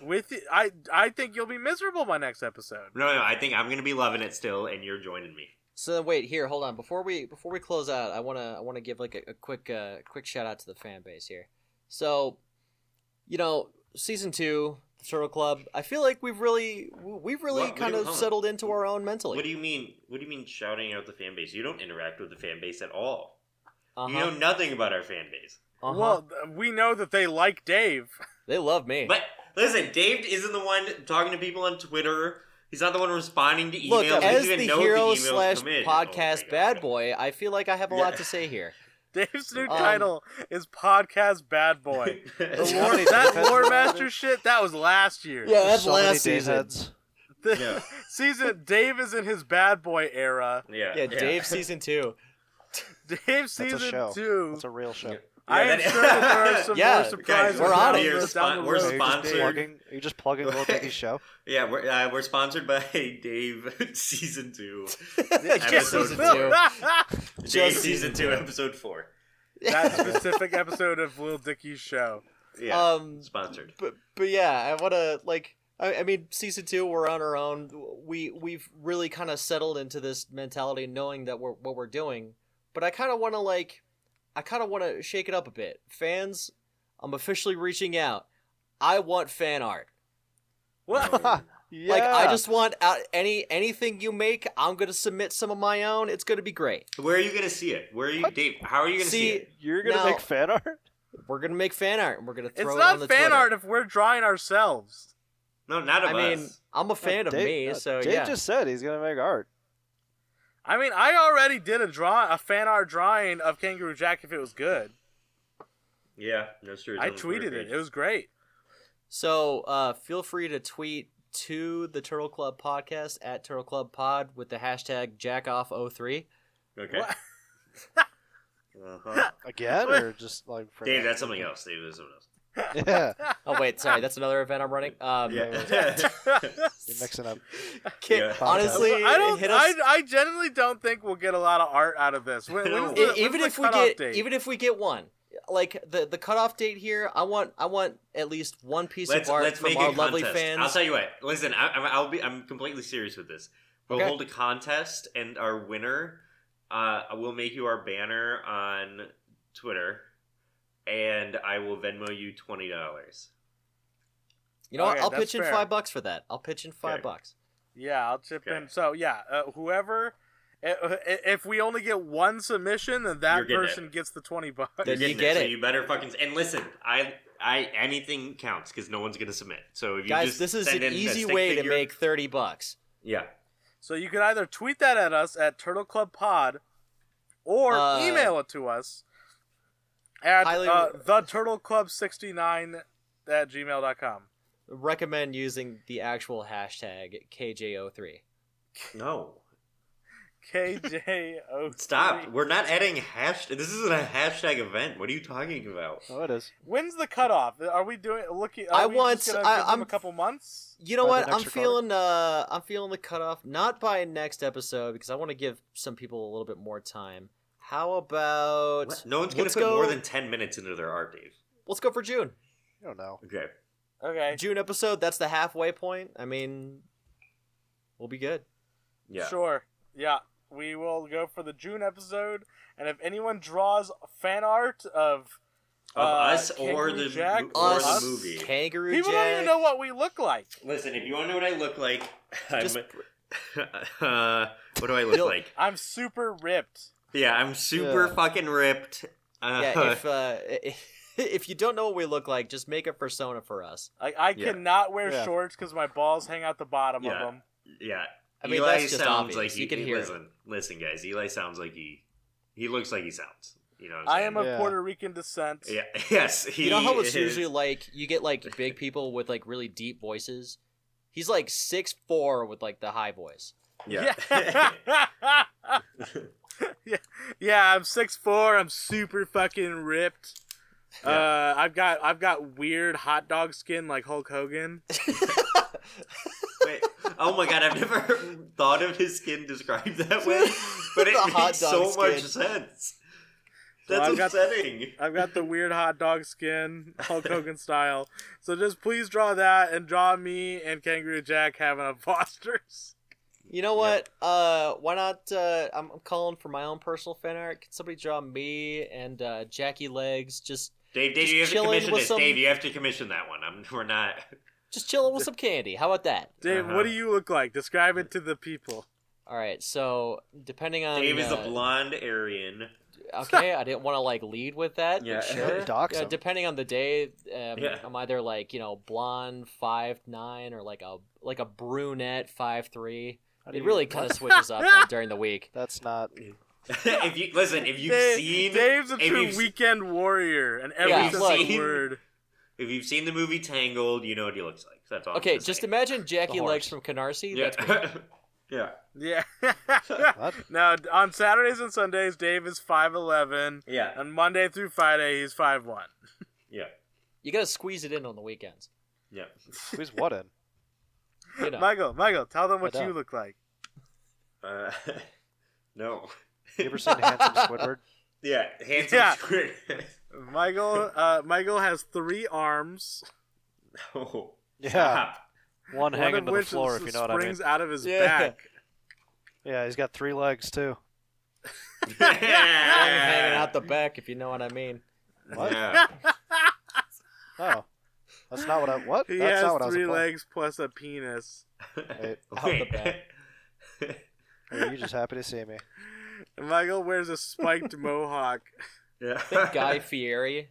[SPEAKER 2] With y- I, I think you'll be miserable by next episode.
[SPEAKER 4] No, no, I think I'm gonna be loving it still, and you're joining me.
[SPEAKER 3] So then wait, here, hold on. Before we before we close out, I wanna I wanna give like a, a quick uh, quick shout out to the fan base here. So, you know, season two, the Turtle Club. I feel like we've really we've really
[SPEAKER 4] What- what
[SPEAKER 3] kind
[SPEAKER 4] do you-
[SPEAKER 3] of
[SPEAKER 4] hold on.
[SPEAKER 3] settled into our own mentally.
[SPEAKER 4] What do you mean? What do you mean shouting out the fan base? You don't interact with the fan base at all.
[SPEAKER 3] uh-huh,
[SPEAKER 4] You know nothing about our fan base.
[SPEAKER 3] uh-huh.
[SPEAKER 2] Well, th- we know that they like Dave.
[SPEAKER 3] they love me.
[SPEAKER 4] But listen, Dave isn't the one talking to people on Twitter. He's not the one responding to emails.
[SPEAKER 3] Look,
[SPEAKER 4] He doesn't
[SPEAKER 3] as
[SPEAKER 4] even
[SPEAKER 3] the
[SPEAKER 4] know if
[SPEAKER 3] hero
[SPEAKER 4] emails
[SPEAKER 3] slash
[SPEAKER 4] come in.
[SPEAKER 3] podcast
[SPEAKER 4] Oh my
[SPEAKER 3] bad
[SPEAKER 4] God.
[SPEAKER 3] boy, I feel like I have a
[SPEAKER 4] Yeah.
[SPEAKER 3] lot to say here.
[SPEAKER 2] Dave's new
[SPEAKER 3] Um,
[SPEAKER 2] title is Podcast Bad Boy. The
[SPEAKER 5] It's
[SPEAKER 2] lore,
[SPEAKER 5] funny,
[SPEAKER 2] that
[SPEAKER 5] because-
[SPEAKER 2] lore master shit, that was last year.
[SPEAKER 3] Yeah, that's
[SPEAKER 5] so
[SPEAKER 3] last
[SPEAKER 5] many
[SPEAKER 3] season.
[SPEAKER 5] Dayheads.
[SPEAKER 2] The-
[SPEAKER 4] Yeah.
[SPEAKER 2] season Dave is in his bad boy era.
[SPEAKER 4] yeah,
[SPEAKER 3] Yeah, Dave season two.
[SPEAKER 2] Dave
[SPEAKER 5] a
[SPEAKER 2] season
[SPEAKER 5] show.
[SPEAKER 2] two.
[SPEAKER 5] That's a real show.
[SPEAKER 4] Yeah.
[SPEAKER 2] I am
[SPEAKER 4] that-
[SPEAKER 2] sure that there are some
[SPEAKER 3] Yeah,
[SPEAKER 2] more
[SPEAKER 3] guys,
[SPEAKER 2] surprises.
[SPEAKER 3] we're
[SPEAKER 2] down
[SPEAKER 3] on it.
[SPEAKER 2] the-
[SPEAKER 4] We're
[SPEAKER 2] down the
[SPEAKER 4] spon- we're
[SPEAKER 2] road.
[SPEAKER 5] Are you just
[SPEAKER 4] sponsored.
[SPEAKER 5] plugging? Are you just plugging Little Dicky's show?
[SPEAKER 4] Yeah, we're, uh, we're sponsored by Dave season two.
[SPEAKER 3] Just
[SPEAKER 4] Episode
[SPEAKER 3] season
[SPEAKER 4] four.
[SPEAKER 3] two.
[SPEAKER 4] Dave
[SPEAKER 3] Just
[SPEAKER 4] season two, episode four.
[SPEAKER 2] that specific episode of Lil Dicky's show.
[SPEAKER 4] Yeah,
[SPEAKER 3] Um
[SPEAKER 4] sponsored.
[SPEAKER 3] but but yeah, I want to like. I, I mean, season two, we're on our own. We we've really kind of settled into this mentality, knowing that we're what we're doing. But I kind of want to like, I kind of want to shake it up a bit. Fans, I'm officially reaching out. I want fan art.
[SPEAKER 2] Well,
[SPEAKER 5] yeah.
[SPEAKER 3] Like I just want out any anything you make. I'm gonna submit some of my own. It's gonna be great.
[SPEAKER 4] Where are you gonna see it? Where are you, Dave? How are you gonna see,
[SPEAKER 3] See,
[SPEAKER 4] it?
[SPEAKER 5] You're gonna
[SPEAKER 3] now-
[SPEAKER 5] make fan art?
[SPEAKER 3] We're gonna make fan art and we're gonna throw
[SPEAKER 2] it's
[SPEAKER 3] it
[SPEAKER 2] not
[SPEAKER 3] on the
[SPEAKER 2] fan
[SPEAKER 3] Twitter.
[SPEAKER 2] art if we're drawing ourselves.
[SPEAKER 4] No, not of
[SPEAKER 3] I mean,
[SPEAKER 4] us.
[SPEAKER 3] I'm a fan of
[SPEAKER 5] Dave-
[SPEAKER 3] me,
[SPEAKER 5] uh,
[SPEAKER 3] so
[SPEAKER 5] Dave
[SPEAKER 3] yeah.
[SPEAKER 5] just said he's gonna make art.
[SPEAKER 2] I mean, I already did a draw a fan art drawing of Kangaroo Jack if it was good.
[SPEAKER 4] Yeah, no, sure.
[SPEAKER 2] I tweeted it. It was great.
[SPEAKER 3] So uh, feel free to tweet to the Turtle Club podcast at Turtle Club Pod with the hashtag Jackoff03.
[SPEAKER 4] Okay.
[SPEAKER 2] What?
[SPEAKER 4] Uh-huh.
[SPEAKER 5] Again, or just like for
[SPEAKER 4] Dave, that's something else. Dave, that's something else.
[SPEAKER 5] Yeah,
[SPEAKER 3] Oh wait, sorry, that's another event I'm running. Um,
[SPEAKER 4] Yeah.
[SPEAKER 5] you're mixing up.
[SPEAKER 3] can-
[SPEAKER 4] Yeah.
[SPEAKER 3] Honestly,
[SPEAKER 2] I don't.
[SPEAKER 3] hit us. e-,
[SPEAKER 2] I, I genuinely don't think we'll get a lot of art out of this. When,
[SPEAKER 4] No.
[SPEAKER 2] when's
[SPEAKER 3] E-
[SPEAKER 2] the, when's
[SPEAKER 3] even
[SPEAKER 2] the
[SPEAKER 3] if we
[SPEAKER 2] cutoff
[SPEAKER 3] get
[SPEAKER 2] date?
[SPEAKER 3] even if we get one, like the the cutoff date here. I want I want at least one piece
[SPEAKER 4] let's
[SPEAKER 3] of art
[SPEAKER 4] let's
[SPEAKER 3] from
[SPEAKER 4] make
[SPEAKER 3] our
[SPEAKER 4] a
[SPEAKER 3] lovely
[SPEAKER 4] contest.
[SPEAKER 3] fans.
[SPEAKER 4] I'll tell you what. Listen, I, I'm- I'll be. I'm completely serious with this. We'll
[SPEAKER 3] Okay.
[SPEAKER 4] hold a contest, and our winner, uh, will make you our banner on Twitter, and I will Venmo you twenty dollars.
[SPEAKER 3] you know what?
[SPEAKER 2] Okay,
[SPEAKER 3] I'll
[SPEAKER 2] that's
[SPEAKER 3] pitch in
[SPEAKER 2] fair.
[SPEAKER 3] five bucks for that. I'll pitch in five
[SPEAKER 4] Okay.
[SPEAKER 3] bucks.
[SPEAKER 2] Yeah, I'll chip
[SPEAKER 4] Okay.
[SPEAKER 2] in. So yeah, uh, whoever, i- i- if we only get one submission, then
[SPEAKER 4] You're
[SPEAKER 2] that
[SPEAKER 4] getting
[SPEAKER 2] person gets the twenty bucks.
[SPEAKER 3] Then you
[SPEAKER 4] getting
[SPEAKER 3] get
[SPEAKER 4] so
[SPEAKER 3] it.
[SPEAKER 4] you better fucking and listen. I I anything counts because no one's gonna submit. So if you
[SPEAKER 3] Guys,
[SPEAKER 4] just
[SPEAKER 3] this is
[SPEAKER 4] send
[SPEAKER 3] an
[SPEAKER 4] in a
[SPEAKER 3] easy
[SPEAKER 4] stick
[SPEAKER 3] way to
[SPEAKER 4] figure-
[SPEAKER 3] make thirty bucks.
[SPEAKER 4] yeah.
[SPEAKER 2] So you can either tweet that at us at Turtle Club Pod, or
[SPEAKER 3] Uh,
[SPEAKER 2] email it to us at
[SPEAKER 3] highly-
[SPEAKER 2] uh, the Turtle Club sixty nine at gmail.com.
[SPEAKER 3] Recommend using the actual hashtag KJ03.
[SPEAKER 4] No.
[SPEAKER 2] KJO.
[SPEAKER 4] Stop. We're not adding hashtag. This isn't a hashtag event. What are you talking about?
[SPEAKER 5] Oh, it is.
[SPEAKER 2] When's the cutoff? Are we doing looking? Are
[SPEAKER 3] I
[SPEAKER 2] we
[SPEAKER 3] want-
[SPEAKER 2] Just gonna
[SPEAKER 3] I-
[SPEAKER 2] give them
[SPEAKER 3] I'm-
[SPEAKER 2] a couple months.
[SPEAKER 3] You know
[SPEAKER 5] By
[SPEAKER 3] what?
[SPEAKER 5] the next
[SPEAKER 3] I'm
[SPEAKER 5] recording.
[SPEAKER 3] feeling uh I'm feeling the cutoff not by next episode because I want to give some people a little bit more time. How about
[SPEAKER 4] What? No one's gonna
[SPEAKER 3] let's
[SPEAKER 4] put
[SPEAKER 3] go-
[SPEAKER 4] more than ten minutes into their art, Dave.
[SPEAKER 3] let's go for June.
[SPEAKER 5] You don't know.
[SPEAKER 4] Okay.
[SPEAKER 2] Okay.
[SPEAKER 3] June episode, that's the halfway point. I mean we'll be good.
[SPEAKER 4] Yeah.
[SPEAKER 2] Sure. Yeah. We will go for the June episode, and if anyone draws fan art of
[SPEAKER 4] Of
[SPEAKER 2] Uh,
[SPEAKER 4] us or
[SPEAKER 2] Kangaroo
[SPEAKER 4] the
[SPEAKER 2] Jack
[SPEAKER 4] or
[SPEAKER 3] Us,
[SPEAKER 4] the movie.
[SPEAKER 3] Kangaroo
[SPEAKER 2] people, don't even
[SPEAKER 3] Jack.
[SPEAKER 2] know what we look like.
[SPEAKER 4] Listen, if you want to know what I look like,
[SPEAKER 3] Just-
[SPEAKER 4] I'm, uh, what do I look
[SPEAKER 3] You'll-
[SPEAKER 4] like?
[SPEAKER 2] I'm super ripped.
[SPEAKER 4] Yeah, I'm super
[SPEAKER 5] Yeah.
[SPEAKER 4] fucking ripped. Uh,
[SPEAKER 3] Yeah, if uh if you don't know what we look like, just make a persona for us.
[SPEAKER 2] Like I
[SPEAKER 4] Yeah.
[SPEAKER 2] cannot wear
[SPEAKER 5] Yeah.
[SPEAKER 2] shorts because my balls hang out the bottom
[SPEAKER 4] Yeah.
[SPEAKER 2] of them.
[SPEAKER 4] yeah.
[SPEAKER 3] I mean,
[SPEAKER 4] Eli
[SPEAKER 3] that's just
[SPEAKER 4] sounds
[SPEAKER 3] obvious.
[SPEAKER 4] like he
[SPEAKER 3] you can hear it.
[SPEAKER 4] Listen, listen, guys. Eli sounds like he. He looks like he sounds. You know. What I'm
[SPEAKER 2] I am
[SPEAKER 4] saying?
[SPEAKER 2] of
[SPEAKER 5] Yeah.
[SPEAKER 2] Puerto Rican descent.
[SPEAKER 4] Yeah. Yes. He
[SPEAKER 3] you know how it's
[SPEAKER 4] is-
[SPEAKER 3] usually like you get like big people with like really deep voices. He's like six four with like the high voice.
[SPEAKER 4] Yeah.
[SPEAKER 2] Yeah. yeah. Yeah, I'm six four. I'm super fucking ripped. Uh, I've got I've got weird hot dog skin like Hulk Hogan.
[SPEAKER 4] Wait, oh my god, I've never thought of his skin described that way, but it
[SPEAKER 3] The hot
[SPEAKER 4] makes so
[SPEAKER 3] dog
[SPEAKER 4] much
[SPEAKER 3] skin.
[SPEAKER 4] sense.
[SPEAKER 2] So
[SPEAKER 4] That's
[SPEAKER 2] I've got-
[SPEAKER 4] upsetting.
[SPEAKER 2] I've got the weird hot dog skin Hulk Hogan style. So just please draw that and draw me and Kangaroo Jack having a Foster's.
[SPEAKER 3] You know what? Uh, why not? Uh, I'm, I'm calling for my own personal fan art. Can somebody draw me and uh, Jackie Legs just
[SPEAKER 4] Dave, Dave,
[SPEAKER 3] Just
[SPEAKER 4] you have to
[SPEAKER 3] chilling
[SPEAKER 4] commission
[SPEAKER 3] with
[SPEAKER 4] this.
[SPEAKER 3] some-
[SPEAKER 4] Dave, you have to commission that one. I'm, we're not.
[SPEAKER 3] just chilling with some candy? How about that?
[SPEAKER 2] Dave,
[SPEAKER 4] Uh-huh.
[SPEAKER 2] what do you look like? Describe it to the people.
[SPEAKER 3] All right. So depending on
[SPEAKER 4] Dave is a
[SPEAKER 3] uh,
[SPEAKER 4] blonde Aryan.
[SPEAKER 3] okay, I didn't want to like lead with that.
[SPEAKER 4] Yeah.
[SPEAKER 3] Yeah, sure.
[SPEAKER 5] Dox
[SPEAKER 3] Uh-huh. Yeah,
[SPEAKER 5] him.
[SPEAKER 3] depending on the day, um,
[SPEAKER 4] Yeah.
[SPEAKER 3] I'm either like you know blonde five nine or like a like a brunette five three. It really kind of switches up uh, during the week.
[SPEAKER 5] That's not.
[SPEAKER 4] if you listen, if you've
[SPEAKER 2] Dave-
[SPEAKER 4] seen,
[SPEAKER 2] Dave's a
[SPEAKER 4] if
[SPEAKER 2] true
[SPEAKER 4] you've-
[SPEAKER 2] weekend warrior and every
[SPEAKER 3] Yeah,
[SPEAKER 2] single
[SPEAKER 3] look.
[SPEAKER 2] word.
[SPEAKER 4] if you've seen the movie Tangled, you know what he looks like. Oh, That's all. I'm
[SPEAKER 3] Okay,
[SPEAKER 4] gonna
[SPEAKER 3] just
[SPEAKER 4] say.
[SPEAKER 3] imagine Jackie
[SPEAKER 5] horse.
[SPEAKER 3] Legs from Canarsie. That's
[SPEAKER 4] Yeah. yeah.
[SPEAKER 2] Yeah.
[SPEAKER 5] What?
[SPEAKER 2] no, on Saturdays and Sundays, Dave is five eleven.
[SPEAKER 4] Yeah.
[SPEAKER 2] On Monday through Friday, he's five one.
[SPEAKER 4] Yeah.
[SPEAKER 3] you gotta squeeze it in on the weekends.
[SPEAKER 4] Yeah.
[SPEAKER 5] Who's what in?
[SPEAKER 3] You know.
[SPEAKER 2] Michael, Michael, tell them what
[SPEAKER 5] I don't.
[SPEAKER 2] you look like.
[SPEAKER 4] Uh, no.
[SPEAKER 5] You ever seen Handsome Squidward?
[SPEAKER 4] Yeah. Handsome.
[SPEAKER 2] Yeah.
[SPEAKER 4] squid.
[SPEAKER 2] Michael, uh, Michael has three arms,
[SPEAKER 4] oh.
[SPEAKER 5] Yeah,
[SPEAKER 4] Stop.
[SPEAKER 2] one
[SPEAKER 5] one hanging
[SPEAKER 2] of
[SPEAKER 5] to the
[SPEAKER 2] which
[SPEAKER 5] floor,
[SPEAKER 2] is-
[SPEAKER 5] if you know what I mean.
[SPEAKER 2] springs out of his
[SPEAKER 3] Yeah.
[SPEAKER 2] back.
[SPEAKER 5] Yeah, he's got three legs too.
[SPEAKER 3] I'm hanging out the back, if you know what I mean.
[SPEAKER 5] What?
[SPEAKER 4] Yeah.
[SPEAKER 5] Oh, that's not what I. What?
[SPEAKER 2] He
[SPEAKER 5] that's
[SPEAKER 2] has
[SPEAKER 5] not what I was
[SPEAKER 2] three
[SPEAKER 5] implying.
[SPEAKER 2] legs plus a penis.
[SPEAKER 5] Wait,
[SPEAKER 3] Out the back.
[SPEAKER 5] are you just happy to see me?
[SPEAKER 2] And Michael wears a spiked mohawk,
[SPEAKER 4] Yeah.
[SPEAKER 3] Think Guy Fieri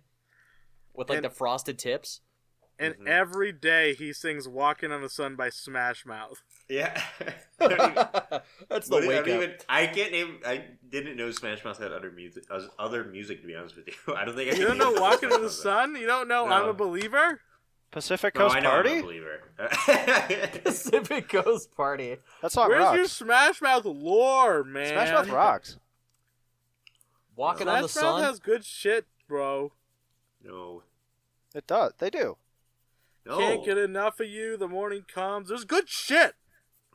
[SPEAKER 3] with like
[SPEAKER 2] And-
[SPEAKER 3] the frosted tips.
[SPEAKER 2] and
[SPEAKER 5] Mm-hmm.
[SPEAKER 4] Mhm.
[SPEAKER 2] every day he sings "Walking on the Sun" by Smash Mouth.
[SPEAKER 4] Yeah.
[SPEAKER 3] that's the
[SPEAKER 4] What- I
[SPEAKER 3] wake up.
[SPEAKER 4] don't even- I can't name. I didn't know Smash Mouth had other music. uh, Other music, to be honest with you. I don't think I.
[SPEAKER 2] You don't
[SPEAKER 4] can
[SPEAKER 2] know
[SPEAKER 4] name
[SPEAKER 2] "Walking
[SPEAKER 4] Smash
[SPEAKER 2] in the
[SPEAKER 4] Mouth.
[SPEAKER 2] Sun"? You don't know
[SPEAKER 4] No.
[SPEAKER 2] "I'm a Believer"?
[SPEAKER 5] Pacific
[SPEAKER 4] No,
[SPEAKER 5] Coast
[SPEAKER 4] I know. I'm a
[SPEAKER 5] Party?
[SPEAKER 4] believer.
[SPEAKER 3] Pacific Coast Party.
[SPEAKER 5] That's not
[SPEAKER 2] Where's
[SPEAKER 5] rocks.
[SPEAKER 2] your Smash Mouth lore, man?
[SPEAKER 5] Smash Mouth rocks.
[SPEAKER 3] Walking
[SPEAKER 2] Smash
[SPEAKER 3] on the
[SPEAKER 2] Mouth
[SPEAKER 3] sun.
[SPEAKER 2] has good shit, bro.
[SPEAKER 4] no.
[SPEAKER 5] It does. They do.
[SPEAKER 4] No.
[SPEAKER 2] Can't get enough of you. The morning comes. There's good shit.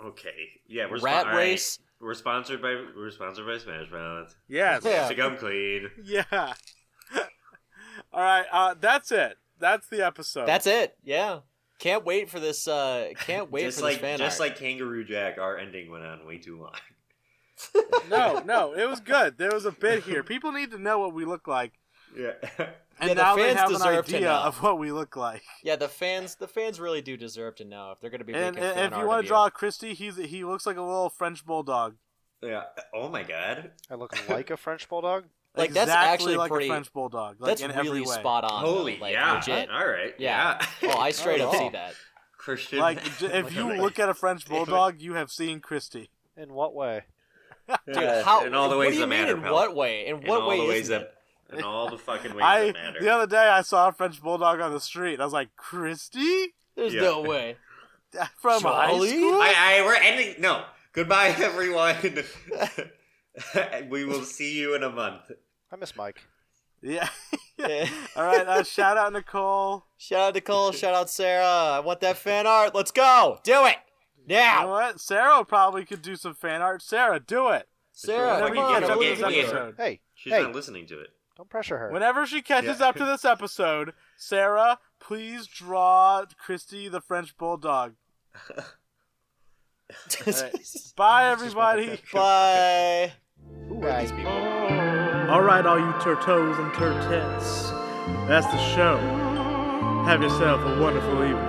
[SPEAKER 4] Okay. Yeah. We're
[SPEAKER 3] Rat
[SPEAKER 4] all right.
[SPEAKER 3] race.
[SPEAKER 4] We're sponsored by. We're sponsored by Smash Mouth.
[SPEAKER 2] Yes.
[SPEAKER 3] Yeah.
[SPEAKER 4] To come clean.
[SPEAKER 2] Yeah. All right, uh, that's it. That's the episode.
[SPEAKER 3] That's it. Yeah. Can't wait for this. Uh, can't wait
[SPEAKER 4] just
[SPEAKER 3] for
[SPEAKER 4] like
[SPEAKER 3] this fan
[SPEAKER 4] just
[SPEAKER 3] art.
[SPEAKER 4] like Kangaroo Jack, our ending went on way too long.
[SPEAKER 2] no, no, it was good. There was a bit here. People need to know what we look like,
[SPEAKER 4] Yeah.
[SPEAKER 2] and
[SPEAKER 3] Yeah, the
[SPEAKER 2] now they
[SPEAKER 3] fans
[SPEAKER 2] have an
[SPEAKER 3] deserve to
[SPEAKER 2] idea
[SPEAKER 3] know.
[SPEAKER 2] of what we look like.
[SPEAKER 3] yeah, the fans. The fans really do deserve to know if they're going to be.
[SPEAKER 2] And,
[SPEAKER 3] making fan
[SPEAKER 2] and if you
[SPEAKER 3] art
[SPEAKER 2] want
[SPEAKER 3] of
[SPEAKER 2] to draw Christy, he's he looks like a little French bulldog.
[SPEAKER 4] yeah. Oh my god.
[SPEAKER 5] I look like a French bulldog.
[SPEAKER 3] Like, that's
[SPEAKER 2] exactly
[SPEAKER 3] actually
[SPEAKER 2] like
[SPEAKER 3] pretty-
[SPEAKER 2] a French bulldog. Like,
[SPEAKER 3] that's
[SPEAKER 2] in every
[SPEAKER 3] really
[SPEAKER 2] way.
[SPEAKER 3] spot on. though,
[SPEAKER 4] Holy
[SPEAKER 3] like,
[SPEAKER 4] yeah.
[SPEAKER 3] Legit.
[SPEAKER 4] All right.
[SPEAKER 3] Yeah.
[SPEAKER 4] Yeah.
[SPEAKER 3] Oh, I straight up
[SPEAKER 5] Oh.
[SPEAKER 3] see that.
[SPEAKER 4] Christian.
[SPEAKER 2] Like j- if you look at a French bulldog, you have seen Christy.
[SPEAKER 5] In what way?
[SPEAKER 3] Dude, how?
[SPEAKER 4] in all the ways
[SPEAKER 3] what do you
[SPEAKER 4] that
[SPEAKER 3] mean,
[SPEAKER 4] matter,
[SPEAKER 3] In
[SPEAKER 4] pal.
[SPEAKER 3] what way? In
[SPEAKER 4] In
[SPEAKER 3] what
[SPEAKER 4] all
[SPEAKER 3] way
[SPEAKER 4] the
[SPEAKER 3] isn't
[SPEAKER 4] ways
[SPEAKER 3] it?
[SPEAKER 4] that in all the fucking ways
[SPEAKER 2] I
[SPEAKER 4] that matter.
[SPEAKER 2] the other day I saw a French bulldog on the street. and I was like, Christy
[SPEAKER 3] There's
[SPEAKER 4] Yeah.
[SPEAKER 3] no way.
[SPEAKER 2] from
[SPEAKER 3] Jolly?
[SPEAKER 2] high school.
[SPEAKER 4] I, I we're ending no. Goodbye everyone. we will see you in a month.
[SPEAKER 5] I miss Mike.
[SPEAKER 2] yeah.
[SPEAKER 3] Yeah.
[SPEAKER 2] All right. Uh, shout out Nicole.
[SPEAKER 3] Shout out to Cole. Shout out Sarah. I want that fan art. Let's go. Do it
[SPEAKER 2] You know
[SPEAKER 3] now.
[SPEAKER 2] what? Sarah probably could do some fan art. Sarah, do it.
[SPEAKER 3] Sarah,
[SPEAKER 4] Whenever
[SPEAKER 3] come
[SPEAKER 4] you
[SPEAKER 3] on.
[SPEAKER 2] Whenever
[SPEAKER 4] get
[SPEAKER 3] don't
[SPEAKER 4] up,
[SPEAKER 2] she catches
[SPEAKER 3] leave
[SPEAKER 4] get-
[SPEAKER 2] up
[SPEAKER 3] us
[SPEAKER 2] to
[SPEAKER 4] get
[SPEAKER 2] this
[SPEAKER 3] here.
[SPEAKER 4] her.
[SPEAKER 2] episode.
[SPEAKER 5] Hey,
[SPEAKER 4] She's
[SPEAKER 5] hey,
[SPEAKER 4] not listening to it.
[SPEAKER 5] don't pressure her.
[SPEAKER 2] Whenever she catches
[SPEAKER 4] Yeah.
[SPEAKER 2] up to this episode, Sarah, please draw Christy the French bulldog. Bye, everybody.
[SPEAKER 3] Bye.
[SPEAKER 5] Bye.
[SPEAKER 2] All right, all you turtos and turtets. That's the show. Have yourself a wonderful evening.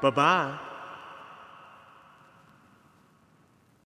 [SPEAKER 2] Bye bye.